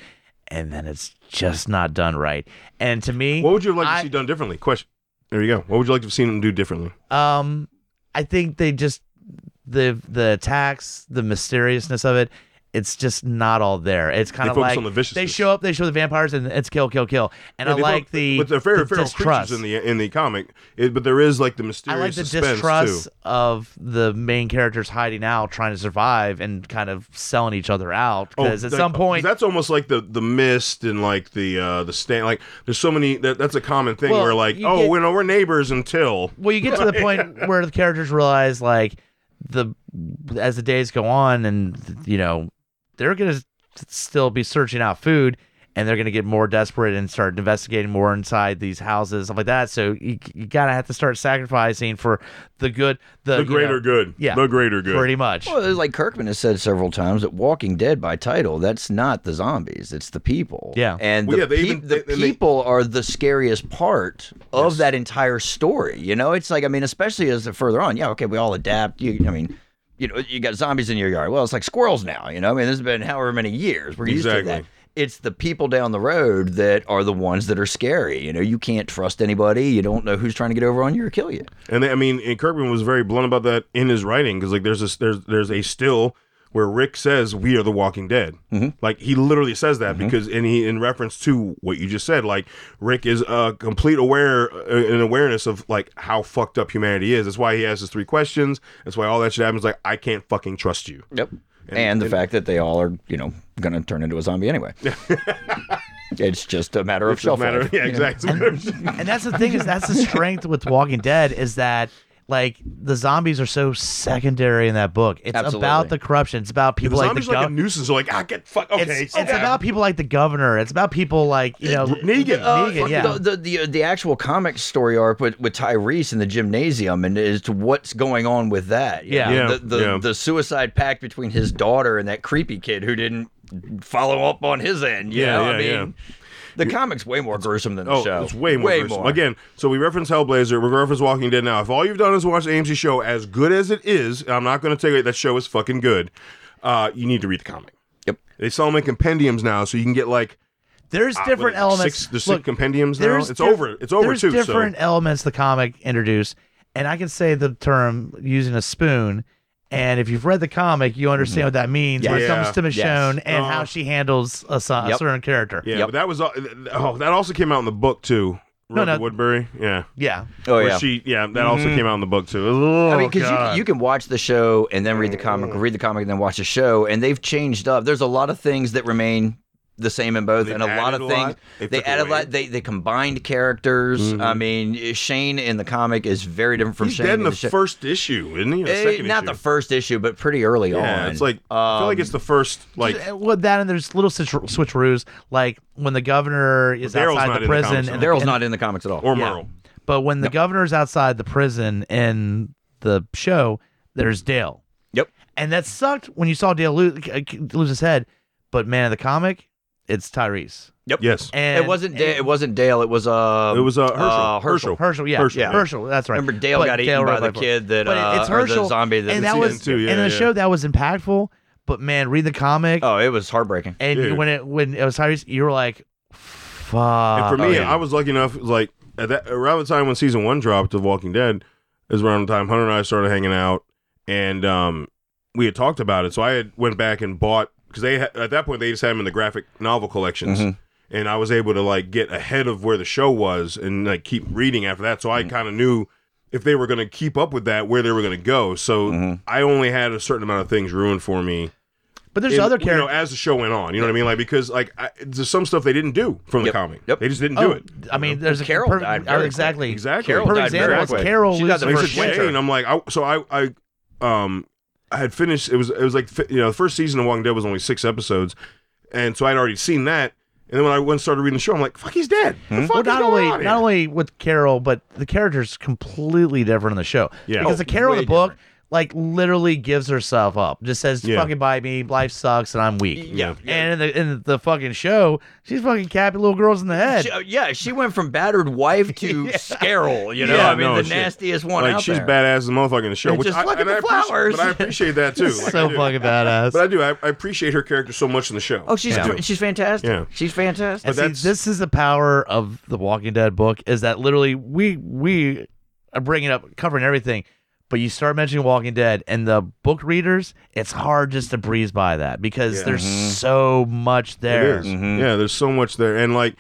Speaker 2: and then it's just not done right. And to me,
Speaker 1: What would you have liked
Speaker 2: I-
Speaker 1: to see done differently? Question. There you go. What would you like to have seen them do differently?
Speaker 2: Um, I think they just the the attacks, the mysteriousness of it. It's just not all there. It's kind of
Speaker 1: focus
Speaker 2: like
Speaker 1: on the viciousness.
Speaker 2: they show up, they show the vampires, and it's kill, kill, kill. And I
Speaker 1: they
Speaker 2: like
Speaker 1: both-
Speaker 2: the
Speaker 1: but they're very
Speaker 2: the
Speaker 1: feral
Speaker 2: distrust.
Speaker 1: creatures in the in the comic. It, but there is like the
Speaker 2: I
Speaker 1: mysterious
Speaker 2: like the
Speaker 1: suspense
Speaker 2: distrust
Speaker 1: too.
Speaker 2: of the main characters hiding out, trying to survive, and kind of selling each other out. Because at
Speaker 1: like-
Speaker 2: some point,
Speaker 1: Oh, that's almost like the the mist and like the uh the stand. Like there's so many that that's a common thing
Speaker 2: Well,
Speaker 1: where like
Speaker 2: you
Speaker 1: oh
Speaker 2: get-
Speaker 1: we know we're neighbors until
Speaker 2: well, you get to the point where the characters realize, like, the as the days go on, and you know, they're gonna s- still be searching out food, and they're going to get more desperate and start investigating more inside these houses, stuff like that. So you, you gotta have to start sacrificing for the good, the,
Speaker 1: The
Speaker 2: you
Speaker 1: greater
Speaker 2: know,
Speaker 1: good.
Speaker 2: yeah,
Speaker 1: The greater good.
Speaker 2: pretty much.
Speaker 3: Well, like Kirkman has said several times, that Walking Dead by title, that's not the zombies, it's the people.
Speaker 2: Yeah.
Speaker 3: and
Speaker 1: Well,
Speaker 3: the,
Speaker 1: yeah, they
Speaker 3: peop-
Speaker 1: even-
Speaker 3: the
Speaker 1: they- and they-
Speaker 3: people are the scariest part of that entire story. You know, it's like I mean, especially as they're further on. Yeah, okay, we all adapt. You, I mean, you know, you got zombies in your yard. Well, it's like squirrels now. You know, I mean, this has been however many years we're used to that.
Speaker 1: Exactly.
Speaker 3: It's the people down the road that are the ones that are scary. You know, you can't trust anybody. You don't know who's trying to get over on you or kill you.
Speaker 1: And they, I mean, and Kirkman was very blunt about that in his writing because like there's this there's there's a still where Rick says we are the Walking Dead.
Speaker 2: Mm-hmm.
Speaker 1: Like he literally says that because and he in reference to what you just said, like Rick is uh, complete aware uh, an awareness of like how fucked up humanity is. That's why he has his three questions. That's why all that shit happens. Like I can't fucking trust you.
Speaker 3: Yep. And, the fact that they all are, you know, going to turn into a zombie anyway. it's just a matter of
Speaker 1: It's a
Speaker 3: shelf
Speaker 1: matter-
Speaker 3: life.
Speaker 1: yeah, exactly.
Speaker 2: and that's the thing is that's the strength with Walking Dead is that like the zombies are so secondary in that book. It's
Speaker 3: Absolutely.
Speaker 2: about the corruption. It's about
Speaker 1: the
Speaker 2: people like the
Speaker 1: zombies are like a
Speaker 2: governor.
Speaker 1: nuisance. They're like, I get fuck. Okay,
Speaker 2: it's,
Speaker 1: sit
Speaker 2: it's
Speaker 1: down."
Speaker 2: about people like the governor. It's about people like you know
Speaker 1: Negan.
Speaker 3: Uh,
Speaker 2: Negan, yeah.
Speaker 3: the, the, the the actual comic story arc with, with Tyrese in the gymnasium and as to what's going on with that. You
Speaker 2: Yeah.
Speaker 3: know,
Speaker 1: Yeah,
Speaker 3: The, the,
Speaker 1: yeah.
Speaker 3: the suicide pact between his daughter and that creepy kid who didn't follow up on his end. You
Speaker 1: Yeah,
Speaker 3: know? I
Speaker 1: yeah,
Speaker 3: mean, the comic's way more gruesome than the
Speaker 1: Oh,
Speaker 3: show.
Speaker 1: it's way more. gruesome. Again, so we reference Hellblazer. We reference Walking Dead now. If all you've done is watch the AMC show, as good as it is, and I'm not going to tell you that show is fucking good. Uh, you need to read the comic.
Speaker 3: Yep.
Speaker 1: They sell them in compendiums now, so you can get like
Speaker 2: There's
Speaker 1: uh, what
Speaker 2: different
Speaker 1: is it,
Speaker 2: elements.
Speaker 1: Six, there's
Speaker 2: Look,
Speaker 1: six compendiums now. It's
Speaker 2: diff-
Speaker 1: over. It's over
Speaker 2: there's
Speaker 1: too.
Speaker 2: different
Speaker 1: So
Speaker 2: elements the comic introduced, and I can say the term using a spoon. And if you've read the comic, you
Speaker 3: Mm-hmm.
Speaker 2: understand what that means when
Speaker 1: Yeah.
Speaker 2: it comes to Michonne
Speaker 1: Uh,
Speaker 2: and how she handles a, so- a
Speaker 3: Yep.
Speaker 2: certain character.
Speaker 1: yeah,
Speaker 3: Yep.
Speaker 1: but that was all, oh that also came out in the book too. Rebecca
Speaker 2: no. Mm-hmm.
Speaker 1: Woodbury. Yeah.
Speaker 2: yeah.
Speaker 3: Oh,
Speaker 1: Where
Speaker 3: yeah.
Speaker 1: she yeah that also came out in the book too. Oh,
Speaker 3: I mean, because
Speaker 1: God. Mm-hmm.
Speaker 3: you, you can watch the show and then read the comic, or read the comic and then watch the show, and they've changed up. There's a lot of things that remain the same in both,
Speaker 1: They've
Speaker 3: and a lot
Speaker 1: added
Speaker 3: of
Speaker 1: a
Speaker 3: things
Speaker 1: lot. They
Speaker 3: they,
Speaker 1: took
Speaker 3: added a
Speaker 1: away. Mm-hmm.
Speaker 3: lot. They they combined characters. I mean, Shane in the comic is very different from
Speaker 1: he's
Speaker 3: Shane
Speaker 1: dead in the,
Speaker 3: show.
Speaker 1: first issue, isn't he? Or
Speaker 3: Eh,
Speaker 1: second
Speaker 3: not
Speaker 1: issue?
Speaker 3: the first issue, but pretty early
Speaker 1: yeah,
Speaker 3: on.
Speaker 1: it's like I feel like it's the first like
Speaker 2: Uh, well, that and there's little switch- switcheroos, like when the governor is
Speaker 1: Daryl's not
Speaker 2: outside
Speaker 1: in
Speaker 2: the
Speaker 1: the
Speaker 2: prison.
Speaker 1: comics at
Speaker 2: and-
Speaker 1: all.
Speaker 3: Um, Daryl's
Speaker 2: and-
Speaker 3: not in the comics at all.
Speaker 1: or
Speaker 2: yeah.
Speaker 1: Merle.
Speaker 2: But when the governor's outside the prison in the show, there's Dale.
Speaker 3: Yep.
Speaker 2: And that sucked when you saw Dale lose, lose his head. But man, in the comic, it's Tyrese.
Speaker 1: Yes.
Speaker 2: And
Speaker 3: It wasn't
Speaker 2: and-
Speaker 3: da- it wasn't Dale. It was uh
Speaker 1: It was uh, Herschel.
Speaker 3: uh,
Speaker 1: Herschel.
Speaker 2: Herschel, yeah,
Speaker 1: Herschel,
Speaker 2: Herschel,
Speaker 1: yeah.
Speaker 2: that's right.
Speaker 3: Remember Dale
Speaker 2: But
Speaker 3: got eaten by
Speaker 2: ran
Speaker 3: the
Speaker 2: away.
Speaker 3: kid that
Speaker 2: But
Speaker 3: uh,
Speaker 2: it's
Speaker 3: or the
Speaker 2: Herschel,
Speaker 3: zombie that
Speaker 2: and
Speaker 1: in
Speaker 2: that was
Speaker 1: season two, yeah,
Speaker 2: and in the
Speaker 1: yeah.
Speaker 2: show that was impactful. But man, read the comic,
Speaker 3: oh, it was heartbreaking.
Speaker 2: and
Speaker 1: dude.
Speaker 2: you, when it when it was Tyrese, you were like, "Fuck."
Speaker 1: And for me,
Speaker 3: Oh, yeah.
Speaker 1: I was lucky enough, like at that around the time when season one dropped of Walking Dead, is around the time Hunter and I started hanging out, and um, we had talked about it. So I had went back and bought because they ha- at that point they just had them in the graphic novel collections,
Speaker 3: Mm-hmm.
Speaker 1: and I was able to like get ahead of where the show was and like keep reading after that. So I
Speaker 3: Mm-hmm.
Speaker 1: kind of knew if they were going to keep up with that, where they were going to go. So
Speaker 3: Mm-hmm.
Speaker 1: I only had a certain amount of things ruined for me
Speaker 2: but there's
Speaker 1: in-
Speaker 2: other
Speaker 1: you know,
Speaker 2: characters.
Speaker 1: as the show went on. You know what I mean? Like because like I, there's some stuff they didn't do from the
Speaker 3: Yep.
Speaker 1: comic.
Speaker 3: Yep.
Speaker 1: They just didn't
Speaker 2: Oh,
Speaker 1: do it.
Speaker 2: I mean, there's a
Speaker 3: Uh, Carol
Speaker 2: perfect,
Speaker 3: died
Speaker 2: oh,
Speaker 3: very quick.
Speaker 2: exactly,
Speaker 1: Exactly.
Speaker 3: Carol
Speaker 2: Perfect
Speaker 3: died very
Speaker 2: example was
Speaker 3: quick.
Speaker 2: Carol
Speaker 3: She got the
Speaker 2: losing
Speaker 1: Like, it's
Speaker 2: her
Speaker 3: first
Speaker 2: shit.
Speaker 1: insane.
Speaker 3: winter.
Speaker 1: I'm like, I, so I, I, um, I had finished. It was, it was like, fi- you know, the first season of Walking Dead was only six episodes, and so I'd already seen that. And then when I went and started reading the show, I'm like, fuck, he's dead. The fuck
Speaker 2: Hmm? Well,
Speaker 1: is
Speaker 2: not
Speaker 1: going
Speaker 2: only
Speaker 1: on here?
Speaker 2: not only with Carol, but the character's completely different in the show.
Speaker 1: Yeah.
Speaker 2: because the
Speaker 1: Oh,
Speaker 2: Carol in
Speaker 3: way
Speaker 2: the book, like, literally gives herself up. Just says,
Speaker 1: Yeah.
Speaker 2: "Fucking bite me, life sucks, and I'm weak."
Speaker 3: Yeah.
Speaker 2: And in the in the fucking show, she's fucking capping little girls in the head.
Speaker 3: She, uh, yeah, she went from battered wife to scarrel. You know,
Speaker 1: Yeah,
Speaker 3: I mean,
Speaker 1: no,
Speaker 3: the
Speaker 1: shit.
Speaker 3: nastiest one
Speaker 1: like
Speaker 3: out
Speaker 1: she's
Speaker 3: there.
Speaker 1: badass as a motherfucker in the show.
Speaker 3: And
Speaker 1: which
Speaker 3: just
Speaker 1: I,
Speaker 3: look at
Speaker 1: and I
Speaker 3: the
Speaker 1: appreciate-
Speaker 3: flowers.
Speaker 1: But I appreciate that too. Like, I
Speaker 2: so
Speaker 1: do.
Speaker 2: fucking badass.
Speaker 1: But I do. I, I appreciate her character so much in the show.
Speaker 3: Oh, she's
Speaker 2: Yeah.
Speaker 3: great. she's fantastic.
Speaker 1: Yeah.
Speaker 3: She's fantastic.
Speaker 2: and see,
Speaker 1: that's-
Speaker 2: this is the power of the Walking Dead book is that literally we we are bringing up covering everything, but you start mentioning Walking Dead and the book readers, it's hard just to breeze by that because
Speaker 1: Yeah.
Speaker 2: there's so much there.
Speaker 1: It is.
Speaker 3: Mm-hmm.
Speaker 1: Yeah, there's so much there, and like,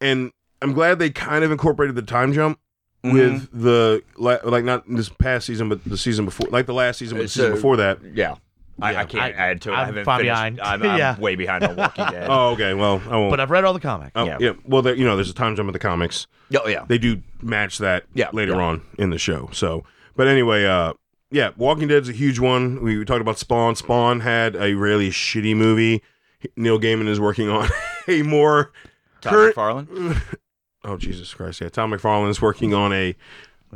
Speaker 1: and I'm glad they kind of incorporated the time jump
Speaker 3: Mm-hmm.
Speaker 1: with the la- like not this past season, but the season before, like the last season, but the
Speaker 3: Uh,
Speaker 1: season
Speaker 3: so-
Speaker 1: before that.
Speaker 3: yeah. I, I can't
Speaker 2: I-
Speaker 3: add to it.
Speaker 2: I'm
Speaker 3: I haven't
Speaker 2: far
Speaker 3: finished.
Speaker 2: behind.
Speaker 3: I'm, I'm
Speaker 2: Yeah.
Speaker 3: way behind on Walking Dead.
Speaker 1: Oh, okay. Well, I won't.
Speaker 2: But I've read all the comics.
Speaker 1: oh, yeah.
Speaker 3: yeah.
Speaker 1: Well, there, you know, there's a time jump in the comics.
Speaker 3: Oh, yeah.
Speaker 1: They do match that
Speaker 3: Yeah,
Speaker 1: later
Speaker 3: yeah.
Speaker 1: on in the show. So, but anyway, uh, yeah, Walking Dead's a huge one. We, we talked about Spawn. Spawn had a really shitty movie. Neil Gaiman is working on a more
Speaker 3: Todd
Speaker 1: Kurt-
Speaker 3: McFarlane.
Speaker 1: oh Jesus Christ, yeah. Tom McFarlane is working on a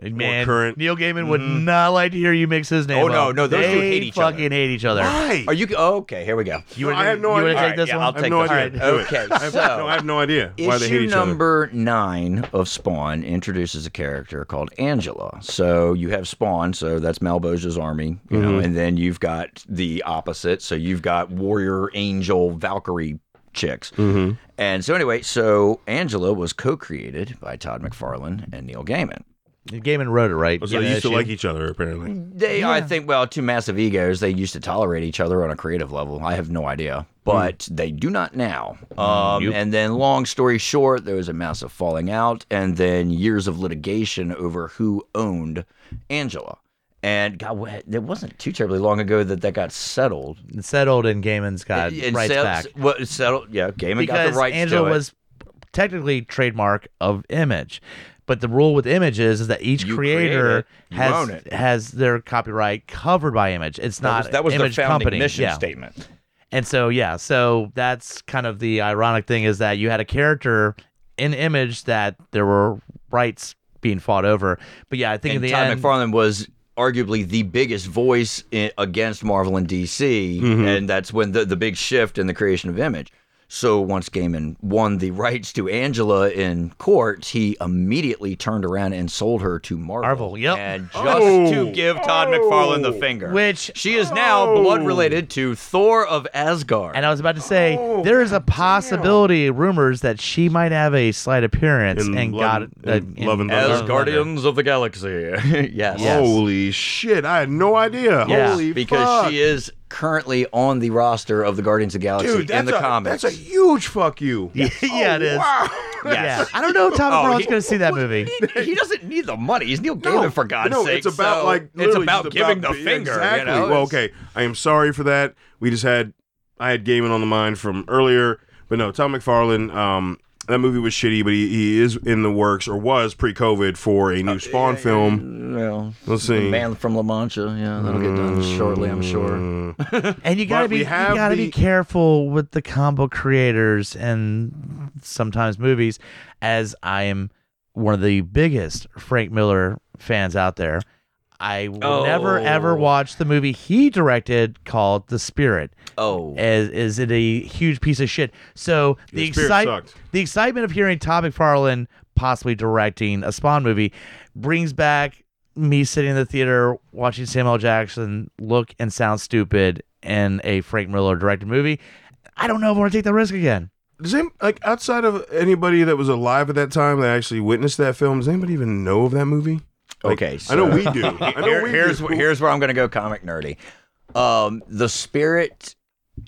Speaker 2: Man,
Speaker 1: current-
Speaker 2: Neil Gaiman would not like to hear you mix his name.
Speaker 3: Oh, no,
Speaker 2: up.
Speaker 3: no, those two
Speaker 2: they
Speaker 3: hate each other.
Speaker 2: fucking hate each other.
Speaker 1: why?
Speaker 3: Are you oh, okay? Here we go.
Speaker 2: You
Speaker 1: No,
Speaker 2: wanna,
Speaker 1: I have no
Speaker 2: you wanna
Speaker 1: idea.
Speaker 2: take
Speaker 1: Alright,
Speaker 2: this
Speaker 3: yeah,
Speaker 2: one?
Speaker 3: I'll
Speaker 1: I have
Speaker 3: take
Speaker 1: no
Speaker 3: this
Speaker 1: idea.
Speaker 3: one.
Speaker 1: Do it.
Speaker 3: Okay,
Speaker 1: I have,
Speaker 3: so-
Speaker 1: no, I have no idea why they hate
Speaker 3: Issue
Speaker 1: each
Speaker 3: number nine of Spawn introduces a character called Angela. So you have Spawn, so that's Malboja's army, you know, and then you've got the opposite. So you've got warrior, angel, Valkyrie chicks.
Speaker 1: Mhm.
Speaker 3: And so anyway, so Angela was co-created by Todd McFarlane and Neil Gaiman.
Speaker 2: Gaiman wrote it, right?
Speaker 1: other. Oh, So
Speaker 2: Yeah,
Speaker 1: they used to
Speaker 2: issue.
Speaker 1: like each other apparently.
Speaker 3: They, I think, well, two massive egos. They used to tolerate each other on a creative level. I have no idea, but they do not now. Um,
Speaker 2: Mm. Nope.
Speaker 3: And then, long story short, there was a massive falling out, and then years of litigation over who owned Angela. And God, what- it wasn't too terribly long ago that that got settled.
Speaker 2: And settled in Gaiman's got
Speaker 3: And
Speaker 2: Uh, rights
Speaker 3: set-
Speaker 2: back.
Speaker 3: What settled? Yeah, Gaiman got the
Speaker 2: because
Speaker 3: rights
Speaker 2: Angela
Speaker 3: to it.
Speaker 2: was technically trademark of Image. But the rule with Image is, is that each
Speaker 3: You create
Speaker 2: creator
Speaker 3: it, you
Speaker 2: has
Speaker 3: own it.
Speaker 2: has their copyright covered by Image. It's
Speaker 3: that
Speaker 2: not
Speaker 3: was, that was
Speaker 2: Image
Speaker 3: the founding
Speaker 2: company.
Speaker 3: mission
Speaker 2: yeah.
Speaker 3: statement.
Speaker 2: And so yeah, so that's kind of the ironic thing is that you had a character in Image that there were rights being fought over. But yeah, I think in
Speaker 3: and
Speaker 2: the
Speaker 3: Todd
Speaker 2: end,
Speaker 3: McFarlane was arguably the biggest voice in, against Marvel and DC,
Speaker 2: Mm-hmm.
Speaker 3: and that's when the, the big shift in the creation of Image. So once Gaiman won the rights to Angela in court, he immediately turned around and sold her to Marvel.
Speaker 2: Marvel, yep.
Speaker 3: And just
Speaker 1: Oh.
Speaker 3: to give Todd
Speaker 1: Oh.
Speaker 3: McFarlane the finger,
Speaker 2: Which-
Speaker 3: she is now
Speaker 1: Oh.
Speaker 3: blood related to Thor of Asgard.
Speaker 2: and I was about to say
Speaker 1: Oh,
Speaker 2: there is a possibility, rumors that she might have a slight appearance
Speaker 1: In
Speaker 2: and
Speaker 1: Love-
Speaker 2: got
Speaker 1: in Love and
Speaker 3: as
Speaker 1: Thunder.
Speaker 2: Love and Thunder.
Speaker 3: Guardians of the Galaxy. yes.
Speaker 2: Yes.
Speaker 1: Holy shit! I had no idea.
Speaker 2: Yeah,
Speaker 1: Holy
Speaker 3: because
Speaker 1: fuck.
Speaker 3: she is currently on the roster of the Guardians of the Galaxy
Speaker 1: Dude, that's
Speaker 3: in the
Speaker 1: a,
Speaker 3: comics.
Speaker 1: That's a huge fuck you. Oh,
Speaker 2: Yeah, yeah, it is.
Speaker 1: Wow.
Speaker 2: Yeah, I don't know if Tom
Speaker 3: Oh,
Speaker 2: McFarlane's
Speaker 3: he-
Speaker 2: going to see that movie.
Speaker 3: he, he doesn't need the money. He's Neil
Speaker 1: No,
Speaker 3: Gaiman for God's
Speaker 1: no,
Speaker 3: sake.
Speaker 1: It's about
Speaker 3: so
Speaker 1: like
Speaker 3: it's
Speaker 1: literally
Speaker 3: about
Speaker 1: just
Speaker 3: giving
Speaker 1: about
Speaker 3: the
Speaker 1: be-
Speaker 3: finger.
Speaker 1: Exactly.
Speaker 3: You know?
Speaker 1: Well,
Speaker 3: It's-
Speaker 1: okay. I am sorry for that. We just had I had Gaiman on the mind from earlier, but no, Tom McFarlane. Um, that movie was shitty, but he, he is in the works or was pre-COVID for
Speaker 3: Oh,
Speaker 1: a new Spawn film.
Speaker 3: Well,
Speaker 1: Let's
Speaker 3: the
Speaker 1: see.
Speaker 3: man from La Mancha. Yeah, that'll get done shortly, I'm sure.
Speaker 1: Mm.
Speaker 2: And you gotta
Speaker 1: But we
Speaker 2: be you
Speaker 1: have
Speaker 2: gotta
Speaker 1: the-
Speaker 2: be careful with the combo creators and sometimes movies, as I am one of the biggest Frank Miller fans out there. I will never ever
Speaker 3: Oh.
Speaker 2: watch the movie he directed called The Spirit.
Speaker 3: Oh,
Speaker 2: As is it a huge piece of shit? So the
Speaker 1: The Spirit
Speaker 2: excitement
Speaker 1: sucked.
Speaker 2: the excitement of hearing Todd McFarlane possibly directing a Spawn movie brings back me sitting in the theater watching Samuel L. Jackson look and sound stupid in a Frank Miller directed movie. I don't know if I want to take that risk again.
Speaker 1: Does any, like outside of anybody that was alive at that time that actually witnessed that film? Does anybody even know of that movie? Like,
Speaker 3: okay.
Speaker 1: Oh, I know
Speaker 3: so-
Speaker 1: we do. I know
Speaker 3: Here-
Speaker 1: we
Speaker 3: here's
Speaker 1: do.
Speaker 3: wh- here's where I'm going to go comic nerdy. Um, the spirit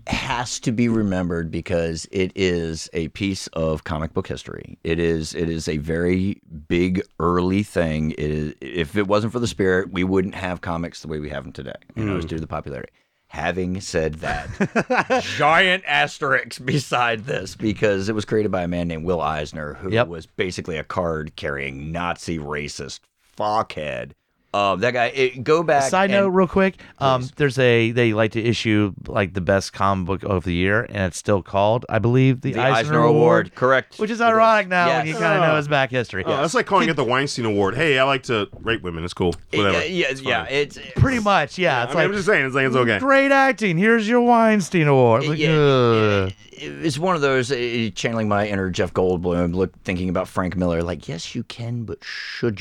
Speaker 3: has to be remembered because it is a piece of comic book history. It is it is a very big early thing. It is if it wasn't for the spirit, we wouldn't have comics the way we have them today. You
Speaker 2: Hmm.
Speaker 3: know, it's due to the popularity. Having said that, giant asterisk beside this because it was created by a man named Will Eisner, who
Speaker 2: Yep.
Speaker 3: was basically a card carrying Nazi racist fuckhead. Um, that guy. It, go back.
Speaker 2: Side
Speaker 3: and-
Speaker 2: note, real quick. Um,
Speaker 3: Please.
Speaker 2: there's a they like to issue like the best comic book of the year, and it's still called, I believe, the,
Speaker 3: the Eisner, Award, correct?
Speaker 2: which is
Speaker 3: It
Speaker 2: ironic now when you
Speaker 3: Yes.
Speaker 2: kind of know
Speaker 1: Oh.
Speaker 2: it's back history.
Speaker 1: Oh, that's like calling it the Weinstein Award. Hey, I like to rape women. It's cool. Whatever.
Speaker 3: Yeah, yeah,
Speaker 1: It's
Speaker 3: yeah,
Speaker 1: fine.
Speaker 3: it's
Speaker 2: Pretty much, yeah.
Speaker 1: I
Speaker 2: it's
Speaker 1: mean,
Speaker 2: like
Speaker 1: I'm just saying. It's like it's okay.
Speaker 2: great acting. Here's your Weinstein Award. Like,
Speaker 3: Yeah,
Speaker 2: ugh.
Speaker 3: It's one of those uh, channeling my inner Jeff Goldblum, look thinking about Frank Miller. Like, yes, you can, but should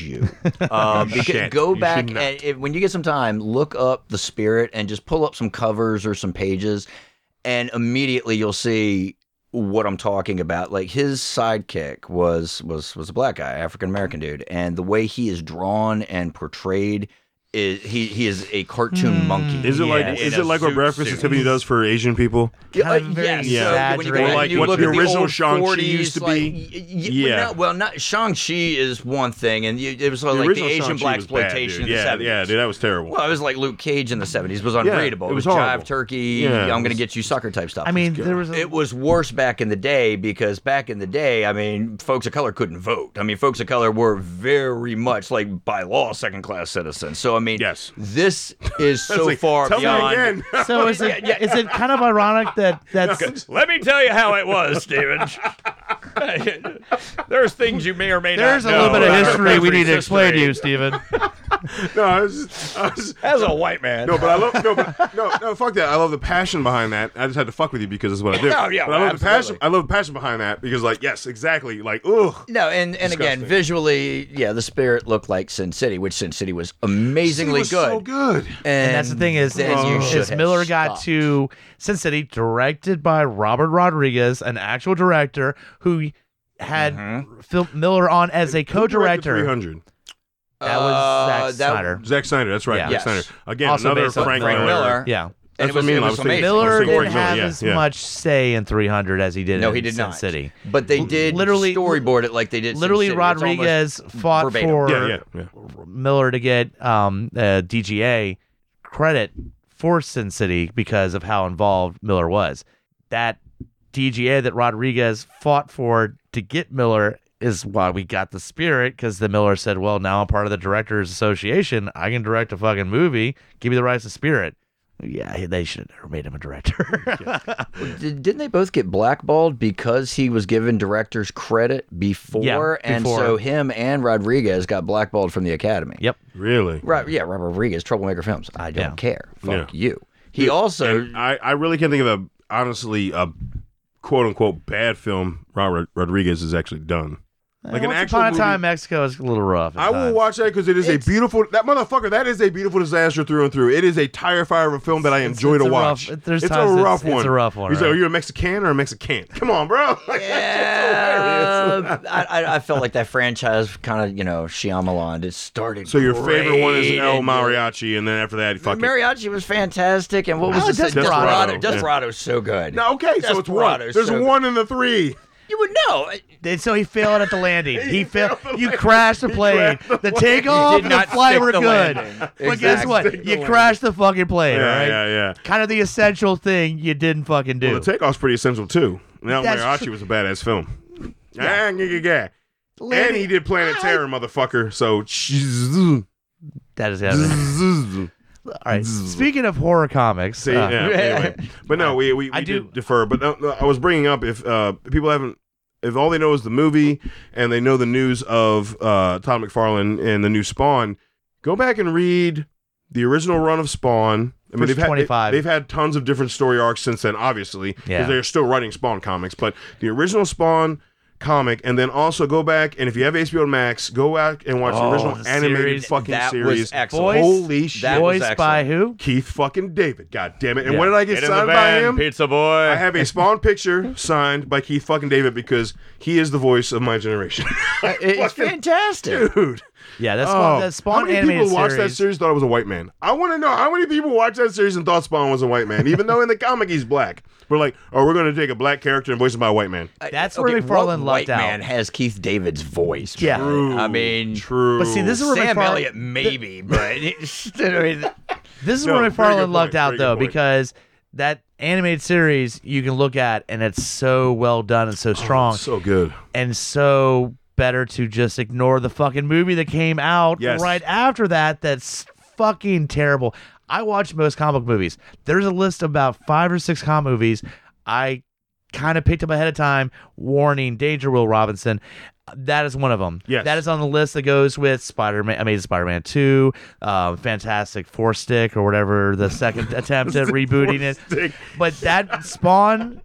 Speaker 3: you? Um,
Speaker 1: You
Speaker 3: because
Speaker 1: should.
Speaker 3: go
Speaker 1: Oh, You should
Speaker 3: back
Speaker 1: not.
Speaker 3: and if, when you get some time, look up the spirit and just pull up some covers or some pages, and immediately you'll see what I'm talking about. Like his sidekick was was was a black guy, African American dude, and the way he is drawn and portrayed is he he is a cartoon
Speaker 2: Hmm.
Speaker 3: monkey.
Speaker 1: Is it like
Speaker 2: Yeah,
Speaker 1: is
Speaker 3: in
Speaker 1: it
Speaker 3: a
Speaker 1: like what
Speaker 3: suit
Speaker 1: Breakfast
Speaker 3: suit.
Speaker 1: at Tiffany does for Asian people?
Speaker 2: kind of
Speaker 3: Uh,
Speaker 2: very
Speaker 3: yes,
Speaker 1: Yeah.
Speaker 3: so when you
Speaker 2: exaggerated.
Speaker 3: go back
Speaker 1: Or like
Speaker 3: and you
Speaker 1: what
Speaker 3: look
Speaker 1: the
Speaker 3: at
Speaker 1: original
Speaker 3: old
Speaker 1: Shang-Chi
Speaker 3: 40s,
Speaker 1: used to be.
Speaker 3: like, y- y-
Speaker 1: Yeah.
Speaker 3: well, no- well, not Shang-Chi is one thing, and you, it was sort of
Speaker 1: the
Speaker 3: Oh, like the
Speaker 1: original
Speaker 3: Asian
Speaker 1: Shang-Chi
Speaker 3: black
Speaker 1: was bad, dude.
Speaker 3: exploitation of the
Speaker 1: Yeah,
Speaker 3: 70s.
Speaker 1: yeah, dude, that was terrible.
Speaker 3: Well, it was like Luke Cage in the 70s. It was unreadable.
Speaker 1: it was horrible.
Speaker 3: jive turkey,
Speaker 1: Yeah, it
Speaker 3: I'm going to
Speaker 1: was-
Speaker 3: get you sucker type stuff.
Speaker 2: I mean, there was a,
Speaker 3: it was worse back in the day because back in the day, I mean, folks of color couldn't vote. I mean, folks of color were very much like by law second class citizens. So I mean,
Speaker 1: Yes.
Speaker 3: this is so
Speaker 1: Like,
Speaker 3: far
Speaker 1: Tell
Speaker 3: beyond.
Speaker 1: me again.
Speaker 2: So is it is it kind of ironic that that's
Speaker 4: Let me tell you how it was, Steven. There's things you may or may
Speaker 2: there's a
Speaker 4: not know.
Speaker 2: little bit of
Speaker 4: about
Speaker 2: history we need to
Speaker 4: everybody's
Speaker 2: explain to
Speaker 4: history.
Speaker 2: you, Stephen.
Speaker 1: no, I was, just- I was
Speaker 4: As a white man.
Speaker 1: No, but I love no, but, no, no. Fuck that. I love the passion behind that. I just had to fuck with you because it's what I do.
Speaker 4: Oh, yeah,
Speaker 1: but I love the passion.
Speaker 4: absolutely.
Speaker 1: I love the passion behind that because, like, yes, exactly. Like, ugh.
Speaker 3: No, and, and again,
Speaker 1: Disgusting.
Speaker 3: visually, yeah, the spirit looked like Sin City, which Sin City was amazingly
Speaker 1: It was
Speaker 3: good.
Speaker 1: So good.
Speaker 3: And, Oh.
Speaker 2: And that's the thing is,
Speaker 3: then you
Speaker 2: is,
Speaker 3: should
Speaker 2: is
Speaker 3: have
Speaker 2: Miller got
Speaker 3: stopped.
Speaker 2: to Sin City, directed by Robert Rodriguez, an actual director who had Phil Miller on as a
Speaker 1: Three
Speaker 2: co-director.
Speaker 1: hundred.
Speaker 2: That was Zack
Speaker 3: Uh, that-
Speaker 2: Snyder.
Speaker 1: Zack Snyder. That's right.
Speaker 2: Yeah.
Speaker 1: Zack
Speaker 3: Yes.
Speaker 1: Snyder. Again,
Speaker 2: Also
Speaker 1: another
Speaker 2: based on
Speaker 1: Frank
Speaker 2: Frank
Speaker 1: Miller.
Speaker 3: Miller.
Speaker 2: Yeah,
Speaker 3: And
Speaker 1: That's what
Speaker 3: it was,
Speaker 1: I mean.
Speaker 3: it
Speaker 1: I
Speaker 3: was
Speaker 1: was thinking-
Speaker 3: amazing.
Speaker 2: Miller
Speaker 1: Frank
Speaker 2: didn't
Speaker 1: Miller,
Speaker 2: have
Speaker 1: yeah,
Speaker 2: as
Speaker 1: yeah.
Speaker 2: much say in 300 as he did.
Speaker 3: No,
Speaker 2: in
Speaker 3: he did
Speaker 2: Sin
Speaker 3: not.
Speaker 2: City.
Speaker 3: But they did
Speaker 2: literally-
Speaker 3: literally storyboard it like they did. Sin
Speaker 2: Literally,
Speaker 3: City. It's almost-
Speaker 2: Rodriguez fought
Speaker 3: verbatim.
Speaker 2: for
Speaker 1: Yeah, yeah, yeah.
Speaker 2: Miller to get um, uh, DGA credit for Sin City because of how involved Miller was. That DGA that Rodriguez fought for to get Miller is why we got the spirit because the Miller said, "Well, now I'm part of the Directors Association. I can direct a fucking movie. Give me the rights to Spirit." Yeah, they should have never made him a director.
Speaker 3: Did, didn't they both get blackballed because he was given director's credit before? And
Speaker 2: before.
Speaker 3: so him and Rodriguez got blackballed from the Academy.
Speaker 2: yep.
Speaker 1: Really.
Speaker 3: Right. Yeah. Robert Rodriguez, Troublemaker Films. I don't
Speaker 2: Yeah.
Speaker 3: care.
Speaker 1: Yeah.
Speaker 3: Fuck you. He also.
Speaker 1: And I, I really can't think of a honestly a quote unquote bad film Robert Rodriguez has actually done. Like
Speaker 2: Eh,
Speaker 1: an
Speaker 2: Once
Speaker 1: actual
Speaker 2: upon
Speaker 1: movie-
Speaker 2: a time, Mexico is a little rough. at
Speaker 1: I will
Speaker 2: times.
Speaker 1: watch that because it is
Speaker 3: It's-
Speaker 1: a beautiful that motherfucker. That is a beautiful disaster through and through. It is a tire fire of a film that I
Speaker 2: It's-
Speaker 1: enjoy
Speaker 2: it's
Speaker 1: to
Speaker 2: a
Speaker 1: watch.
Speaker 2: rough- there's
Speaker 1: it's
Speaker 2: times
Speaker 1: a
Speaker 2: it's-
Speaker 1: rough
Speaker 2: it's
Speaker 1: one.
Speaker 2: a rough one,
Speaker 1: He's like,
Speaker 2: right.
Speaker 1: "Are you a Mexican or a Mexican? Come on, bro." Like,
Speaker 3: Uh, I, I- I felt like that franchise kind of, you know, Shyamalan. It started.
Speaker 1: so your favorite one is
Speaker 3: great
Speaker 1: El
Speaker 3: and-
Speaker 1: Mariachi, and then after that, fuck it.
Speaker 3: Mariachi was fantastic, and what was
Speaker 2: Oh,
Speaker 3: this?
Speaker 2: Desperado.
Speaker 3: Desperado.
Speaker 1: Yeah.
Speaker 3: Desperado's so good.
Speaker 1: No, okay, so it's one.
Speaker 3: Desperado's
Speaker 1: There's
Speaker 3: so good.
Speaker 1: one in the three.
Speaker 3: you would know.
Speaker 2: And so he failed at the landing. He, failed.
Speaker 1: failed the
Speaker 2: You
Speaker 1: landing.
Speaker 2: crashed the
Speaker 1: He
Speaker 2: plane.
Speaker 1: crashed
Speaker 2: The,
Speaker 1: the
Speaker 2: takeoff
Speaker 3: He
Speaker 2: and
Speaker 3: did
Speaker 2: the
Speaker 3: not
Speaker 2: flight
Speaker 3: stick
Speaker 2: were
Speaker 3: the
Speaker 2: good.
Speaker 3: landing.
Speaker 2: But guess
Speaker 3: Exactly.
Speaker 2: what?
Speaker 1: Stick the
Speaker 2: You crashed the fucking plane,
Speaker 1: Yeah,
Speaker 2: all right?
Speaker 1: yeah, yeah.
Speaker 2: Kind of the essential thing you didn't fucking do.
Speaker 1: Well, the takeoff's pretty essential too. Now,
Speaker 2: That's
Speaker 1: Mariachi
Speaker 2: true.
Speaker 1: was a badass film. Ah, yeah, yeah, yeah. And
Speaker 2: Landing-
Speaker 1: he did Planet Terror, motherfucker. So,
Speaker 2: that is happening. All right. Speaking of horror comics,
Speaker 1: See,
Speaker 2: uh,
Speaker 1: yeah, anyway. but no, we we, we
Speaker 2: I
Speaker 1: I
Speaker 2: do-
Speaker 1: do defer. But uh, no, no, I was bringing up if uh, people haven't, if all they know is the movie and they know the news of uh, Todd McFarlane and the new Spawn, go back and read the original run of Spawn. I
Speaker 2: First
Speaker 1: mean, they've had,
Speaker 2: 25.
Speaker 1: they, have had tons of different story arcs since then, obviously, because
Speaker 2: Yeah.
Speaker 1: they're still writing Spawn comics. But the original Spawn comic, and then also go back and if you have HBO Max, go out and watch the
Speaker 2: Oh,
Speaker 1: original
Speaker 2: the
Speaker 1: animated
Speaker 2: series.
Speaker 1: fucking
Speaker 3: That was
Speaker 1: series.
Speaker 3: excellent.
Speaker 2: Voice-
Speaker 1: Holy shit!
Speaker 3: That was
Speaker 2: voiced by who?
Speaker 1: Keith fucking David. God damn it! And
Speaker 2: Yeah.
Speaker 1: what did I get,
Speaker 4: Get in the
Speaker 1: signed by
Speaker 4: van,
Speaker 1: him?
Speaker 4: pizza boy.
Speaker 1: I have a Spawn picture signed by Keith fucking David because he is the voice of my generation.
Speaker 3: It's fantastic.
Speaker 1: Dude,
Speaker 2: Yeah, that's Uh, Spawn,
Speaker 1: oh,
Speaker 2: that Spawn
Speaker 1: how many
Speaker 2: animated
Speaker 1: people watched
Speaker 2: series.
Speaker 1: that series thought I was a white man? I want to know how many people watched that series and thought Spawn was a white man, even though in the comic he's black. We're like, oh, we're going to take a black character and voice him by a white man.
Speaker 2: That's
Speaker 3: okay,
Speaker 2: where
Speaker 3: what
Speaker 2: McFarlane lucked
Speaker 3: white
Speaker 2: out.
Speaker 3: man has Keith David's voice.
Speaker 2: Yeah.
Speaker 3: man?
Speaker 1: True,
Speaker 3: I mean,
Speaker 1: true.
Speaker 2: But see, this is where
Speaker 3: Sam
Speaker 2: McFarlane-
Speaker 3: Elliott maybe, but it's- I mean,
Speaker 2: This is
Speaker 1: No, very
Speaker 2: where
Speaker 1: good
Speaker 2: McFarlane
Speaker 1: point,
Speaker 2: lucked out
Speaker 1: very good
Speaker 2: though,
Speaker 1: point.
Speaker 2: because that animated series you can look at and it's so well done and so strong
Speaker 1: so good.
Speaker 2: and so better to just ignore the fucking movie that came out
Speaker 1: Yes.
Speaker 2: right after that that's fucking terrible. I watch most comic movies. There's a list of about 5 or 6 comic movies I kind of picked up ahead of time, warning Danger Will Robinson. That is one of them.
Speaker 1: Yes.
Speaker 2: That is on the list that goes with Spider Man, Amazing Spider Man 2, um, Fantastic Four Stick, or whatever the second attempt at rebooting it.
Speaker 1: Stick.
Speaker 2: But that Spawn,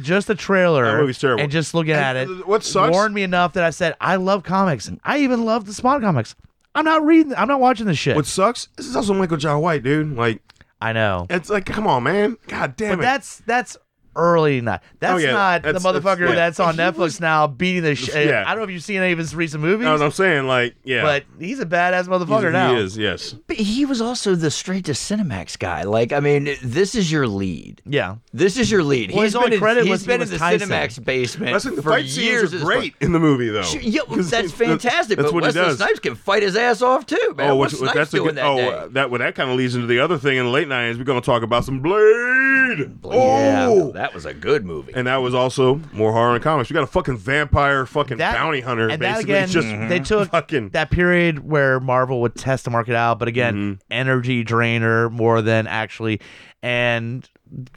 Speaker 2: just the trailer
Speaker 1: That movie's terrible.
Speaker 2: and just looking at
Speaker 1: And
Speaker 2: it,
Speaker 1: what sucks-
Speaker 2: warned me enough that I said, I love comics. I even love the Spawn comics. I'm not reading, I'm not watching this shit.
Speaker 1: What sucks? This is also Michael John White, dude. Like,
Speaker 2: I know.
Speaker 1: it's like, come on, man. God damn
Speaker 2: But
Speaker 1: it.
Speaker 2: that's that's early night. That's
Speaker 1: Oh, yeah,
Speaker 2: not
Speaker 1: that's-
Speaker 2: the
Speaker 1: that's-
Speaker 2: motherfucker
Speaker 1: yeah.
Speaker 2: that's, on Netflix now beating the shit.
Speaker 1: Yeah.
Speaker 2: I don't know if you've seen any of his recent movies,
Speaker 1: That's what I'm saying. Like, yeah.
Speaker 2: but he's a badass
Speaker 1: He's-
Speaker 2: motherfucker
Speaker 1: he
Speaker 2: now.
Speaker 1: is, yes.
Speaker 3: but he was also the straight to Cinemax guy. Like, I mean, this is your lead.
Speaker 2: Yeah.
Speaker 3: This is your lead.
Speaker 2: Well, his
Speaker 3: he's
Speaker 2: only
Speaker 3: been in,
Speaker 2: credit
Speaker 3: he's
Speaker 2: was he
Speaker 3: been
Speaker 2: was
Speaker 3: in the
Speaker 2: Tyson.
Speaker 3: Cinemax basement
Speaker 1: Listen, the
Speaker 3: for
Speaker 1: fight
Speaker 3: years.
Speaker 1: scenes
Speaker 3: at
Speaker 1: are
Speaker 3: this
Speaker 1: great
Speaker 3: point.
Speaker 1: in the movie, though.
Speaker 3: Sure, Yeah, well,
Speaker 1: Oh. 'Cause
Speaker 3: that's
Speaker 1: he- that's-
Speaker 3: fantastic.
Speaker 1: that's
Speaker 3: but
Speaker 1: what he
Speaker 3: Wesley
Speaker 1: does. Oh,
Speaker 3: Snipes can fight his ass off too, man.
Speaker 1: which-
Speaker 3: What's Snipes
Speaker 1: that's a
Speaker 3: doing
Speaker 1: good.
Speaker 3: that
Speaker 1: oh,
Speaker 3: day?
Speaker 1: uh, that well, that kind of leads into the other thing in the late nineties. We're gonna talk about some Blade. Blade.
Speaker 3: Yeah,
Speaker 1: oh.
Speaker 3: that was a good movie.
Speaker 1: and that was also more horror in comics. We got a fucking vampire, fucking
Speaker 2: That-
Speaker 1: bounty hunter,
Speaker 2: and that
Speaker 1: basically.
Speaker 2: again, Mhm.
Speaker 1: just
Speaker 3: Mhm.
Speaker 2: they took
Speaker 1: fucking
Speaker 2: that period where Marvel would test the market out, but again,
Speaker 1: Mhm.
Speaker 2: energy drainer more than actually. And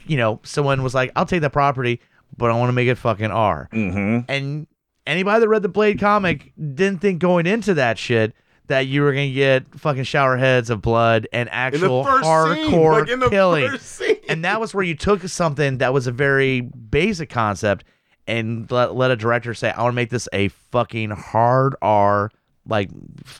Speaker 2: you know, someone was like, "I'll take that property, but I want to make it fucking R."
Speaker 3: mm-hmm.
Speaker 2: And anybody that read the Blade comic didn't think going into that shit that you were gonna get fucking shower heads of blood and
Speaker 1: in the
Speaker 2: actual
Speaker 1: first
Speaker 2: hardcore
Speaker 1: scene, like in the
Speaker 2: killing
Speaker 1: first scene.
Speaker 2: and that was where you took something that was a very basic concept and let, let a director say i want to make this a fucking hard r like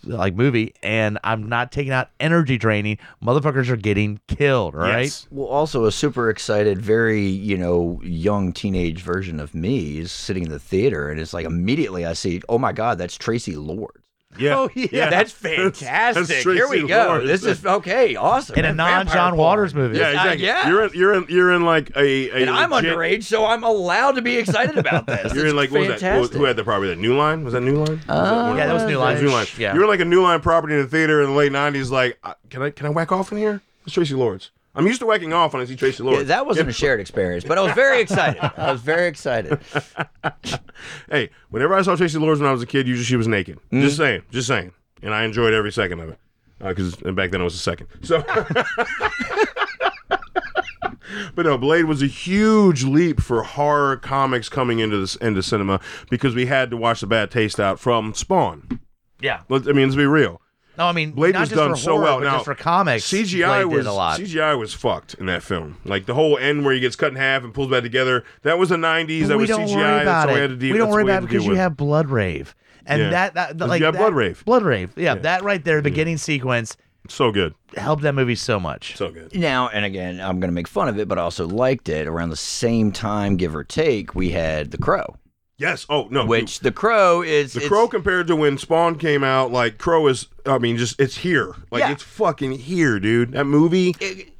Speaker 2: like movie and i'm not taking out energy draining motherfuckers are getting killed all right
Speaker 1: Yes.
Speaker 3: Well, also a super excited, very you know young teenage version of me is sitting in the theater, and it's like immediately I see, oh my god, that's Tracy Lord.
Speaker 1: Yeah.
Speaker 2: Oh, yeah.
Speaker 4: That's
Speaker 1: That's-
Speaker 4: fantastic.
Speaker 1: that's
Speaker 4: Here we
Speaker 1: Tracy
Speaker 4: go.
Speaker 1: Lawrence.
Speaker 3: This is okay, awesome.
Speaker 2: in a
Speaker 3: And
Speaker 2: non john waters movie
Speaker 1: Yeah,
Speaker 3: Uh,
Speaker 1: exactly.
Speaker 3: yeah.
Speaker 1: You're in, you're in, you're in like a, a
Speaker 3: and I'm
Speaker 1: legit-
Speaker 3: underage, so I'm allowed to be excited about this.
Speaker 1: You're
Speaker 3: It's
Speaker 1: in like what was that? What was-
Speaker 3: fantastic. Uh,
Speaker 1: who had the property? That New Line was that New Line? Was that one of
Speaker 2: yeah, that was
Speaker 1: those?
Speaker 2: New Line. Yeah.
Speaker 1: You're in like a New Line property in the theater in the late '90s. Like, I- can I can I whack off in here? It's Tracy Lawrence. I'm used to whacking off when I see Tracy Lawrence.
Speaker 3: Yeah, that wasn't a shared experience, but I was very excited. I was very excited.
Speaker 1: Hey, whenever I saw Tracy Lords when I was a kid, usually she was naked. Just saying, just saying, and I enjoyed every second of it uh, because back then I was a second. So, but no, Blade was a huge leap for horror comics coming into this into cinema because we had to watch the bad taste out from Spawn.
Speaker 2: yeah
Speaker 1: Let, I mean, let's be real.
Speaker 2: no i mean
Speaker 1: Blade
Speaker 2: not
Speaker 1: was
Speaker 2: just
Speaker 1: done
Speaker 2: for
Speaker 1: so
Speaker 2: horror,
Speaker 1: well.
Speaker 2: but
Speaker 1: Now,
Speaker 2: just for comics
Speaker 1: CGI
Speaker 2: Blade
Speaker 1: was
Speaker 2: did a lot
Speaker 1: CGI was fucked in that film. Like the whole end where he gets cut in half and pulls back together. That was the '90s.
Speaker 2: But
Speaker 1: that
Speaker 2: we
Speaker 1: was
Speaker 2: don't
Speaker 1: CGI.
Speaker 2: worry
Speaker 1: that's
Speaker 2: about
Speaker 1: all
Speaker 2: it.
Speaker 1: we had to deal.
Speaker 2: we don't
Speaker 1: that's
Speaker 2: worry
Speaker 1: all
Speaker 2: about it
Speaker 1: had to deal
Speaker 2: because you
Speaker 1: with.
Speaker 2: have blood rave, and
Speaker 1: Yeah.
Speaker 2: that, that
Speaker 1: Because
Speaker 2: like
Speaker 1: you have
Speaker 2: that,
Speaker 1: Blood Rave.
Speaker 2: blood rave. Yeah, that right there, the beginning sequence
Speaker 1: so good,
Speaker 2: helped that movie so much.
Speaker 1: so good.
Speaker 3: Now, and again, I'm going to make fun of it, but I also liked it. Around the same time, give or take, we had The Crow,
Speaker 1: Yes. Oh no.
Speaker 3: which The Crow is
Speaker 1: the
Speaker 3: it's-
Speaker 1: Crow compared to when Spawn came out, like Crow is. I mean, just it's here. Like
Speaker 3: Yeah.
Speaker 1: it's fucking here, dude. That movie.
Speaker 3: it,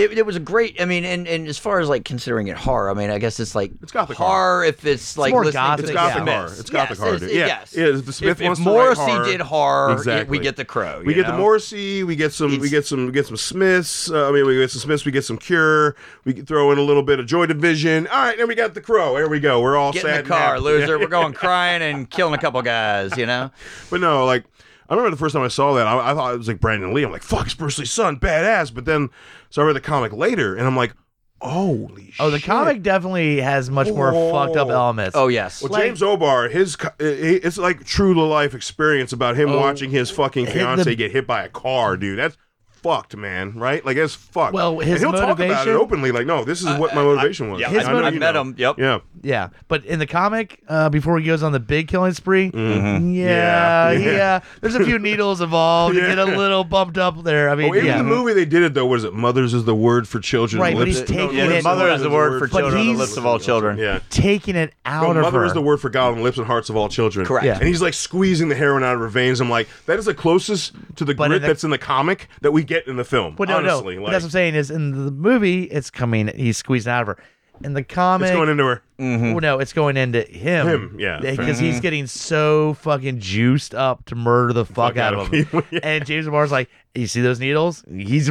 Speaker 3: it, it was a great. I mean, and, and as far as like considering it horror, I mean, I guess it's like
Speaker 1: It's gothic
Speaker 3: horror, if it's like
Speaker 2: more
Speaker 3: listening
Speaker 2: gothic,
Speaker 3: To
Speaker 1: It's
Speaker 3: the
Speaker 2: yeah.
Speaker 1: gothic
Speaker 3: Smiths.
Speaker 1: horror. It's gothic
Speaker 3: yes,
Speaker 1: horror.
Speaker 3: It's,
Speaker 1: dude. yeah.
Speaker 3: Yes.
Speaker 1: Yeah. If the Smith
Speaker 3: if,
Speaker 1: wants
Speaker 3: if
Speaker 1: to write
Speaker 3: Morrissey
Speaker 1: horror,
Speaker 3: did horror, it,
Speaker 1: Exactly.
Speaker 3: we get the crow.
Speaker 1: We
Speaker 3: you
Speaker 1: get
Speaker 3: know?
Speaker 1: the Morrissey, we get some, we
Speaker 3: It's-
Speaker 1: get some, we get some Smiths. Uh, I mean, we get some Smiths, we get some Cure. We could throw in a little bit of Joy Division. All right, then we got the Crow. There we go. We're all
Speaker 3: Get
Speaker 1: sad
Speaker 3: in
Speaker 1: and
Speaker 3: the car,
Speaker 1: happy.
Speaker 3: loser. We're going crying and killing a couple guys. You know,
Speaker 1: But no, like I remember the first time I saw that, I, I thought it was like Brandon Lee. I'm like, fuck, it's Bruce Lee's son, badass. But then, so I read the comic later, and I'm like, holy.
Speaker 2: Oh, the
Speaker 1: shit.
Speaker 2: comic definitely has much more
Speaker 1: Oh.
Speaker 2: fucked up elements.
Speaker 3: Oh yes.
Speaker 1: Well,
Speaker 2: like-
Speaker 1: James Obar, his co- i- i- it's like true to life experience about him watching his fucking
Speaker 2: Oh, the-
Speaker 1: fiance get hit by a car, dude. That's fucked, man. Right? Like that's fucked.
Speaker 2: Well, his
Speaker 1: and he'll talk about it
Speaker 2: motivation-
Speaker 1: openly. Like, no, this is what my motivation was.
Speaker 4: yeah,
Speaker 2: his
Speaker 1: I know
Speaker 2: motiv-
Speaker 1: you
Speaker 3: I met
Speaker 1: know.
Speaker 3: him. Yep.
Speaker 1: Yeah.
Speaker 2: yeah. But in the comic, uh, before he goes on the big killing spree,
Speaker 1: Yeah,
Speaker 2: yeah, yeah,
Speaker 1: Mm-hmm. yeah.
Speaker 2: there's a few needles involved. You get a little bumped up there. I mean,
Speaker 1: Oh, even
Speaker 2: yeah.
Speaker 1: the movie they did it though. What is it? Mothers is the word for children.
Speaker 2: Right, but
Speaker 1: Lips-
Speaker 2: he's
Speaker 1: no,
Speaker 2: taking
Speaker 1: lips-
Speaker 2: it- Mother
Speaker 1: lips
Speaker 2: But children, the he's- lips of all
Speaker 4: children.
Speaker 1: Yeah.
Speaker 2: Taking it
Speaker 1: No,
Speaker 2: out of
Speaker 1: mother
Speaker 2: her.
Speaker 1: is the word for God on the lips and hearts of all children.
Speaker 3: Correct.
Speaker 2: Yeah.
Speaker 1: And he's like squeezing the heroin out of her veins. I'm like, that is the closest to the
Speaker 2: But
Speaker 1: grit
Speaker 2: in the-
Speaker 1: that's in the comic that we get in the film.
Speaker 2: But no,
Speaker 1: honestly,
Speaker 2: no.
Speaker 1: like
Speaker 2: But that's what I'm saying is in the movie, it's coming. He's squeezing out of her. In the comic,
Speaker 1: it's going into her.
Speaker 2: Well, no, it's going into him.
Speaker 1: Him, yeah.
Speaker 2: Because he's getting so fucking juiced up to murder the fuck, out, of him.
Speaker 1: people, yeah.
Speaker 2: And James Barr's like, you see those needles? He's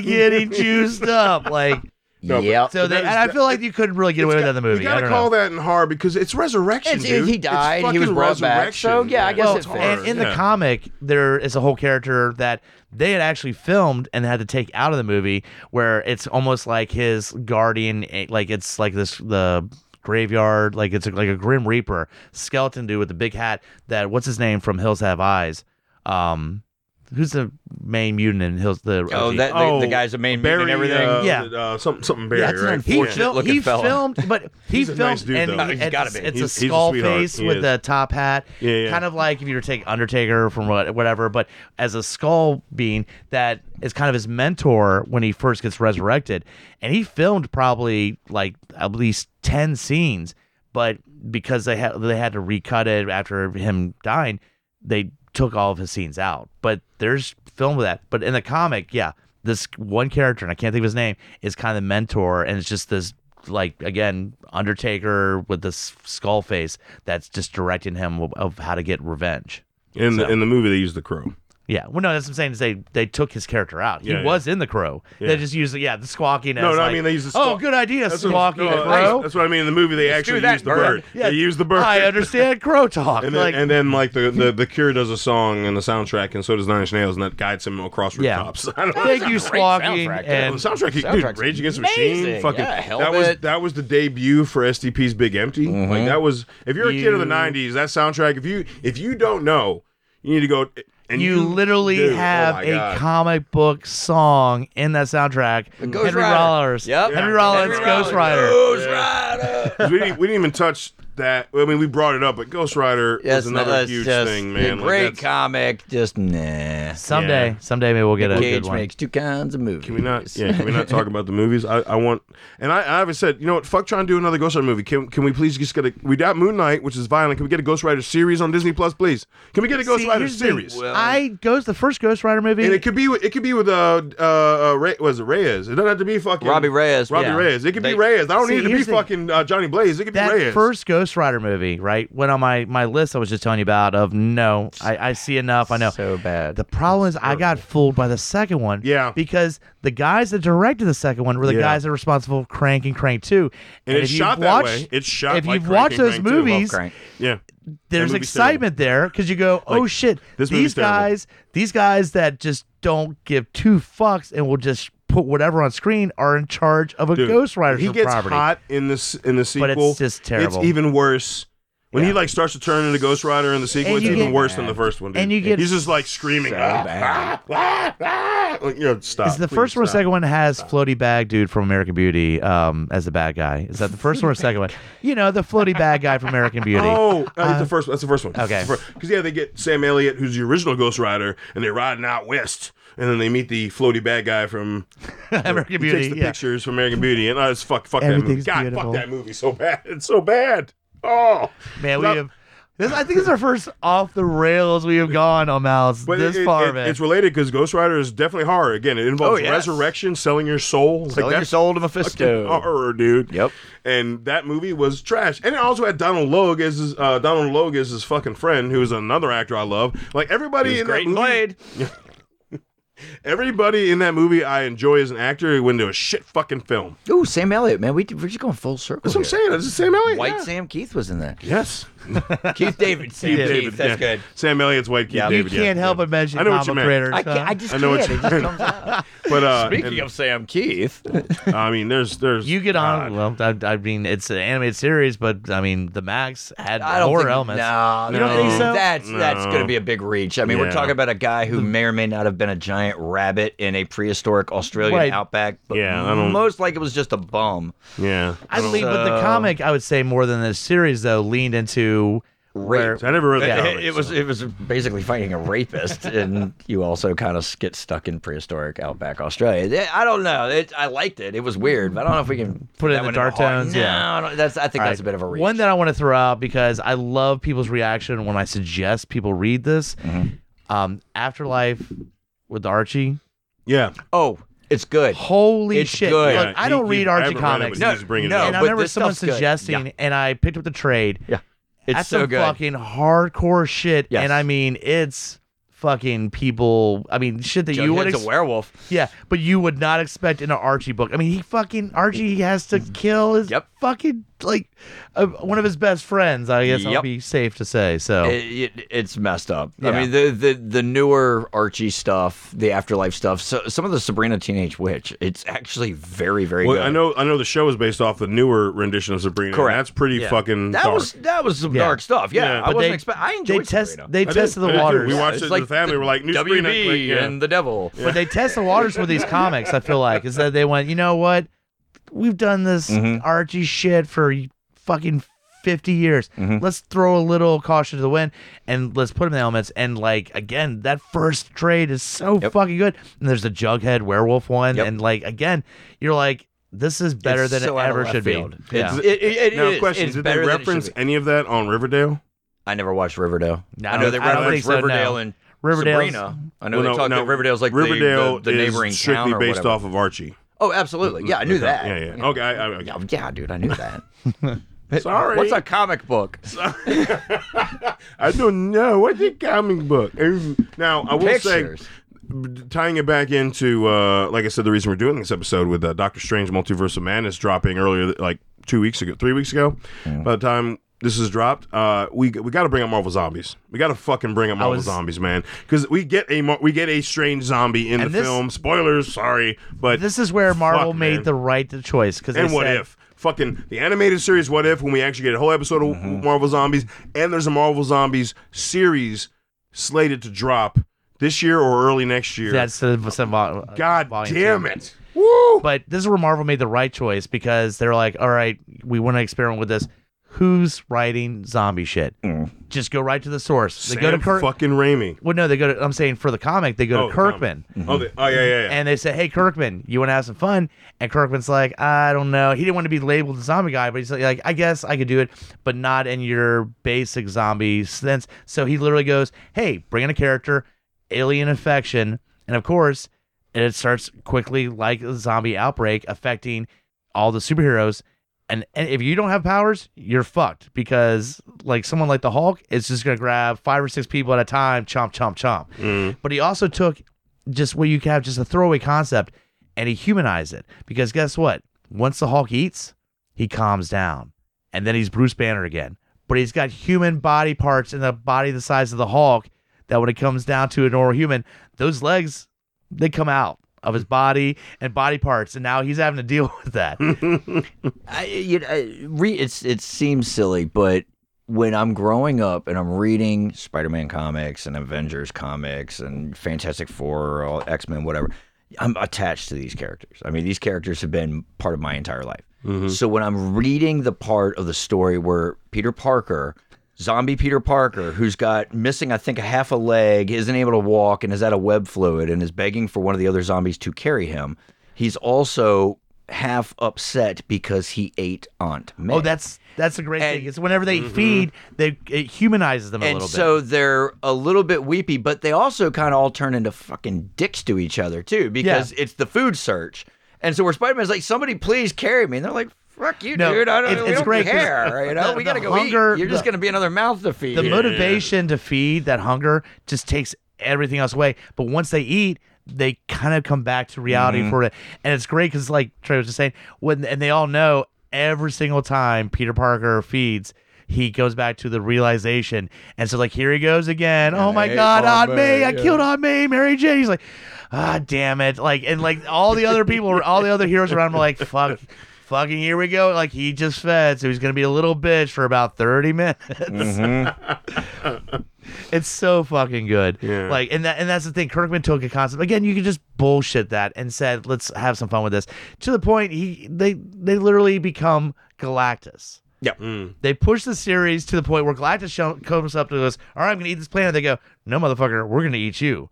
Speaker 2: getting juiced up. Like,
Speaker 1: No, but-
Speaker 3: yep.
Speaker 2: so
Speaker 1: But
Speaker 2: they,
Speaker 1: that
Speaker 2: and
Speaker 1: is
Speaker 2: I
Speaker 1: de-
Speaker 2: feel like you couldn't really get away with that in the
Speaker 1: You
Speaker 2: movie. I
Speaker 1: gotta
Speaker 2: don't
Speaker 1: call
Speaker 2: know.
Speaker 1: that in horror because it's resurrection.
Speaker 3: It's-
Speaker 1: dude.
Speaker 3: he died, he was
Speaker 1: fucking
Speaker 3: brought back,
Speaker 1: resurrection.
Speaker 3: so, yeah, I guess
Speaker 1: Well,
Speaker 3: it
Speaker 1: it's
Speaker 3: fits.
Speaker 1: horror,
Speaker 2: and in
Speaker 1: yeah.
Speaker 2: the comic, there is a whole character that they had actually filmed and had to take out of the movie, where it's almost like his guardian, eh, like it's like this the graveyard, like it's like a grim reaper skeleton dude with the big hat. That what's his name from Hills Have Eyes? Um, who's the main mutant in Hills? The
Speaker 3: Oh,
Speaker 2: OG?
Speaker 3: that the, the guy's a main mutant
Speaker 1: Barry,
Speaker 3: and everything.
Speaker 1: uh,
Speaker 2: Yeah.
Speaker 1: uh, something, something Barry,
Speaker 2: Yeah, that's an
Speaker 1: right?
Speaker 2: unfortunate
Speaker 1: Yeah.
Speaker 3: Fortunate looking
Speaker 2: He
Speaker 3: fella.
Speaker 2: filmed, but he
Speaker 1: He's a
Speaker 2: filmed,
Speaker 1: nice dude,
Speaker 2: and
Speaker 1: though.
Speaker 2: he-
Speaker 1: He's
Speaker 2: it's,
Speaker 4: gotta be.
Speaker 2: It's
Speaker 1: He's-
Speaker 2: a
Speaker 1: he's a
Speaker 2: skull
Speaker 1: sweetheart.
Speaker 2: face
Speaker 1: He
Speaker 2: with
Speaker 1: is.
Speaker 2: a top hat,
Speaker 1: Yeah, yeah.
Speaker 2: kind of like if you were to take Undertaker from what, whatever, but as a skull being that is kind of his mentor when he first gets resurrected, and he filmed probably like at least ten scenes, but because they had they had to recut it after him dying, they took all of his scenes out. But there's film of that. But in the comic, yeah, this one character, and I can't think of his name, is kind of the mentor, and it's just this like again Undertaker with this skull face that's just directing him of, of how to get revenge.
Speaker 1: In the in the movie, they use the crow.
Speaker 2: Yeah, well, no, that's what I'm saying. Is they they took his character out. He
Speaker 1: Yeah, yeah.
Speaker 2: was in the Crow.
Speaker 1: Yeah.
Speaker 2: They just used the- yeah the squawking.
Speaker 1: No,
Speaker 2: as
Speaker 1: no, I
Speaker 2: like,
Speaker 1: mean, they used the
Speaker 2: Oh,
Speaker 1: squawk-
Speaker 2: good idea,
Speaker 1: That's what,
Speaker 2: squawking
Speaker 1: no,
Speaker 2: at
Speaker 1: that's-
Speaker 2: Crow.
Speaker 1: that's what I mean. In the movie, they
Speaker 4: do
Speaker 1: actually
Speaker 4: that,
Speaker 1: used the bird.
Speaker 4: bird.
Speaker 2: Yeah.
Speaker 1: They used the bird.
Speaker 2: I understand Crow talk.
Speaker 1: And then,
Speaker 2: like,
Speaker 1: and then like the, the the Cure does a song and the soundtrack, and so does Nine Inch Nails, and that guides him across
Speaker 2: Yeah.
Speaker 1: rooftops. I don't know.
Speaker 2: thank you, squawking.
Speaker 3: soundtrack, though.
Speaker 1: Well,
Speaker 2: And
Speaker 1: the soundtrack, dude,
Speaker 3: Soundtrack's
Speaker 1: Rage Against the
Speaker 3: amazing.
Speaker 1: Machine, fucking
Speaker 3: Yeah,
Speaker 1: that was
Speaker 3: Helmet.
Speaker 1: that was the debut for STP's Big Empty. Like that was if you're a kid of the
Speaker 2: Mm-hmm. You-
Speaker 1: '90s, that soundtrack. If you if you don't know, you need to go. And
Speaker 2: you,
Speaker 3: Mm-hmm.
Speaker 2: literally
Speaker 1: dude, oh
Speaker 2: have
Speaker 1: my
Speaker 2: a
Speaker 1: God.
Speaker 2: comic book song in that soundtrack.
Speaker 3: Ghost
Speaker 2: Henry
Speaker 3: Rider.
Speaker 2: Rollins.
Speaker 3: Yep.
Speaker 2: Henry
Speaker 1: Yeah.
Speaker 2: Rollins,
Speaker 1: Henry
Speaker 2: Oh, Ghost Rider.
Speaker 3: Ghost Rider.
Speaker 1: 'Cause we, didn't, we didn't even touch that. I mean, we brought it up, but Ghost Rider
Speaker 3: Yes,
Speaker 1: is another
Speaker 3: that's
Speaker 1: huge
Speaker 3: just
Speaker 1: thing,
Speaker 3: a
Speaker 1: man. Like,
Speaker 3: great
Speaker 1: that's-
Speaker 3: comic, just nah.
Speaker 2: Someday,
Speaker 1: Yeah.
Speaker 2: someday maybe we'll get a good
Speaker 3: Cage
Speaker 2: one.
Speaker 3: makes two kinds of movies.
Speaker 1: Can we not? Yeah, can we not talk about the movies? I, I want, and I, I always said, you know what? Fuck trying to do another Ghost Rider movie. Can can we please just get a? We got Moon Knight, which is violent. Can we get a Ghost Rider series on Disney Plus, please? Can we get a Ghost
Speaker 2: See,
Speaker 1: Rider
Speaker 2: here's the thing.
Speaker 1: series?
Speaker 2: I goes the first Ghost Rider movie.
Speaker 1: and it could be with- it could be with uh uh, uh Ray, was it Reyes? It doesn't have to be fucking
Speaker 3: Robbie Reyes.
Speaker 1: Robbie
Speaker 2: yeah.
Speaker 1: Reyes. It could
Speaker 3: They-
Speaker 1: be Reyes. I don't
Speaker 2: See,
Speaker 1: need it to be
Speaker 2: here's the-
Speaker 1: fucking uh, Johnny Blaze. It could
Speaker 2: that
Speaker 1: be Reyes.
Speaker 2: first Ghost Rider movie, right, went on my, my list I was just telling you about of no, I, I see enough, I know.
Speaker 3: So bad.
Speaker 2: the problem is I got fooled by the second one.
Speaker 1: Yeah.
Speaker 2: Because the guys that directed the second one were the
Speaker 1: Yeah.
Speaker 2: guys that were responsible for Crank and Crank 2.
Speaker 1: and it's
Speaker 2: if you've
Speaker 1: shot that
Speaker 2: watched,
Speaker 1: way. It's shot.
Speaker 2: if
Speaker 1: like
Speaker 2: you've
Speaker 1: Crank
Speaker 2: watched
Speaker 1: and
Speaker 2: those
Speaker 1: Crank too.
Speaker 2: movies,
Speaker 3: Crank.
Speaker 1: yeah,
Speaker 2: there's
Speaker 1: movie's
Speaker 2: excitement there because you go, oh
Speaker 1: Like,
Speaker 2: shit,
Speaker 1: this
Speaker 2: these
Speaker 1: movie's terrible.
Speaker 2: guys, these guys that just don't give two fucks and will just put whatever on screen are in charge of a
Speaker 1: Dude,
Speaker 2: Ghost Rider
Speaker 1: He gets
Speaker 2: property.
Speaker 1: hot in this in the
Speaker 2: But
Speaker 1: sequel.
Speaker 2: it's just terrible.
Speaker 1: even worse. When he like starts to turn into Ghost Rider in the sequel,
Speaker 2: And
Speaker 1: it's
Speaker 2: you
Speaker 1: even
Speaker 2: get-
Speaker 1: worse than the first one. Dude.
Speaker 2: and you get
Speaker 1: he's just like screaming. "Ah, ah, ah, ah." Like, you know, stop.
Speaker 2: Is the
Speaker 1: please
Speaker 2: first one or
Speaker 1: stop.
Speaker 2: second one has floaty bag dude from American Beauty um, as the bad guy? Is that the first one or second one? You know, the floaty bag guy from American Beauty.
Speaker 1: Oh, uh, it's the first. That's the first one.
Speaker 2: okay.
Speaker 1: Because yeah, they get Sam Elliott, who's the original Ghost Rider, and they're riding out west, and then they meet the floaty bad guy from
Speaker 2: American
Speaker 1: He
Speaker 2: Beauty.
Speaker 1: takes the
Speaker 2: yeah.
Speaker 1: pictures from American Beauty, and I just fuck, fuck that movie.
Speaker 2: Everything's
Speaker 1: God,
Speaker 2: beautiful.
Speaker 1: fuck that movie so bad. It's so bad. Oh
Speaker 2: Man, we
Speaker 1: Not-
Speaker 2: have. This, I think it's our first off the rails we have gone on Mouse
Speaker 1: But
Speaker 2: this
Speaker 1: it- it-
Speaker 2: far,
Speaker 1: it-
Speaker 2: man.
Speaker 1: it's related because Ghost Rider is definitely horror. Again, it involves
Speaker 3: Oh, yes.
Speaker 1: resurrection, selling your soul. It's
Speaker 3: Selling
Speaker 1: like
Speaker 3: your
Speaker 1: that's
Speaker 3: soul to
Speaker 1: fucking
Speaker 3: Mephisto.
Speaker 1: horror, dude.
Speaker 3: Yep.
Speaker 1: And that movie was trash. And it also had Donald Logue as his, uh, Donald Logue as his fucking friend, who is another actor I love. Like everybody in that
Speaker 4: Great
Speaker 1: movie,
Speaker 4: blade.
Speaker 1: everybody in that movie I enjoy as an actor went into a shit fucking film.
Speaker 3: Ooh, Sam Elliott, man. We, we're just going full circle.
Speaker 1: That's what I'm
Speaker 3: here.
Speaker 1: saying. That's the same Elliott.
Speaker 3: White
Speaker 1: yeah.
Speaker 3: Sam Keith was in that.
Speaker 1: Yes.
Speaker 3: Keith David. Sam
Speaker 2: David,
Speaker 1: David, yeah. Sam Elliott's white Keith
Speaker 2: you
Speaker 1: David. yeah,
Speaker 2: can't help
Speaker 1: yeah.
Speaker 2: but mention
Speaker 1: I know what
Speaker 2: Mama
Speaker 1: you meant.
Speaker 2: Critters,
Speaker 3: I, can't,
Speaker 2: huh?
Speaker 3: I just
Speaker 1: I know what
Speaker 3: can't.
Speaker 1: you
Speaker 3: It just comes out.
Speaker 1: But uh,
Speaker 4: Speaking
Speaker 1: and-
Speaker 4: of Sam Keith,
Speaker 1: I mean, there's there's
Speaker 2: You get
Speaker 1: God.
Speaker 2: on.
Speaker 3: Uh,
Speaker 2: Well, I, I mean, it's an animated series, but I mean, the Max had
Speaker 3: I don't
Speaker 2: horror
Speaker 3: think,
Speaker 2: elements.
Speaker 3: No,
Speaker 1: You don't
Speaker 3: no,
Speaker 1: think so?
Speaker 3: That's that's
Speaker 1: No.
Speaker 3: going to be a big reach. I mean,
Speaker 1: Yeah.
Speaker 3: we're talking about a guy who may or may not have been a giant rabbit in a prehistoric Australian
Speaker 2: Right.
Speaker 3: outback, but
Speaker 1: Yeah, I don't-
Speaker 3: most like it was just a bum.
Speaker 1: Yeah.
Speaker 2: I lean, but the
Speaker 3: So-
Speaker 2: comic, I would say more than the series, though, leaned into where
Speaker 1: So I never read the
Speaker 3: it,
Speaker 1: comics,
Speaker 3: it was
Speaker 1: so.
Speaker 3: it was basically fighting a rapist, and you also kind of get stuck in prehistoric outback Australia. Yeah, I don't know. It, I liked it. It was weird, but I don't know if we can
Speaker 2: Put it
Speaker 3: that
Speaker 2: in the
Speaker 3: one
Speaker 2: dark
Speaker 3: hard-
Speaker 2: tones,
Speaker 3: No,
Speaker 2: yeah.
Speaker 3: I don't- that's I think
Speaker 2: All
Speaker 3: that's a
Speaker 2: right.
Speaker 3: bit of a reach.
Speaker 2: One that I want to throw out because I love people's reaction when I suggest people read this.
Speaker 3: Mm-hmm.
Speaker 2: Um, Afterlife with Archie.
Speaker 1: yeah.
Speaker 3: oh, it's good.
Speaker 2: Holy
Speaker 3: It's
Speaker 2: shit.
Speaker 3: good.
Speaker 2: Look,
Speaker 1: Yeah,
Speaker 2: I
Speaker 1: he-
Speaker 2: don't
Speaker 1: he-
Speaker 2: read
Speaker 1: I
Speaker 2: Archie
Speaker 1: haven't read it,
Speaker 2: comics.
Speaker 1: but he's just bringing it
Speaker 3: No,
Speaker 1: up.
Speaker 2: and I
Speaker 3: but
Speaker 2: remember
Speaker 3: this
Speaker 2: someone
Speaker 3: stuff's good.
Speaker 2: suggesting, and I picked up the trade.
Speaker 3: Yeah. It's
Speaker 2: That's
Speaker 3: so
Speaker 2: some
Speaker 3: good.
Speaker 2: fucking hardcore shit.
Speaker 3: Yes.
Speaker 2: And I mean, it's fucking people. I mean, shit that you would
Speaker 3: Jughead's
Speaker 2: ex-
Speaker 3: a werewolf.
Speaker 2: Yeah, but you would not expect in an Archie book. I mean, he fucking Archie he has to kill his
Speaker 3: Mm-hmm. Yep.
Speaker 2: fucking like uh, one of his best friends. I guess I'll
Speaker 3: Yep.
Speaker 2: be safe to say. So
Speaker 3: It, it, it's messed up.
Speaker 2: Yeah.
Speaker 3: I mean, the, the the newer Archie stuff, the afterlife stuff. So some of the Sabrina Teenage Witch, it's actually very very
Speaker 1: Well,
Speaker 3: good.
Speaker 1: I know I know the show is based off the newer rendition of Sabrina. and
Speaker 3: Correct.
Speaker 1: that's pretty fucking
Speaker 3: that
Speaker 1: dark.
Speaker 3: was that was some
Speaker 2: Yeah.
Speaker 3: dark stuff. Yeah,
Speaker 1: Yeah.
Speaker 3: I
Speaker 1: But
Speaker 3: wasn't
Speaker 2: they-
Speaker 3: expecting. I
Speaker 2: they
Speaker 3: enjoyed
Speaker 2: test
Speaker 3: Sabrina.
Speaker 2: they
Speaker 1: I
Speaker 2: tested
Speaker 1: did. I did
Speaker 2: the
Speaker 1: too.
Speaker 2: waters.
Speaker 1: We watched
Speaker 3: It's
Speaker 1: it
Speaker 3: like
Speaker 1: with the family.
Speaker 3: the
Speaker 1: We're like new Sabrina.
Speaker 3: WB
Speaker 1: Like, yeah.
Speaker 3: and the Devil.
Speaker 2: But they test the waters with these comics. I feel like is that they went, you know what, we've done this
Speaker 3: Mhm.
Speaker 2: Archie shit for fucking fifty years. Let's throw a little caution to the wind and let's put him in the elements. And like again, that first trade is so
Speaker 3: Yep.
Speaker 2: fucking good. And there's the Jughead werewolf one,
Speaker 3: Yep.
Speaker 2: and like again, you're like, this is better
Speaker 3: It's
Speaker 2: than
Speaker 3: so
Speaker 2: it
Speaker 3: out of
Speaker 2: ever
Speaker 3: left
Speaker 2: should
Speaker 3: field.
Speaker 2: be. Yeah.
Speaker 3: It's, it, it, it
Speaker 1: now,
Speaker 3: is.
Speaker 1: question:
Speaker 3: It's
Speaker 1: Did they
Speaker 3: better than it should
Speaker 1: reference
Speaker 3: be.
Speaker 1: any of that on Riverdale?
Speaker 3: I never watched Riverdale.
Speaker 2: No,
Speaker 3: I know they
Speaker 2: I don't think
Speaker 3: referenced
Speaker 2: so, no.
Speaker 3: Riverdale and
Speaker 2: Riverdale's-
Speaker 3: Sabrina. I know
Speaker 1: Well,
Speaker 3: they
Speaker 1: no,
Speaker 3: talked
Speaker 1: no,
Speaker 3: about Riverdale's like the-
Speaker 1: Riverdale
Speaker 3: the, the,
Speaker 1: is
Speaker 3: neighboring
Speaker 1: strictly
Speaker 3: town or
Speaker 1: based
Speaker 3: whatever.
Speaker 1: off of Archie.
Speaker 3: Oh, absolutely. Yeah, I knew
Speaker 1: Okay.
Speaker 3: that.
Speaker 1: Yeah, yeah. Okay, I, I, okay.
Speaker 3: Yeah, yeah, dude, I knew that.
Speaker 1: Sorry.
Speaker 3: What's a comic book?
Speaker 1: I don't know. What's a comic book? Um, Now, I will
Speaker 3: Pictures.
Speaker 1: say, b- tying it back into, uh, like I said, the reason we're doing this episode with uh, Doctor Strange Multiverse of Madness dropping earlier, th- like two weeks ago, three weeks ago.
Speaker 2: Mm-hmm.
Speaker 1: By the time this is dropped, uh, we we got to bring up Marvel Zombies. We got to fucking bring up Marvel
Speaker 2: was-
Speaker 1: Zombies, man, because we get a Mar- we get a strange zombie in
Speaker 2: And
Speaker 1: the
Speaker 2: this-
Speaker 1: film. Spoilers, sorry, but
Speaker 2: This is where Marvel made
Speaker 1: man.
Speaker 2: the right choice because
Speaker 1: and what if fucking the animated series what if when we actually get a whole episode of
Speaker 2: Mm-hmm.
Speaker 1: marvel zombies and there's a marvel zombies series slated to drop this year or early next year
Speaker 2: that's the some vol-
Speaker 1: god
Speaker 2: volume
Speaker 1: damn
Speaker 2: two.
Speaker 1: it Woo!
Speaker 2: But this is where Marvel made the right choice because they're like, all right, we want to experiment with this. Who's writing zombie shit? Just go right to the source.
Speaker 1: Sam
Speaker 2: they go to Kirk.
Speaker 1: fucking Raimi.
Speaker 2: Well, no, they go to. I'm saying for the comic, they go
Speaker 1: Oh,
Speaker 2: to
Speaker 1: the
Speaker 2: Kirkman.
Speaker 3: Mm-hmm.
Speaker 1: Oh, the, oh yeah, yeah, yeah.
Speaker 2: And they say, "Hey, Kirkman, you want to have some fun?" And Kirkman's like, "I don't know." He didn't want to be labeled the zombie guy, but he's like, "I guess I could do it, but not in your basic zombie sense." So he literally goes, "Hey, bring in a character, alien infection, and of course, it starts quickly like a zombie outbreak affecting all the superheroes." And, and if you don't have powers, you're fucked because like someone like the Hulk is just gonna grab five or six people at a time, chomp, chomp, chomp.
Speaker 1: Mm-hmm.
Speaker 2: But he also took just where you can have just a throwaway concept and he humanized it because guess what once the hulk eats he calms down and then he's bruce banner again but he's got human body parts in a body the size of the hulk that when it comes down to a normal human those legs they come out of his body and body parts and now he's having to deal with that
Speaker 3: I, you know, I- re, it's it seems silly, but when I'm growing up and I'm reading Spider-Man comics and Avengers comics and Fantastic Four or X-Men, whatever, I'm attached to these characters. I mean, these characters have been part of my entire life. So when I'm reading the part of the story where Peter Parker, zombie Peter Parker, who's got missing, I think, a half a leg, isn't able to walk, and is out of web fluid, and is begging for one of the other zombies to carry him, he's also half upset because he ate Aunt May.
Speaker 2: oh that's that's a great thing
Speaker 3: And- Mm-hmm.
Speaker 2: it's whenever they feed they it humanizes them a
Speaker 3: and
Speaker 2: little
Speaker 3: so
Speaker 2: bit
Speaker 3: they're a little bit weepy, but they also kind of all turn into fucking dicks to each other too because it's the food search. And so where Spider Man's like, somebody please carry me, and they're like, fuck you,
Speaker 2: No,
Speaker 3: dude, I don't,
Speaker 2: it's-
Speaker 3: we
Speaker 2: it's
Speaker 3: don't
Speaker 2: great 'cause
Speaker 3: care, you know,
Speaker 2: the-
Speaker 3: we gotta
Speaker 2: the
Speaker 3: go
Speaker 2: hunger-
Speaker 3: eat. You're just
Speaker 2: the-
Speaker 3: gonna be another mouth to feed.
Speaker 2: the motivation to feed that hunger just takes everything else away. But once they eat, they kind of come back to reality for it, and it's great because, like Trey was just saying, when and they all know every single time Peter Parker feeds. He goes back to the realization, and so like here he goes again. oh my
Speaker 3: I ate
Speaker 2: God,
Speaker 3: Aunt
Speaker 2: Aunt May,
Speaker 3: May,
Speaker 2: I
Speaker 3: yeah.
Speaker 2: killed Aunt May, Mary Jane. He's like, ah, damn it, like and like all the other people, all the other heroes around him, are like fuck, fucking here we go. Like he just fed, so he's gonna be a little bitch for about thirty minutes. It's so fucking good.
Speaker 1: Yeah.
Speaker 2: Like and that and that's the thing. Kirkman took a concept. Again, you could just bullshit that and said, let's have some fun with this. To the point he they they literally become Galactus.
Speaker 1: Mm.
Speaker 2: They push the series to the point where Galactus show, comes up to us, all right, I'm gonna eat this planet. They go, No motherfucker, we're gonna eat you.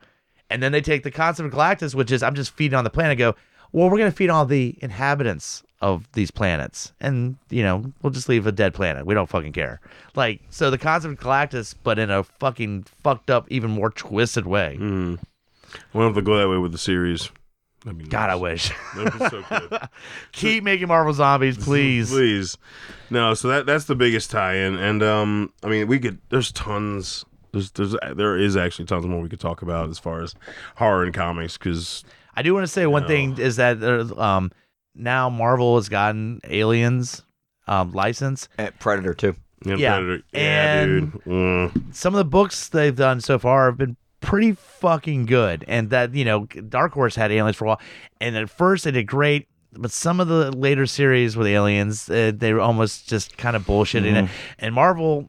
Speaker 2: And then they take the concept of Galactus, which is I'm just feeding on the planet, go, Well, we're gonna feed all the inhabitants of these planets. And, you know, we'll just leave a dead planet. We don't fucking care. Like, so the concept of Galactus, but in a fucking fucked up, even more twisted way.
Speaker 1: We'll have to go that way with the series. That'd be
Speaker 2: God, I
Speaker 1: nice.
Speaker 2: wish.
Speaker 1: That'd be so good.
Speaker 2: Keep making Marvel zombies, please.
Speaker 1: please. No, so that that's the biggest tie-in, and um, I mean, we could. There's tons. There's there's there is actually tons more we could talk about as far as horror and comics because
Speaker 2: I do want to say one
Speaker 1: No.
Speaker 2: thing is that there's, um now Marvel has gotten Aliens um license.
Speaker 3: Predator too.
Speaker 2: Yeah,
Speaker 1: Predator, yeah,
Speaker 2: and-
Speaker 1: dude. Mm.
Speaker 2: Some of the books they've done so far have been pretty fucking good, and that you know Dark Horse had Aliens for a while, and at first they did great. But some of the later series with aliens, uh, they were almost just kind of bullshitting it. And Marvel,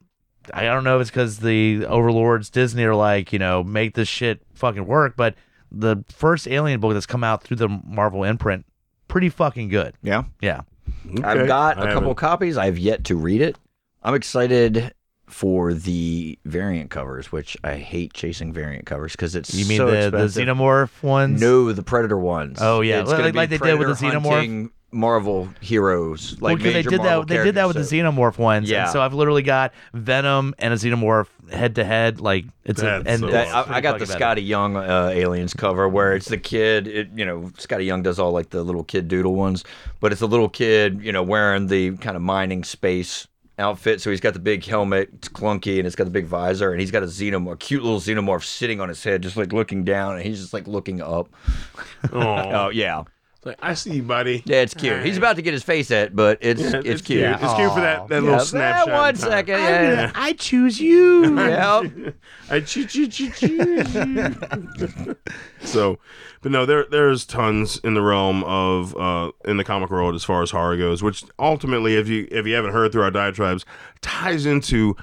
Speaker 2: I don't know if it's because the overlords Disney are like, you know, make this shit fucking work. But the first Alien book that's come out through the Marvel imprint, pretty fucking good.
Speaker 3: Yeah,
Speaker 2: Yeah.
Speaker 1: Okay.
Speaker 3: I've got
Speaker 1: I
Speaker 3: a couple
Speaker 1: haven't-
Speaker 3: copies. I've yet to read it. I'm excited for the variant covers, which I hate chasing variant covers because it's
Speaker 2: You mean
Speaker 3: so
Speaker 2: the, the
Speaker 3: expensive.
Speaker 2: xenomorph ones?
Speaker 3: No, the Predator ones.
Speaker 2: Oh, yeah.
Speaker 3: it's
Speaker 2: Like-
Speaker 3: gonna
Speaker 2: like-
Speaker 3: be
Speaker 2: like they did with the
Speaker 3: Predator
Speaker 2: Xenomorph.
Speaker 3: hunting Marvel heroes, like
Speaker 2: Well, 'cause they
Speaker 3: major
Speaker 2: did
Speaker 3: Marvel
Speaker 2: that. They did that with
Speaker 3: characters,
Speaker 2: the xenomorph ones.
Speaker 3: Yeah.
Speaker 2: And so I've literally got Venom and a xenomorph head to head. Like it's a,
Speaker 1: That's
Speaker 2: and
Speaker 1: so
Speaker 3: so- that-
Speaker 2: it's
Speaker 1: awesome.
Speaker 2: pretty
Speaker 3: I, I got the
Speaker 2: fucking
Speaker 3: Scotty Young uh, Aliens cover where it's the kid. It, you know, Scotty Young does all like the little kid doodle ones, but it's a little kid, you know, wearing the kind of mining space outfit. So he's got the big helmet, it's clunky, and it's got the big visor, and he's got a xenomorph, cute little xenomorph sitting on his head, just like looking down, and he's just like looking up.
Speaker 1: Oh,
Speaker 3: Oh yeah,
Speaker 1: like, I see you, buddy.
Speaker 3: yeah, it's cute. He's about to get his face at, but it's
Speaker 1: Yeah,
Speaker 3: it's, cute. Yeah,
Speaker 1: It's cute for that, that little snapshot.
Speaker 3: That one
Speaker 1: in time.
Speaker 3: second, yeah.
Speaker 2: I choose you.
Speaker 3: yeah.
Speaker 1: I choo- choo- choo- choo- choo. so, but no, there there's tons in the realm of uh, in the comic world as far as horror goes, which ultimately, if you if you haven't heard through our diatribes, ties into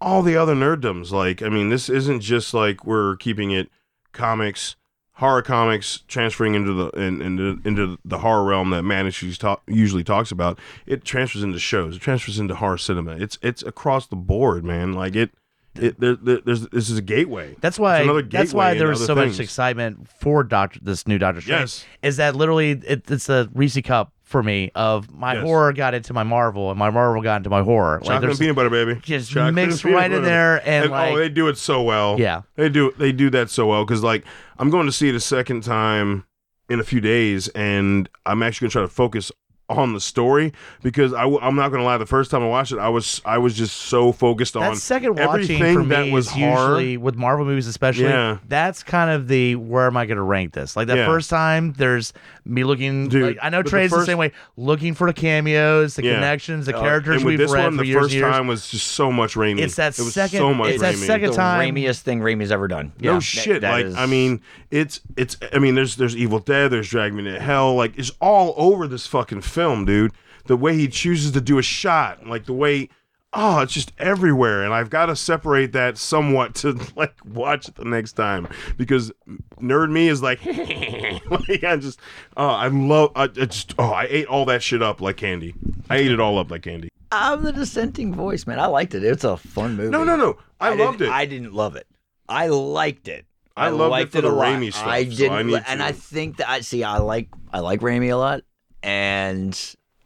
Speaker 1: all the other nerddoms. Like, I mean, this isn't just like we're keeping it comics, horror comics, transferring into the in, into into the horror realm that man usually, talk, usually talks about. It transfers into shows. It transfers into horror cinema. It's it's across the board, man. Like it. It, there, there, there's this is a gateway.
Speaker 2: That's
Speaker 1: It's
Speaker 2: why.
Speaker 1: another
Speaker 2: That's why
Speaker 1: gateway
Speaker 2: there
Speaker 1: in
Speaker 2: was
Speaker 1: other
Speaker 2: so
Speaker 1: things.
Speaker 2: much excitement for Doctor. This new Doctor Strange
Speaker 1: Yes.
Speaker 2: is that literally it, it's a Reese cup for me. Of my
Speaker 1: Yes.
Speaker 2: horror got into my Marvel, and my Marvel got into my horror. Like,
Speaker 1: Chocolate
Speaker 2: there's-
Speaker 1: and peanut butter, baby.
Speaker 2: just
Speaker 1: Chocolate and
Speaker 2: mixed
Speaker 1: peanut
Speaker 2: right in
Speaker 1: butter.
Speaker 2: there, and,
Speaker 1: oh,
Speaker 2: like-
Speaker 1: they do it so well.
Speaker 2: Yeah.
Speaker 1: they do they do that so well because like I'm going to see it a second time in a few days, and I'm actually going to try to focus on the story because I w- I'm not going to lie. The first time I watched it, I was I was just so focused on
Speaker 2: that second watching
Speaker 1: everything
Speaker 2: for me
Speaker 1: that was
Speaker 2: is
Speaker 1: horror.
Speaker 2: usually with Marvel movies, especially.
Speaker 1: Yeah.
Speaker 2: That's kind of the where am I going to rank this? Like that
Speaker 1: Yeah.
Speaker 2: first time, there's me looking.
Speaker 1: Dude,
Speaker 2: like, I know
Speaker 1: but the
Speaker 2: Trey's the,
Speaker 1: first-
Speaker 2: same way, looking for the cameos, the
Speaker 1: Yeah. Uh,
Speaker 2: connections, the
Speaker 3: Oh,
Speaker 2: characters
Speaker 1: and with
Speaker 2: we've
Speaker 1: this
Speaker 2: read
Speaker 1: one,
Speaker 2: for
Speaker 1: the
Speaker 2: years,
Speaker 1: first
Speaker 2: and years.
Speaker 1: time was just so much Raimi.
Speaker 2: It's that
Speaker 1: it was
Speaker 2: second-
Speaker 1: So much
Speaker 2: it's that
Speaker 1: Raimi.
Speaker 2: second
Speaker 3: the
Speaker 2: time-
Speaker 3: Raimiest thing Raimi's ever done.
Speaker 1: No
Speaker 2: Yeah.
Speaker 1: shit.
Speaker 3: that
Speaker 1: like
Speaker 3: is-
Speaker 1: I mean, it's it's. I mean, there's there's Evil Dead. There's Drag Me to Hell. Like it's all over this fucking film, dude. The way he chooses to do a shot, like the way, oh, it's just everywhere. And I've got to separate that somewhat to like watch it the next time because nerd me is like, like I just, oh, I love, I, I just, oh, I ate all that shit up like candy. I ate it all up like candy.
Speaker 3: I'm the dissenting voice, man. I liked it. It's a fun movie.
Speaker 1: No, no, no. I,
Speaker 3: didn't-
Speaker 1: loved it.
Speaker 3: I didn't love it. I liked it.
Speaker 1: I loved it
Speaker 3: liked
Speaker 1: for the
Speaker 3: a lot.
Speaker 1: Raimi stuff,
Speaker 3: I
Speaker 1: so I
Speaker 3: didn't, li-
Speaker 1: need
Speaker 3: and
Speaker 1: to-
Speaker 3: I think that I see. I like I like Raimi a lot, and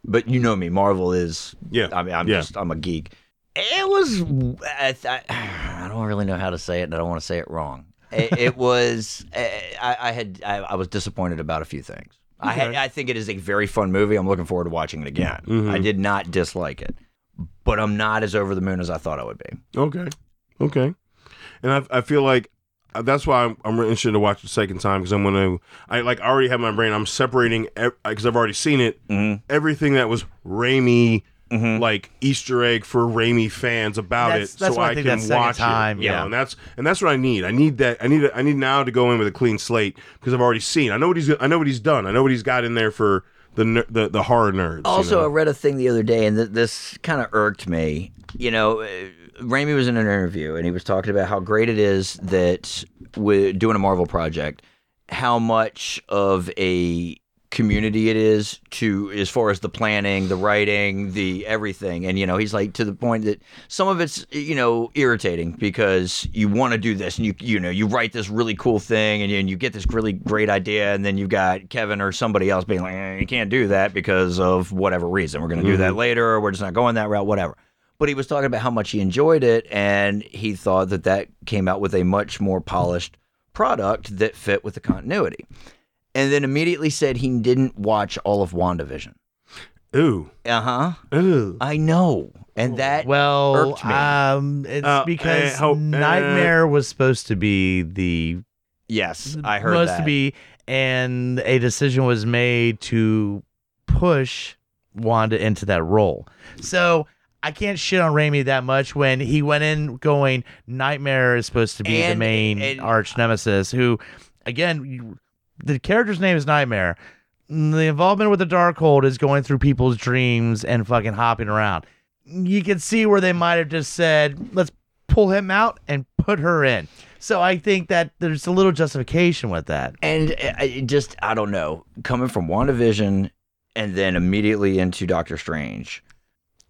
Speaker 3: but you know me, Marvel is.
Speaker 1: yeah.
Speaker 3: I mean, I'm
Speaker 1: Yeah.
Speaker 3: just I'm a geek. It was. I, I, I don't really know how to say it, and I don't want to say it wrong. It, it was. eh, I, I had. I, I was disappointed about a few things. I had, I think it is a very fun movie. I'm looking forward to watching it again.
Speaker 1: Mhm.
Speaker 3: I did not dislike it, but I'm not as over the moon as I thought I would be.
Speaker 1: Okay. Okay. And I, I feel like uh, that's why I'm, I'm really interested to watch the second time because I'm gonna I like I already have my brain I'm separating because I've already seen it
Speaker 3: Mhm.
Speaker 1: everything that was Raimi
Speaker 3: Mhm.
Speaker 1: like Easter egg for Raimi fans about
Speaker 2: Mm-hmm. That's-
Speaker 1: it
Speaker 2: that's
Speaker 1: so
Speaker 2: why I
Speaker 1: I,
Speaker 2: think
Speaker 1: can
Speaker 2: that second
Speaker 1: watch
Speaker 2: time,
Speaker 1: it you know,
Speaker 2: yeah.
Speaker 1: and that's and that's what I need I need that I need I need now to go in with a clean slate because I've already seen I know what he's I know what he's done I know what he's got in there for the ner- the the horror nerds you
Speaker 3: Also,
Speaker 1: know?
Speaker 3: I read a thing the other day, and th- this kind of irked me. You know, uh, Raimi was in an interview, and he was talking about how great it is that we're doing a Marvel project, how much of a community it is to as far as the planning, the writing, the everything. And you know, he's like to the point that some of it's you know irritating because you want to do this and you you know you write this really cool thing and you, and you get this really great idea and then you've got Kevin or somebody else being like eh, you can't do that because of whatever reason. We're going to do that later or we're just not going that route whatever. But he was talking about how much he enjoyed it and he thought that that came out with a much more polished product that fit with the continuity and then immediately said he didn't watch all of WandaVision.
Speaker 1: ooh
Speaker 3: Uh huh.
Speaker 1: ooh
Speaker 3: I know. And that.
Speaker 2: well,
Speaker 3: irked me.
Speaker 2: um, it's
Speaker 1: Uh,
Speaker 2: because
Speaker 1: I hope- uh,
Speaker 2: Nightmare was supposed to be the
Speaker 3: yes, I heard
Speaker 2: supposed
Speaker 3: that.
Speaker 2: to be, and a decision was made to push Wanda into that role. So I can't shit on Raimi that much when he went in going Nightmare is supposed to be
Speaker 3: And-
Speaker 2: the main
Speaker 3: and-
Speaker 2: arch nemesis. Who, again, you- the character's name is Nightmare. The involvement with the Darkhold is going through people's dreams and fucking hopping around. You can see where they might have just said, "Let's pull him out and put her in." So I think that there's a little justification with that.
Speaker 3: And uh, I- I it just, I don't know. Coming from WandaVision and then immediately into Doctor Strange,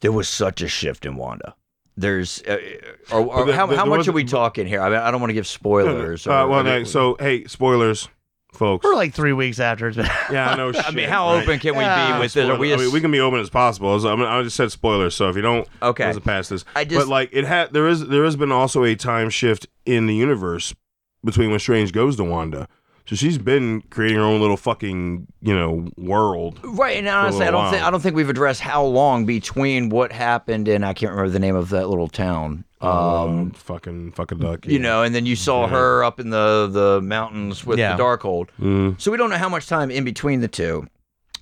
Speaker 3: there was such a shift in Wanda. There's, uh, or, or
Speaker 1: But the-
Speaker 3: how,
Speaker 1: the-
Speaker 3: how
Speaker 1: there
Speaker 3: much
Speaker 1: was-
Speaker 3: are we talking here? I mean, I don't want to give spoilers.
Speaker 1: uh,
Speaker 3: or-
Speaker 1: well no, so hey spoilers folks
Speaker 2: We're like three weeks after it's been.
Speaker 1: yeah I know
Speaker 3: I mean,
Speaker 1: shit,
Speaker 3: how
Speaker 1: right?
Speaker 3: open can we
Speaker 2: Yeah.
Speaker 3: be with this? Are we,
Speaker 1: I mean, we can be open as possible. So, I, mean, I just said spoilers, so if you don't,
Speaker 3: Okay.
Speaker 1: doesn't pass this.
Speaker 3: I just-
Speaker 1: but like it had there is there has been also a time shift in the universe between when Strange goes to Wanda. So she's been creating her own little fucking, you know, world.
Speaker 3: Right, and honestly, I
Speaker 1: little
Speaker 3: don't think
Speaker 1: while.
Speaker 3: I don't think we've addressed how long between what happened and I can't remember the name of that little town. Um,
Speaker 1: Um, fucking, fucking duck.
Speaker 3: you know, and then you saw her up in the the mountains with
Speaker 2: Yeah.
Speaker 3: the Darkhold.
Speaker 1: Mm.
Speaker 3: So we don't know how much time in between the two.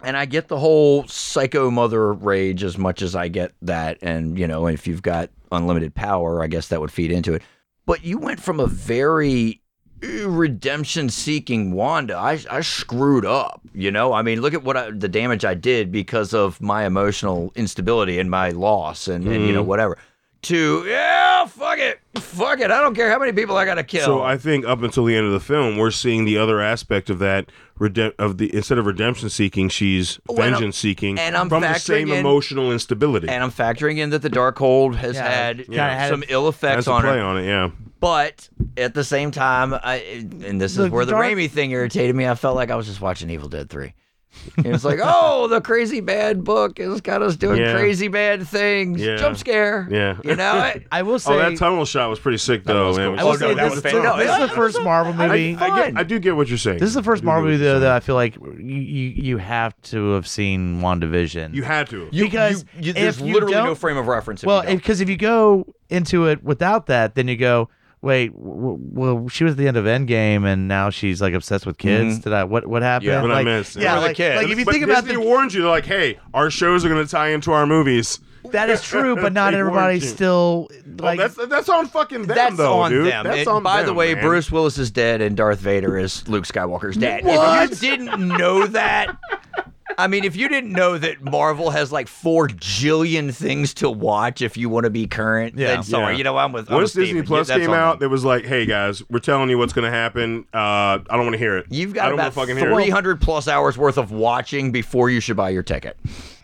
Speaker 3: And I get the whole psycho mother rage as much as I get that. And, you know, if you've got unlimited power, I guess that would feed into it. But you went from a very redemption seeking Wanda. I, I screwed up, you know? I mean, look at what I, the damage I did because of my emotional instability and my loss and, and you know, whatever. To, yeah, fuck it. Fuck it. I don't care how many people I got to kill.
Speaker 1: So I think up until the end of the film, we're seeing the other aspect of that redem- of the instead of redemption seeking, she's
Speaker 3: Well, and I'm-
Speaker 1: vengeance seeking
Speaker 3: and I'm
Speaker 1: from the
Speaker 3: factoring
Speaker 1: same
Speaker 3: in-
Speaker 1: emotional instability.
Speaker 3: and I'm factoring in that the Darkhold has
Speaker 2: Yeah,
Speaker 3: had,
Speaker 2: kinda had
Speaker 3: some ill effects
Speaker 1: That's a
Speaker 3: on
Speaker 1: play
Speaker 3: her.
Speaker 1: on it, yeah.
Speaker 3: But at the same time, I and this
Speaker 2: The
Speaker 3: is where the
Speaker 2: dark-
Speaker 3: Raimi thing irritated me. I felt like I was just watching Evil Dead Three. It was like, oh, the crazy bad book has got us doing
Speaker 1: Yeah.
Speaker 3: crazy bad things.
Speaker 1: Yeah.
Speaker 3: Jump scare.
Speaker 1: Yeah.
Speaker 3: You know, I,
Speaker 2: I will say.
Speaker 1: oh, that tunnel shot was pretty sick, though. man. It was
Speaker 2: I will
Speaker 4: Oh, no,
Speaker 2: say this,
Speaker 4: that was
Speaker 2: this-
Speaker 4: fantastic.
Speaker 2: this is the first Marvel movie.
Speaker 1: I,
Speaker 3: fun.
Speaker 1: get, I do get what you're saying.
Speaker 2: This is the first
Speaker 1: I do
Speaker 2: Marvel
Speaker 1: get what
Speaker 2: movie
Speaker 1: you're
Speaker 2: though that
Speaker 1: saying.
Speaker 2: I feel like you you, you have to have seen WandaVision.
Speaker 1: you had to.
Speaker 3: you,
Speaker 2: Because
Speaker 3: you, you,
Speaker 2: if
Speaker 3: there's
Speaker 2: you
Speaker 3: literally
Speaker 2: don't-
Speaker 3: no frame of reference. If
Speaker 2: well,
Speaker 3: you don't.
Speaker 2: because if you go into it without that, then you go, wait, w- w- well, she was at the end of Endgame, and now she's like obsessed with kids. Did I what what happened?
Speaker 1: What I
Speaker 2: like,
Speaker 1: missed, Mm-hmm. yeah.
Speaker 2: yeah,
Speaker 1: Where the
Speaker 2: like,
Speaker 4: kids.
Speaker 2: like if you
Speaker 1: but
Speaker 2: think about
Speaker 1: Disney
Speaker 2: the,
Speaker 1: warned you, they're like, "Hey, our shows are going to tie into our movies."
Speaker 2: that is true, but not
Speaker 1: They warned
Speaker 2: everybody's
Speaker 1: you.
Speaker 2: still like.
Speaker 1: oh, that's that's on fucking them,
Speaker 3: that's
Speaker 1: though,
Speaker 3: on
Speaker 1: dude.
Speaker 3: them.
Speaker 1: That's
Speaker 3: And
Speaker 1: on
Speaker 3: by the
Speaker 1: them,
Speaker 3: way,
Speaker 1: man.
Speaker 3: Bruce Willis is dead, and Darth Vader is Luke Skywalker's dad.
Speaker 2: What?
Speaker 3: If you didn't know that, I mean, if you didn't know that Marvel has like four jillion things to watch if you want to be current,
Speaker 2: Yeah.
Speaker 3: then sorry,
Speaker 1: Yeah.
Speaker 3: you know I'm with. I'm
Speaker 1: Once
Speaker 3: with Steven.
Speaker 1: Disney
Speaker 3: Yeah,
Speaker 1: Plus
Speaker 3: that's
Speaker 1: came
Speaker 3: on
Speaker 1: out,
Speaker 3: them.
Speaker 1: it was like, "Hey guys, we're telling you what's going to happen. Uh, I don't want to hear it.
Speaker 3: You've
Speaker 1: I
Speaker 3: got
Speaker 1: don't wanna
Speaker 3: about
Speaker 1: fucking hear it."
Speaker 3: 300 plus hours worth of watching before you should buy your ticket.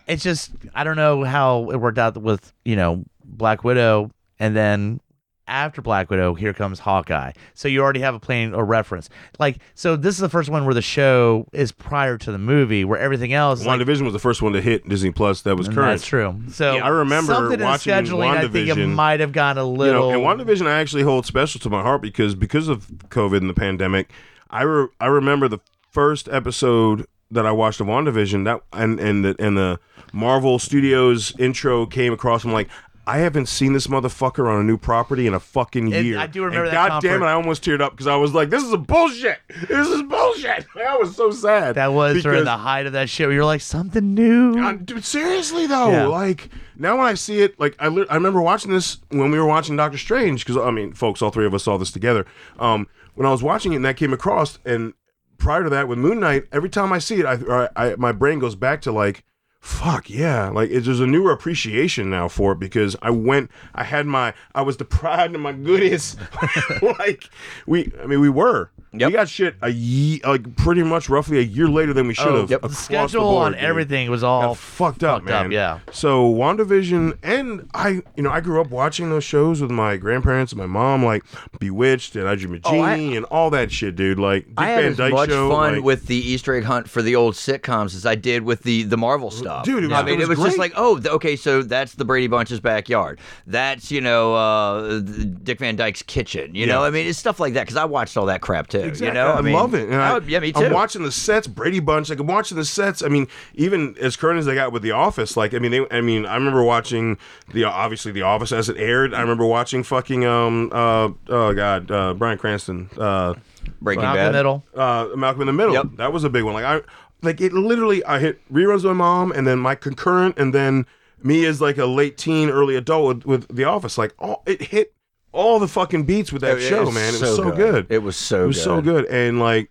Speaker 2: it's just I don't know how it worked out with you know Black Widow, and then after Black Widow, here comes Hawkeye. So you already have a plan or reference. Like so, this is the first one where the show is prior to the movie, where everything else. Is like,
Speaker 1: WandaVision was the first one to hit Disney Plus that was current.
Speaker 2: that's true. So
Speaker 1: I remember
Speaker 2: something
Speaker 1: watching
Speaker 2: in scheduling. I think it
Speaker 1: WandaVision,
Speaker 2: might have gone a little.
Speaker 1: You know, and WandaVision I actually hold special to my heart because because of COVID and the pandemic, I re- I remember the first episode that I watched of WandaVision that and and the and the Marvel Studios intro came across. I'm like. I haven't seen this motherfucker on a new property in a fucking
Speaker 2: And
Speaker 1: year.
Speaker 2: I do remember
Speaker 1: and
Speaker 2: that
Speaker 1: God damn it,
Speaker 2: conference.
Speaker 1: I almost teared up because I was like, "This is a bullshit. This is bullshit." I was so sad.
Speaker 2: that was during
Speaker 1: because-
Speaker 2: the height of that show. You're like something new.
Speaker 1: i Uh, dude, seriously though,
Speaker 2: Mm-hmm. Yeah.
Speaker 1: like now when I see it, like I, lit- I remember watching this when we were watching Doctor Strange because I mean, folks, all three of us saw this together. Um, when I was watching it, and that came across, and prior to that with Moon Knight, every time I see it, I, or I, I my brain goes back to like, fuck yeah, like it, there's a newer appreciation now for it because I went, I had my, I was deprived of my goodies, like we, I mean, we were.
Speaker 3: Yep.
Speaker 1: We got shit a ye- like pretty much roughly a year later than we should have.
Speaker 3: Oh, yep.
Speaker 2: the
Speaker 1: across
Speaker 2: schedule
Speaker 1: board,
Speaker 2: on
Speaker 1: dude
Speaker 2: everything was all
Speaker 1: got fucked up,
Speaker 2: fucked
Speaker 1: man.
Speaker 2: up, yeah.
Speaker 1: So WandaVision and I, you know, I grew up watching those shows with my grandparents and my mom, like Bewitched and I Dream of Genie
Speaker 3: Oh, I-
Speaker 1: and all that shit, dude. Like Dick
Speaker 3: I had
Speaker 1: Van
Speaker 3: as
Speaker 1: Dyke
Speaker 3: much
Speaker 1: show,
Speaker 3: fun
Speaker 1: like-
Speaker 3: with the Easter egg hunt for the old sitcoms as I did with the the Marvel stuff.
Speaker 1: Dude, it was-
Speaker 3: I mean,
Speaker 1: it was
Speaker 3: just
Speaker 1: great.
Speaker 3: like, oh, th- okay, so that's the Brady Bunch's backyard. That's you know uh, th- Dick Van Dyke's kitchen. You know, I mean, it's stuff like that because I watched all that crap too. You
Speaker 1: Exactly.
Speaker 3: know,
Speaker 1: I,
Speaker 3: mean,
Speaker 1: love it. And
Speaker 3: I
Speaker 1: I,
Speaker 3: would- yeah, me too.
Speaker 1: I'm watching the sets, Brady Bunch. Like I'm watching the sets. I mean, even as current as they got with The Office. Like I mean, they. I mean, I remember watching the obviously The Office as it aired. I remember watching fucking um uh oh god uh, Brian Cranston uh
Speaker 3: Breaking
Speaker 2: out in
Speaker 3: Bad.
Speaker 2: the middle.
Speaker 1: uh, Malcolm in the Middle.
Speaker 3: Yep.
Speaker 1: That was a big one. Like I, like it literally. I hit reruns with my mom, and then my concurrent, and then me as like a late teen, early adult with, with The Office. Like all it hit all the fucking beats with that
Speaker 3: It-
Speaker 1: show,
Speaker 3: it's
Speaker 1: man. It was so good.
Speaker 3: It was so.
Speaker 1: It was
Speaker 3: good.
Speaker 1: so good, and like.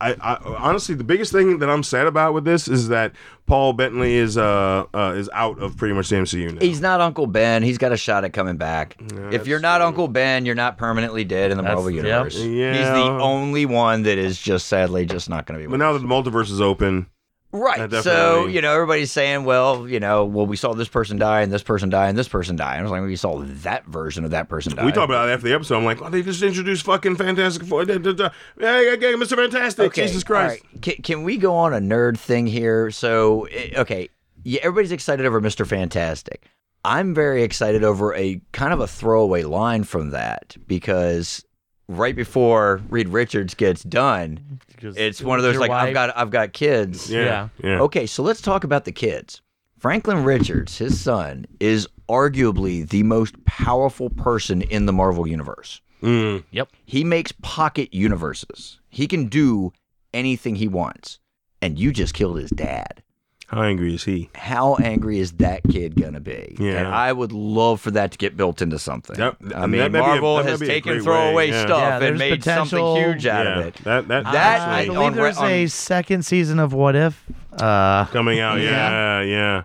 Speaker 1: I, I honestly, the biggest thing that I'm sad about with this is that Paul Bentley is uh, uh is out of pretty much the MCU now.
Speaker 3: He's not Uncle Ben. He's got a shot at coming back. if you're not Uncle Ben, you're not permanently dead in the
Speaker 2: That's-
Speaker 3: Marvel
Speaker 2: yep.
Speaker 3: universe. He's
Speaker 1: Yeah.
Speaker 3: the only one that is just sadly just not going to be.
Speaker 1: but
Speaker 3: with
Speaker 1: now
Speaker 3: us.
Speaker 1: that the multiverse is open, I
Speaker 3: Right. So,
Speaker 1: definitely-
Speaker 3: you know, everybody's saying, well, you know, well, we saw this person die and this person die and this person die. And I was like, we saw that version of that person die.
Speaker 1: We talked about it after the episode. I'm like, oh, they just introduced fucking Fantastic Four. Da, da, da. Hey, hey, hey, Mr. Fantastic. Jesus Christ.
Speaker 3: all right. Can, can we go on a nerd thing here? So, eh, okay. Yeah, everybody's excited over Mr. Fantastic. I'm very excited over a kind of a throwaway line from that because right before Reed Richards gets done, it's one of those like I've got I've got kids.
Speaker 1: Yeah. Yeah.
Speaker 3: Okay, so let's talk about the kids. Franklin Richards, his son, is arguably the most powerful person in the Marvel universe.
Speaker 1: Mm.
Speaker 2: Yep.
Speaker 3: He makes pocket universes. He can do anything he wants. And you just killed his dad.
Speaker 1: How angry is he?
Speaker 3: How angry is that kid gonna be?
Speaker 1: Yeah.
Speaker 3: And I would love for that to get built into something.
Speaker 1: That-
Speaker 3: I
Speaker 1: and that may
Speaker 3: mean,
Speaker 1: be a-
Speaker 3: Marvel
Speaker 1: that may
Speaker 3: has
Speaker 1: be a
Speaker 3: taken
Speaker 1: great
Speaker 3: throwaway
Speaker 1: way, yeah.
Speaker 3: stuff
Speaker 2: Yeah,
Speaker 3: and
Speaker 2: there's
Speaker 3: made
Speaker 2: potential-
Speaker 3: something huge out of
Speaker 1: Yeah.
Speaker 3: it. Ah.
Speaker 1: That that
Speaker 3: That
Speaker 1: actually-
Speaker 2: I
Speaker 3: I-
Speaker 2: believe
Speaker 3: on-
Speaker 2: there's a
Speaker 3: on-
Speaker 2: second season of What If. Uh,
Speaker 1: coming out.
Speaker 2: Yeah.
Speaker 1: Yeah, yeah.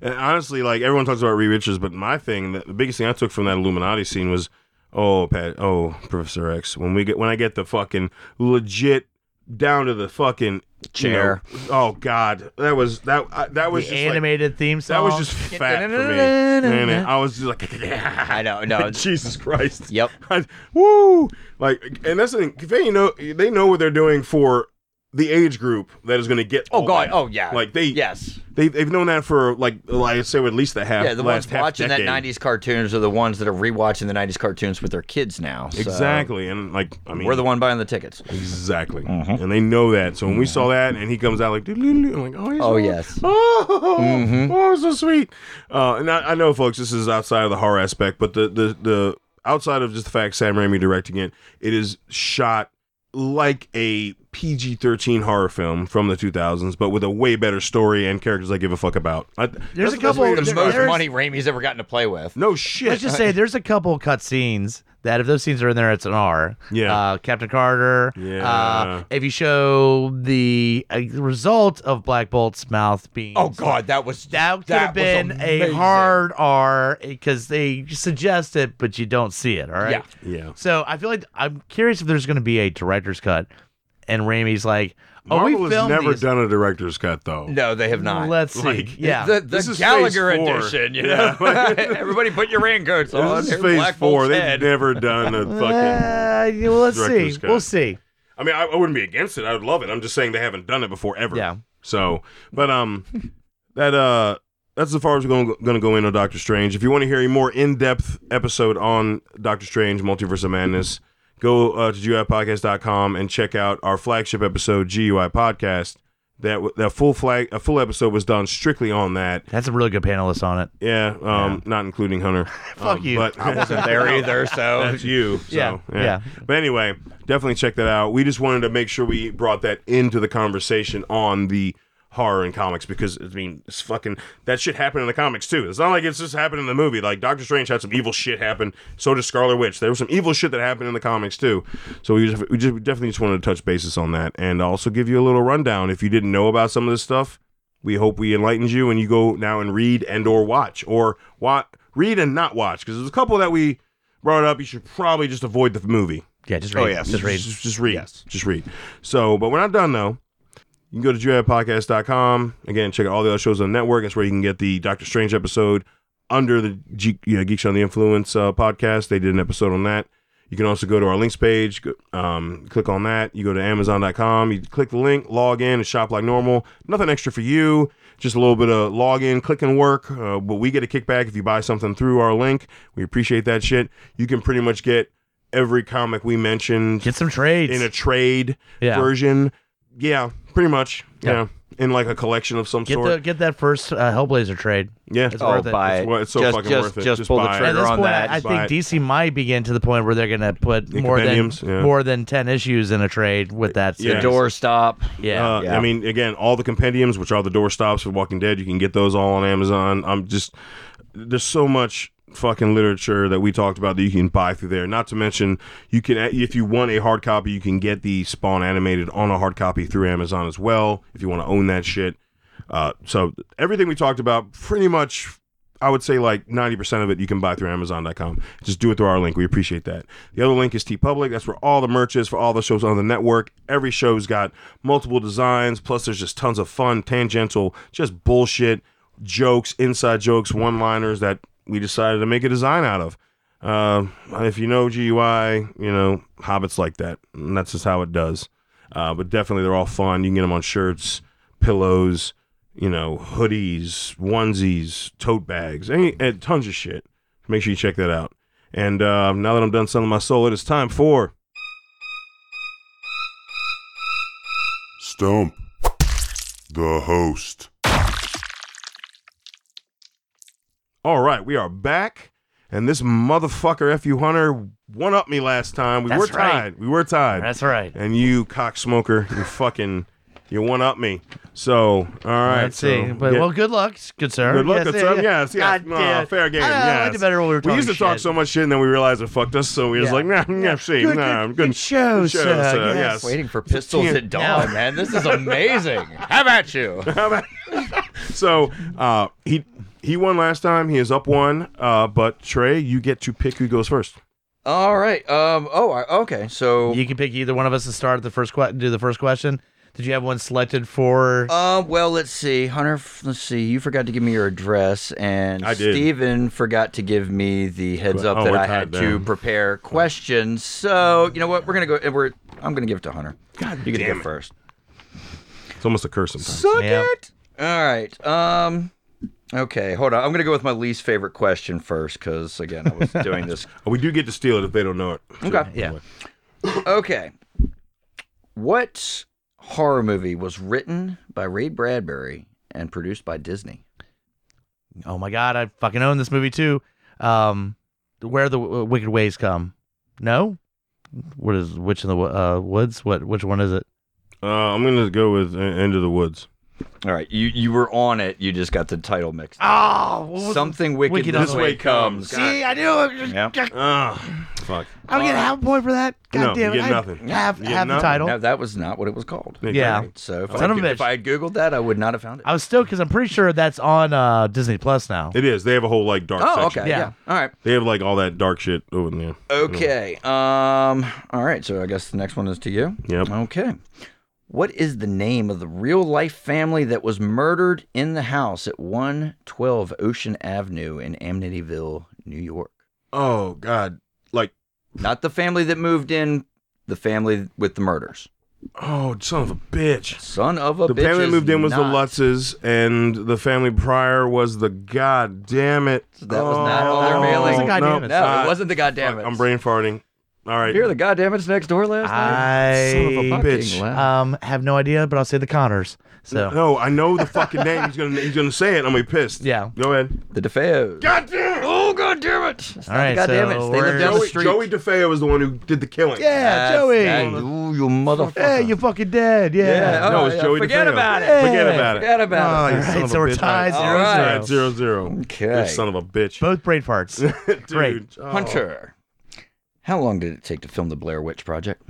Speaker 1: And honestly, like everyone talks about Reed Richards, but my thing, the, the biggest thing I took from that Illuminati scene was, oh Pat, oh Professor X. When we get when I get the fucking legit down to the fucking you
Speaker 3: Chair.
Speaker 1: know, oh God, that was that I, that was
Speaker 2: the
Speaker 1: just like,
Speaker 2: animated theme song.
Speaker 1: that was just fat for me. And it- I was just like,
Speaker 3: I know, no.
Speaker 1: Jesus Christ.
Speaker 3: Yep.
Speaker 1: I- woo! Like, and that's the thing. They know they know what they're doing for the age group that is going to get.
Speaker 3: Oh
Speaker 1: all
Speaker 3: god,
Speaker 1: that.
Speaker 3: oh yeah.
Speaker 1: Like they,
Speaker 3: Yes.
Speaker 1: they they've known that for like like, I'd say at least the half.
Speaker 3: Yeah, the
Speaker 1: last
Speaker 3: ones
Speaker 1: half
Speaker 3: watching that
Speaker 1: decade.
Speaker 3: '90s cartoons are the ones that are rewatching the '90s cartoons with their kids now. So
Speaker 1: Exactly, and like I mean,
Speaker 3: We're the one buying the tickets.
Speaker 1: exactly,
Speaker 2: Mm-hmm.
Speaker 1: and they know that. So when we saw that, and he comes out like, "Doo-doo-doo," I'm like, oh, he's
Speaker 3: Oh,
Speaker 1: all-
Speaker 3: yes.
Speaker 1: oh,
Speaker 2: Mm-hmm.
Speaker 1: oh, so sweet. Uh, and I, I know, folks, this is outside of the horror aspect, but the the the outside of just the fact Sam Raimi directing it, it is shot like a PG-13 horror film from the 2000s, but with a way better story and characters I give a fuck about. I,
Speaker 2: There's a couple-
Speaker 1: where-
Speaker 2: there's-
Speaker 3: The most
Speaker 2: there's-
Speaker 3: money Raimi's ever gotten to play with.
Speaker 1: no shit.
Speaker 2: Let's just say there's a couple cut scenes that if those scenes are in there, it's an R.
Speaker 1: Yeah.
Speaker 2: Uh, Captain Carter.
Speaker 1: Yeah.
Speaker 2: Uh, if you show the uh, result of Black Bolt's mouth being.
Speaker 3: Oh God, that was
Speaker 2: That could have
Speaker 3: was
Speaker 2: been a
Speaker 3: amazing.
Speaker 2: hard R because they suggest it, but you don't see it. All right.
Speaker 3: Yeah.
Speaker 1: yeah.
Speaker 2: So I feel like I'm curious if there's going to be a director's cut, and Raimi's like, "Oh,
Speaker 1: Marvel
Speaker 2: we
Speaker 1: has
Speaker 2: filmed
Speaker 1: never
Speaker 2: these.
Speaker 1: done a director's cut though.
Speaker 3: No, they have not.
Speaker 2: Let's see.
Speaker 1: Like,
Speaker 2: yeah.
Speaker 3: The, the
Speaker 1: This is
Speaker 3: Gallagher
Speaker 1: phase four.
Speaker 4: edition, you know. Everybody put your raincoats on.
Speaker 1: This is
Speaker 4: Here's
Speaker 1: phase
Speaker 4: Black
Speaker 1: four.
Speaker 4: Bolt's
Speaker 1: They've
Speaker 4: head.
Speaker 1: never done a fucking.
Speaker 2: Uh, yeah, well, let's see.
Speaker 1: director's cut.
Speaker 2: We'll see.
Speaker 1: I mean, I, I wouldn't be against it. I would love it. I'm just saying they haven't done it before ever.
Speaker 2: Yeah.
Speaker 1: So, but um, that uh, that's as far as we're going going to go in on Doctor Strange. If you want to hear a more in depth episode on Doctor Strange, Multiverse of Madness, go uh, to GUIPodcast.com and check out our flagship episode, GUI Podcast. That w- that full flag a full episode was done strictly on that.
Speaker 2: That's a really good panelist on it.
Speaker 1: Yeah. Um, not including Hunter.
Speaker 2: Fuck
Speaker 1: Um,
Speaker 2: you.
Speaker 1: But
Speaker 4: I wasn't there either, so
Speaker 1: Oh. That's you. So,
Speaker 2: Yeah,
Speaker 1: yeah,
Speaker 2: yeah.
Speaker 1: But anyway, definitely check that out. We just wanted to make sure we brought that into the conversation on the horror and comics because I mean, it's fucking that shit happened in the comics too. It's not like it's just happened in the movie. Like Doctor Strange had some evil shit happen. So did Scarlet Witch. There was some evil shit that happened in the comics too. So we just, we just we definitely just wanted to touch bases on that and also give you a little rundown if you didn't know about some of this stuff. We hope we enlightened you and you go now and read and or watch or what read and not watch because there's a couple that we brought up. You should probably just avoid the movie.
Speaker 2: Yeah, just read. Oh,
Speaker 1: Just,
Speaker 2: Just read.
Speaker 1: just, just read. Just read. So, but we're not done though. You can go to jihadpodcast.com. Again, check out all the other shows on the network. That's where you can get the Doctor Strange episode under the G- you know, Geeks on the Influence uh, podcast. They did an episode on that. You can also go to our links page, go- um, click on that. You go to Amazon.com, you click the link, log in, and shop like normal. Nothing extra for you, just a little bit of login, click and work. Uh, but we get a kickback if you buy something through our link. We appreciate that shit. You can pretty much get every comic we mentioned
Speaker 2: Get some trades.
Speaker 1: in a trade
Speaker 2: Yeah.
Speaker 1: version. Yeah, pretty much.
Speaker 2: Yeah.
Speaker 1: Yeah. In like a collection of some
Speaker 2: get
Speaker 1: sort.
Speaker 2: the get that first uh, Hellblazer trade.
Speaker 1: yeah.
Speaker 2: It's
Speaker 3: Oh,
Speaker 2: worth it.
Speaker 3: buy
Speaker 1: It's
Speaker 3: it.
Speaker 1: wor- it's so
Speaker 3: just,
Speaker 1: fucking
Speaker 3: just,
Speaker 1: worth it.
Speaker 3: Just,
Speaker 1: Just
Speaker 3: pull the
Speaker 1: buy it.
Speaker 2: At
Speaker 1: Figure
Speaker 2: this
Speaker 3: trigger on
Speaker 2: point,
Speaker 1: that.
Speaker 2: I, I
Speaker 1: Just buy
Speaker 2: think
Speaker 1: it.
Speaker 2: DC might be getting to the point where they're going to put
Speaker 1: Yeah,
Speaker 2: more than
Speaker 1: compendiums, yeah.
Speaker 2: more than ten issues in a trade with that.
Speaker 1: Yeah.
Speaker 3: The
Speaker 2: series.
Speaker 3: door stop.
Speaker 2: Yeah.
Speaker 1: Uh,
Speaker 3: yeah.
Speaker 1: I mean, again, all the compendiums, which are the door stops for Walking Dead, you can get those all on Amazon. I'm just there's so much fucking literature that we talked about that you can buy through there. Not to mention, you can if you want a hard copy, you can get the Spawn animated on a hard copy through Amazon as well. If you want to own that shit, uh, so everything we talked about, pretty much, I would say like 90% of it you can buy through Amazon.com. Just do it through our link. We appreciate that. The other link is T Public. That's where all the merch is for all the shows on the network. Every show's got multiple designs. Plus, there's just tons of fun, tangential, just bullshit jokes, inside jokes, one liners that we decided to make a design out of. Uh, if you know GUI, you know, Hobbits like that. And that's just how it does. Uh, but definitely, they're all fun. You can get them on shirts, pillows, you know, hoodies, onesies, tote bags, any, eh, and um, tons of shit. Make sure you check that out. And uh, now that I'm done selling my soul, it is time for
Speaker 5: Stump the host.
Speaker 1: All right, we are back, and this motherfucker Fu Hunter one up me last time. We
Speaker 2: That's
Speaker 1: were
Speaker 2: right.
Speaker 1: tied. We were tied.
Speaker 2: That's right.
Speaker 1: and you cocksmoker, you fucking, you one up me. So all right,
Speaker 2: Let's
Speaker 1: so,
Speaker 2: see. But
Speaker 1: yeah.
Speaker 2: well, good luck. Good sir.
Speaker 1: Good luck at some. Yes, yes.
Speaker 2: God
Speaker 1: no,
Speaker 2: damn it.
Speaker 1: fair game.
Speaker 2: I, I liked
Speaker 1: yes.
Speaker 2: it better when we were talking
Speaker 1: used to talk
Speaker 2: shit.
Speaker 1: so much shit, and then we realized it fucked us. So we was
Speaker 2: Yeah.
Speaker 1: like, nah, yeah, see,
Speaker 2: Good,
Speaker 1: nah,
Speaker 2: good, good show, sir. Yes.
Speaker 3: Waiting for pistols at dawn, man. This is amazing.
Speaker 4: How about you?
Speaker 1: So uh, he he won last time. He is up one. Uh, but Trey, you get to pick who goes first.
Speaker 3: All right. Um. Oh. I, okay. So.
Speaker 2: You can pick either one of us to start at the first que- do the first question. Did you have one selected for?
Speaker 3: Um. Well, let's see, Hunter. f- Let's see. You forgot to give me your address, and
Speaker 1: I did.
Speaker 3: Steven forgot to give me the heads up
Speaker 1: Oh,
Speaker 3: that
Speaker 1: we're
Speaker 3: I
Speaker 1: tied
Speaker 3: had to
Speaker 1: then.
Speaker 3: prepare questions. So you know what? We're gonna go. We're. I'm gonna give it to Hunter. God, you gonna
Speaker 1: damn
Speaker 3: go
Speaker 1: it.
Speaker 3: first.
Speaker 1: It's almost a curse sometimes.
Speaker 3: Suck
Speaker 2: Yeah.
Speaker 3: it. All right. Um. Okay. Hold on. I'm gonna go with my least favorite question first, because again, I was doing this
Speaker 1: We do get to steal it if they don't know it.
Speaker 3: Okay.
Speaker 2: Yeah.
Speaker 3: Okay. What horror movie was written by Ray Bradbury and produced by Disney?
Speaker 2: Oh my god, I fucking own this movie too. Um, where the w- wicked ways come? No. What is which in the Wo- uh, woods? What which one is it?
Speaker 1: Uh, I'm gonna go with uh, End of the Woods.
Speaker 3: All right, you you were on it. You just got the title mixed.
Speaker 2: Oh,
Speaker 3: Something wicked,
Speaker 2: Wicked
Speaker 3: this
Speaker 2: This
Speaker 3: way
Speaker 1: Way
Speaker 3: comes.
Speaker 1: Comes.
Speaker 2: See, I knew. I'm
Speaker 3: Yep.
Speaker 1: Ah, fuck.
Speaker 2: getting half a point for that. God
Speaker 1: No,
Speaker 2: damn it!
Speaker 1: you get
Speaker 2: I-
Speaker 1: nothing.
Speaker 2: Half,
Speaker 1: You get
Speaker 2: half the
Speaker 1: nothing.
Speaker 2: title.
Speaker 3: No, that was not what it was called.
Speaker 2: Yeah.
Speaker 3: Right, So if,
Speaker 2: Son
Speaker 3: I,
Speaker 2: of a
Speaker 3: if
Speaker 2: bitch.
Speaker 3: I had googled that, I would not have found it.
Speaker 2: I was stoked because I'm pretty sure that's on uh, Disney Plus now.
Speaker 1: It is. They have a whole like dark
Speaker 3: Oh,
Speaker 1: section.
Speaker 3: okay. Yeah.
Speaker 2: Yeah.
Speaker 3: All right.
Speaker 1: They have like all that dark shit. Oh, yeah.
Speaker 3: Okay. Um. All right. So I guess the next one is to you.
Speaker 1: Yep.
Speaker 3: Okay. What is the name of the real life family that was murdered in the house at 112 Ocean Avenue in Amityville, New York?
Speaker 1: Oh God. Like
Speaker 3: Not the family that moved in, the family with the murders.
Speaker 1: oh son of a bitch.
Speaker 3: Son of a
Speaker 1: the
Speaker 3: bitch.
Speaker 1: family
Speaker 3: is
Speaker 1: moved in was
Speaker 3: not-
Speaker 1: the Lutzes, and the family prior was the God damn it.
Speaker 3: that was not all their
Speaker 1: Oh,
Speaker 3: family.
Speaker 2: It was the
Speaker 1: no,
Speaker 2: goddamn it.
Speaker 3: No,
Speaker 1: uh,
Speaker 3: it wasn't the goddamn
Speaker 1: fuck,
Speaker 3: it.
Speaker 1: I'm brain farting. All right.
Speaker 3: You're the goddamn it's next door last night.
Speaker 1: Son of a
Speaker 2: I
Speaker 1: Ah, bitch.
Speaker 3: Uh-huh.
Speaker 2: um have no idea, but I'll say the Connors. So
Speaker 3: oh,
Speaker 1: No, I know the fucking name. He's gonna he's gonna say it. I'm gonna be pissed.
Speaker 2: Yeah.
Speaker 1: Go ahead.
Speaker 3: The DeFeos. God damn it. Oh, god damn it. It's not
Speaker 2: right,
Speaker 3: the goddamn
Speaker 2: so
Speaker 3: it. They
Speaker 2: we're-
Speaker 3: live down the
Speaker 1: Joey,
Speaker 3: street.
Speaker 1: Joey DeFeo was the one who did the killing.
Speaker 2: yeah,
Speaker 3: That's-
Speaker 2: Joey.
Speaker 3: that- you, you motherfucker.
Speaker 2: Hey, you fucking dead. Yeah.
Speaker 3: Yeah.
Speaker 1: No,
Speaker 3: Oh,
Speaker 1: it's Joey
Speaker 3: forget
Speaker 1: DeFeo.
Speaker 3: about it.
Speaker 1: Forget about it.
Speaker 3: Forget about
Speaker 1: Oh,
Speaker 2: it.
Speaker 1: you son
Speaker 2: Alright,
Speaker 1: of
Speaker 2: so
Speaker 1: a
Speaker 2: we're
Speaker 1: bitch.
Speaker 2: tied
Speaker 1: Alright.
Speaker 3: zero, zero.
Speaker 1: Alright, zero zero.
Speaker 3: Okay.
Speaker 1: You son of a bitch.
Speaker 2: Both brain farts.
Speaker 1: Dude,
Speaker 2: great.
Speaker 1: oh.
Speaker 3: Hunter, how long did it take to film the Blair Witch Project?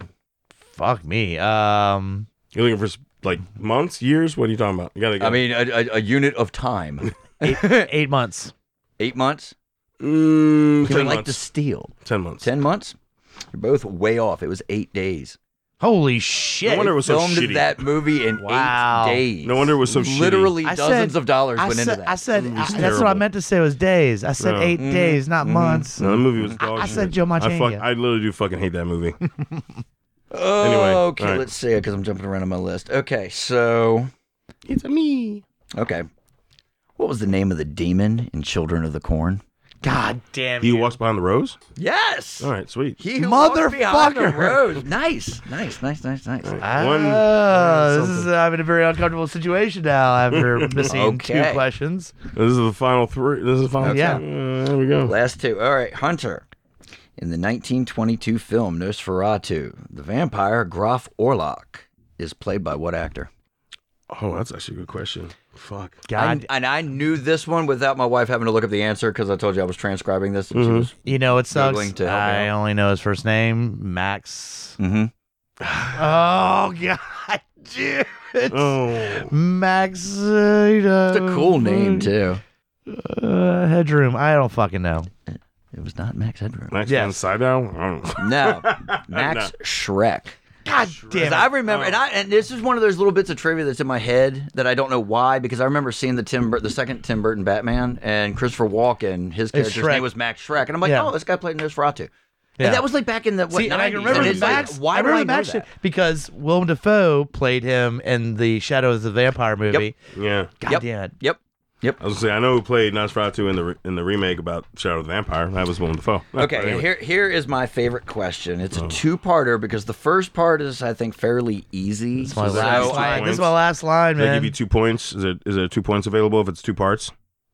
Speaker 2: Fuck me. Um
Speaker 1: You're looking for s- like months, years? What are you talking about? You gotta go.
Speaker 3: I mean, a, a, a unit of time.
Speaker 2: eight, eight months.
Speaker 3: Eight months?
Speaker 1: Mm,
Speaker 3: You
Speaker 1: ten,
Speaker 3: would like to
Speaker 1: months.
Speaker 3: steal.
Speaker 1: ten months.
Speaker 3: Ten months? You're both way off. It was eight days.
Speaker 2: Holy
Speaker 1: No
Speaker 2: shit.
Speaker 1: wonder it was so
Speaker 3: Filmed
Speaker 1: shitty.
Speaker 3: that movie in
Speaker 2: Wow.
Speaker 3: eight days.
Speaker 1: No wonder it was so shitty.
Speaker 3: Literally
Speaker 2: I said-
Speaker 3: dozens of dollars
Speaker 2: I
Speaker 3: went into
Speaker 2: said,
Speaker 3: that.
Speaker 2: I said I- that's what I
Speaker 1: terrible.
Speaker 2: meant to say was days. I said
Speaker 1: No.
Speaker 2: eight
Speaker 3: Mhm.
Speaker 2: days, not
Speaker 3: Mhm.
Speaker 2: months.
Speaker 1: No, the movie was dog
Speaker 2: I- I
Speaker 1: shit.
Speaker 2: said Joe
Speaker 1: I, fuck,
Speaker 2: Mantegna.
Speaker 1: I literally do fucking hate that movie.
Speaker 3: Oh,
Speaker 1: Anyway,
Speaker 3: okay,
Speaker 1: all right.
Speaker 3: let's see, because I'm jumping around on my list. Okay, so
Speaker 1: it's me.
Speaker 3: okay, what was the name of the demon in Children of the Corn?
Speaker 2: God damn
Speaker 1: He
Speaker 2: you.
Speaker 1: walks behind the rose?
Speaker 3: Yes.
Speaker 1: All right, sweet.
Speaker 3: He who walked behind the
Speaker 2: Motherfucker.
Speaker 3: rose. Nice, nice, nice, nice, nice.
Speaker 2: Ah,
Speaker 1: One-
Speaker 2: this is I'm in a very uncomfortable situation now after missing
Speaker 3: Okay.
Speaker 2: two questions.
Speaker 1: This is the final three. This is the final.
Speaker 2: Yeah.
Speaker 1: Uh, there we go.
Speaker 3: Last two. All right, Hunter. In the 1922 film Nosferatu, the vampire Graf Orlok is played by what actor?
Speaker 1: Oh, that's actually a good question. Fuck.
Speaker 2: God,
Speaker 3: I- and I knew this one without my wife having to look up the answer because I told you I was transcribing this. And
Speaker 1: Mm-hmm.
Speaker 3: She
Speaker 2: you know it sucks.
Speaker 3: Googling to help me
Speaker 2: I
Speaker 3: out.
Speaker 2: only know his first name, Max.
Speaker 3: was. Mm-hmm.
Speaker 2: Oh God, dude.
Speaker 1: Oh.
Speaker 2: Max. Uh, you know,
Speaker 3: It's a cool name
Speaker 1: Mm-hmm.
Speaker 3: too.
Speaker 2: Uh, headroom. I don't fucking know.
Speaker 3: It was not Max Headroom.
Speaker 1: Max
Speaker 2: Yes.
Speaker 1: yeah. side down? I don't know.
Speaker 3: No, Max Shrek.
Speaker 2: God
Speaker 3: Because
Speaker 2: damn
Speaker 3: I
Speaker 2: it.
Speaker 3: remember, and I and this is one of those little bits of trivia that's in my head that I don't know why. Because I remember seeing the Tim, Bur- the second Tim Burton Batman, and Christopher Walken, his
Speaker 2: It's
Speaker 3: character's
Speaker 2: Shrek.
Speaker 3: name was Max Shrek, and I'm like,
Speaker 2: Yeah.
Speaker 3: oh, this guy played Nosferatu,
Speaker 2: Yeah.
Speaker 3: and that was like back in the what,
Speaker 2: See,
Speaker 3: 90s.
Speaker 2: and I can remember
Speaker 3: and
Speaker 2: the
Speaker 3: it's like,
Speaker 2: Max.
Speaker 3: why
Speaker 2: I remember
Speaker 3: do I know
Speaker 2: Max
Speaker 3: that?
Speaker 2: shit because Willem Dafoe played him in the Shadow of the Vampire movie.
Speaker 1: Yeah.
Speaker 2: God
Speaker 3: Yep.
Speaker 2: damn it.
Speaker 3: Yep. Yep.
Speaker 1: I was gonna say I know who played Nosferatu in the re- in the remake about Shadow of the Vampire. That was Willem Dafoe.
Speaker 3: Okay,
Speaker 1: Anyway.
Speaker 3: here here is my favorite question. It's
Speaker 2: Oh.
Speaker 3: a two-parter because the first part is, I think, fairly easy.
Speaker 2: This is my
Speaker 1: So
Speaker 2: last
Speaker 1: that's
Speaker 2: line.
Speaker 1: two
Speaker 2: This is
Speaker 1: points.
Speaker 2: my last line,
Speaker 1: Did I
Speaker 2: man.
Speaker 1: give you two points? Is it is it two points available if it's two parts?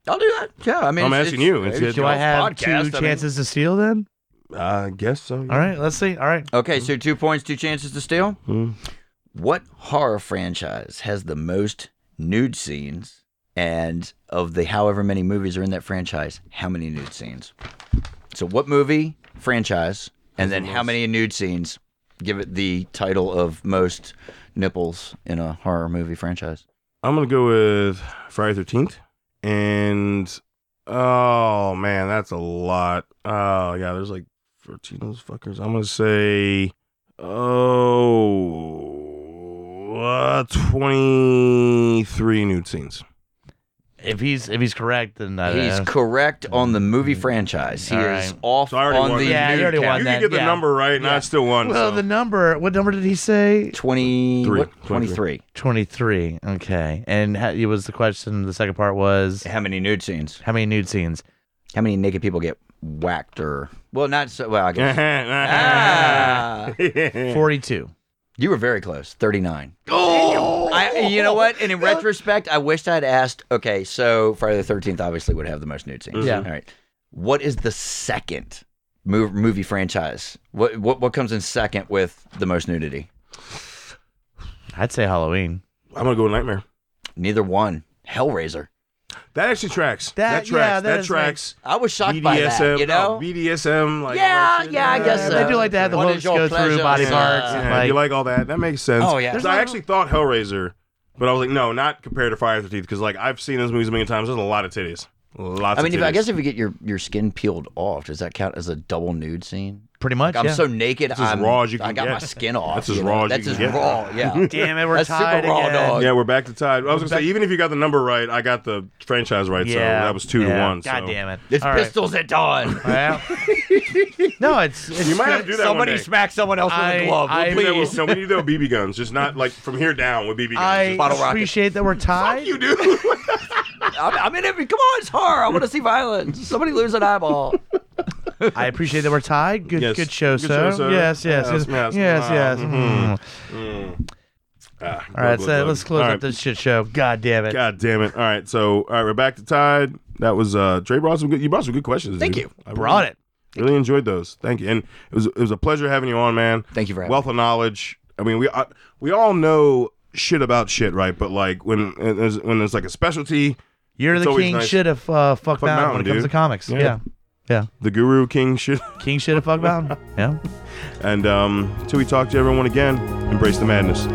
Speaker 3: I'll do that. Yeah, I mean,
Speaker 1: I'm
Speaker 3: it's-
Speaker 1: asking
Speaker 3: it's-
Speaker 1: you. It's-
Speaker 3: it's-
Speaker 2: Do I have
Speaker 4: podcast, I mean-
Speaker 2: two chances to steal then?
Speaker 1: I guess so. yeah.
Speaker 2: All right, let's see. All right.
Speaker 3: Okay, so two points, two chances to steal.
Speaker 1: Mm.
Speaker 3: What horror franchise has the most nude scenes? And of the however many movies are in that franchise, how many nude scenes? So, what movie franchise, and then how many nude scenes? Give it the title of most nipples in a horror movie franchise.
Speaker 1: I'm gonna go with Friday Thirteenth, and oh man, that's a lot. Oh yeah, there's like 14 of those fuckers. I'm gonna say oh uh, 23 nude scenes.
Speaker 2: If he's if he's correct, then uh, I
Speaker 3: He's correct on the movie franchise. He
Speaker 2: Mm-hmm. All right.
Speaker 3: is off
Speaker 1: So I already
Speaker 3: on
Speaker 1: won.
Speaker 3: the
Speaker 2: Yeah, you
Speaker 3: nude
Speaker 2: already
Speaker 3: count.
Speaker 2: won
Speaker 1: you
Speaker 2: that,
Speaker 1: can get the
Speaker 2: yeah.
Speaker 1: number right, and
Speaker 2: Yeah.
Speaker 1: I still won.
Speaker 2: well,
Speaker 1: so.
Speaker 2: the number. What number did he say?
Speaker 3: 20,
Speaker 1: Three.
Speaker 3: what? 23.
Speaker 2: 23. Okay. And ha- it was the question, the second part was
Speaker 3: How many nude scenes?
Speaker 2: how many nude scenes?
Speaker 3: How many naked people get whacked or. Well, not so. Well, I guess. Ah.
Speaker 2: 42.
Speaker 3: You were very close. 39. Oh! I, you know what? And in retrospect, I wished I'd asked. Okay, so Friday the 13th obviously would have the most nude scenes.
Speaker 2: Yeah.
Speaker 3: All right. What is the second mov- movie franchise? What, what what comes in second with the most nudity?
Speaker 2: I'd say Halloween.
Speaker 1: I'm gonna go with Nightmare.
Speaker 3: Neither one. Hellraiser.
Speaker 1: That actually tracks. That,
Speaker 2: That- yeah,
Speaker 1: tracks.
Speaker 2: that
Speaker 1: that,
Speaker 2: is
Speaker 1: tracks.
Speaker 3: I was shocked by that. You know.
Speaker 1: oh, BDSM. Like, all
Speaker 3: Yeah,
Speaker 1: that shit.
Speaker 3: yeah, I guess
Speaker 2: They do like to have the
Speaker 3: What
Speaker 2: hooks
Speaker 3: is your
Speaker 2: go through
Speaker 3: pleasure,
Speaker 2: body
Speaker 3: sir?
Speaker 2: parts.
Speaker 3: Yeah,
Speaker 1: Yeah,
Speaker 2: like,
Speaker 1: you like all that? That makes sense.
Speaker 3: Oh, yeah.
Speaker 1: So I actually thought Hellraiser, but I was like, no, not compared to Fire Teeth because like I've seen those movies a million times. There's a lot of titties. Lots.
Speaker 3: I mean,
Speaker 1: of
Speaker 3: if,
Speaker 1: titties.
Speaker 3: I guess if you get your, your skin peeled off, does that count as a double nude scene?
Speaker 2: pretty much.
Speaker 3: Like, I'm
Speaker 2: yeah.
Speaker 3: so naked.
Speaker 1: as
Speaker 3: I'm,
Speaker 1: raw as you
Speaker 3: I
Speaker 1: can
Speaker 3: got
Speaker 1: get.
Speaker 3: my skin off.
Speaker 1: That's as
Speaker 3: you know?
Speaker 1: raw as you
Speaker 3: That's
Speaker 1: can
Speaker 3: as
Speaker 1: get.
Speaker 3: raw. Yeah.
Speaker 2: Damn it, we're
Speaker 3: That's super
Speaker 2: tied
Speaker 3: raw,
Speaker 2: again.
Speaker 3: dog.
Speaker 1: Yeah, we're back to tied. I was gonna say even if you got the number right, I got the franchise right, so
Speaker 2: Yeah.
Speaker 1: that was two to
Speaker 2: Yeah.
Speaker 1: one.
Speaker 2: God
Speaker 1: so.
Speaker 2: damn it.
Speaker 3: It's
Speaker 2: All right.
Speaker 3: pistols at dawn.
Speaker 2: Well, no, it's, it's
Speaker 1: You might have to do that
Speaker 4: Somebody
Speaker 1: one day.
Speaker 4: smack someone else with
Speaker 2: I-
Speaker 4: a glove,
Speaker 2: I-
Speaker 1: We need that
Speaker 4: please.
Speaker 1: with- no, we need those BB guns, just not like from here down with BB guns.
Speaker 2: I
Speaker 1: Just-
Speaker 4: bottle rocket.
Speaker 2: appreciate that we're tied.
Speaker 1: you do.
Speaker 3: I'm, I'm in it. Come on, it's horror. I want to see violence. Somebody lose an eyeball.
Speaker 2: I appreciate that we're tied. Good,
Speaker 1: Yes.
Speaker 2: good show,
Speaker 1: Good
Speaker 2: sir.
Speaker 1: show, sir.
Speaker 2: Yes, yes, yes,
Speaker 1: Yes,
Speaker 2: yes, yes.
Speaker 1: yes.
Speaker 2: Mm.
Speaker 1: Mhm. Ah,
Speaker 2: All right,
Speaker 1: glug,
Speaker 2: so
Speaker 1: glug,
Speaker 2: let's
Speaker 1: glug.
Speaker 2: close
Speaker 1: All
Speaker 2: up
Speaker 1: right.
Speaker 2: this shit show. God damn it.
Speaker 1: God damn it! All right, so all right, we're back to tied. That was uh, Dre brought some good. You brought some good questions.
Speaker 3: Thank
Speaker 1: dude.
Speaker 3: you.
Speaker 1: I
Speaker 2: Brought it.
Speaker 1: Really, really enjoyed those. Thank you, and it was it was a pleasure having you on, man.
Speaker 3: Thank you for having
Speaker 1: Wealth of knowledge. I mean, we uh, we all know shit about shit, right? But like when uh, there's, when there's like a specialty,
Speaker 2: You're
Speaker 1: It's
Speaker 2: the
Speaker 1: always
Speaker 2: king
Speaker 1: nice.
Speaker 2: shit of uh, fuck,
Speaker 1: Fuck
Speaker 2: mountain, when
Speaker 1: Mountain,
Speaker 2: it comes to
Speaker 1: dude.
Speaker 2: comics. Yeah.
Speaker 1: Yeah.
Speaker 2: yeah.
Speaker 1: the guru king shit.
Speaker 2: King shit of fuck mountain. Yeah.
Speaker 1: And um, until we talk to everyone again, embrace the madness.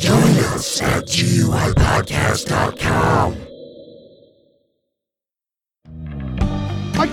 Speaker 5: Donuts at GUIPodcast.com.
Speaker 6: Mike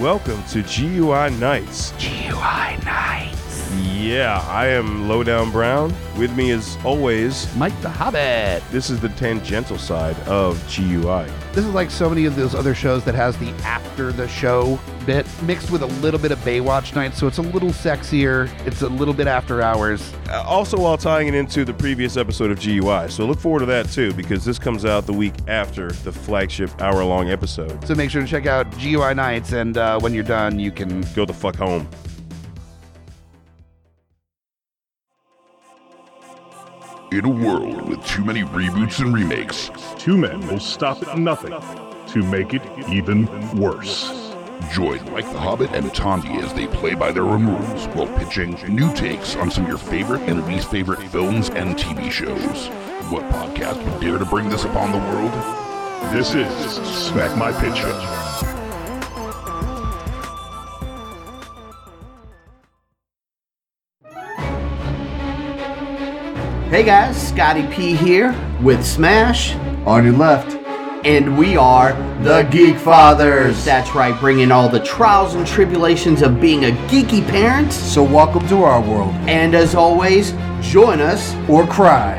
Speaker 1: Welcome to GUI Nights. GUI Nights. Yeah, I am Lowdown Brown. With me, as always,
Speaker 6: Mike the Hobbit.
Speaker 1: this is the tangential side of GUI.
Speaker 6: This is like so many of those other shows that has the after the show bit mixed with a little bit of Baywatch night, so it's a little sexier. It's a little bit after hours.
Speaker 1: Uh, Also, while tying it into the previous episode of GUI, so look forward to that too, because this comes out the week after the flagship hour long episode.
Speaker 6: So make sure to check out GUI Nights, and uh, when you're done, you can
Speaker 1: Go the fuck home.
Speaker 7: In a world with too many reboots and remakes,
Speaker 8: Two men will stop at nothing to make it even worse.
Speaker 7: join Mike the Hobbit and Tandy as they play by their own rules while pitching new takes on some of your favorite and least favorite films and TV shows. What podcast would dare to bring this upon the world?
Speaker 8: This is Smack My Pitch Up.
Speaker 9: Hey guys, Scotty P here with Smash on your left. And we are the Geek Fathers. That's right, bringing all the trials and tribulations of being a geeky parent. So, welcome to our world. And as always, join us or cry.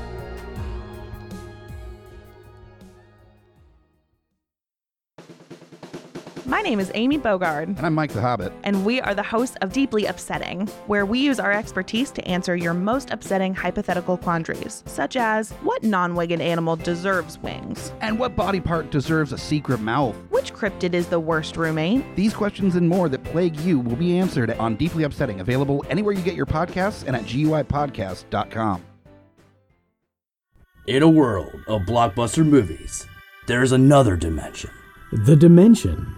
Speaker 10: My name is Amy Bogard,
Speaker 6: And I'm Mike the Hobbit.
Speaker 10: and we are the hosts of Deeply Upsetting, where we use our expertise to answer your most upsetting hypothetical quandaries, such as what non winged animal deserves wings?
Speaker 6: And what body part deserves a secret mouth?
Speaker 10: Which cryptid is the worst roommate?
Speaker 6: These questions and more that plague you will be answered on Deeply Upsetting, available anywhere you get your podcasts and at GUIPodcast.com.
Speaker 11: In a world of blockbuster movies, there's another dimension.
Speaker 12: The dimension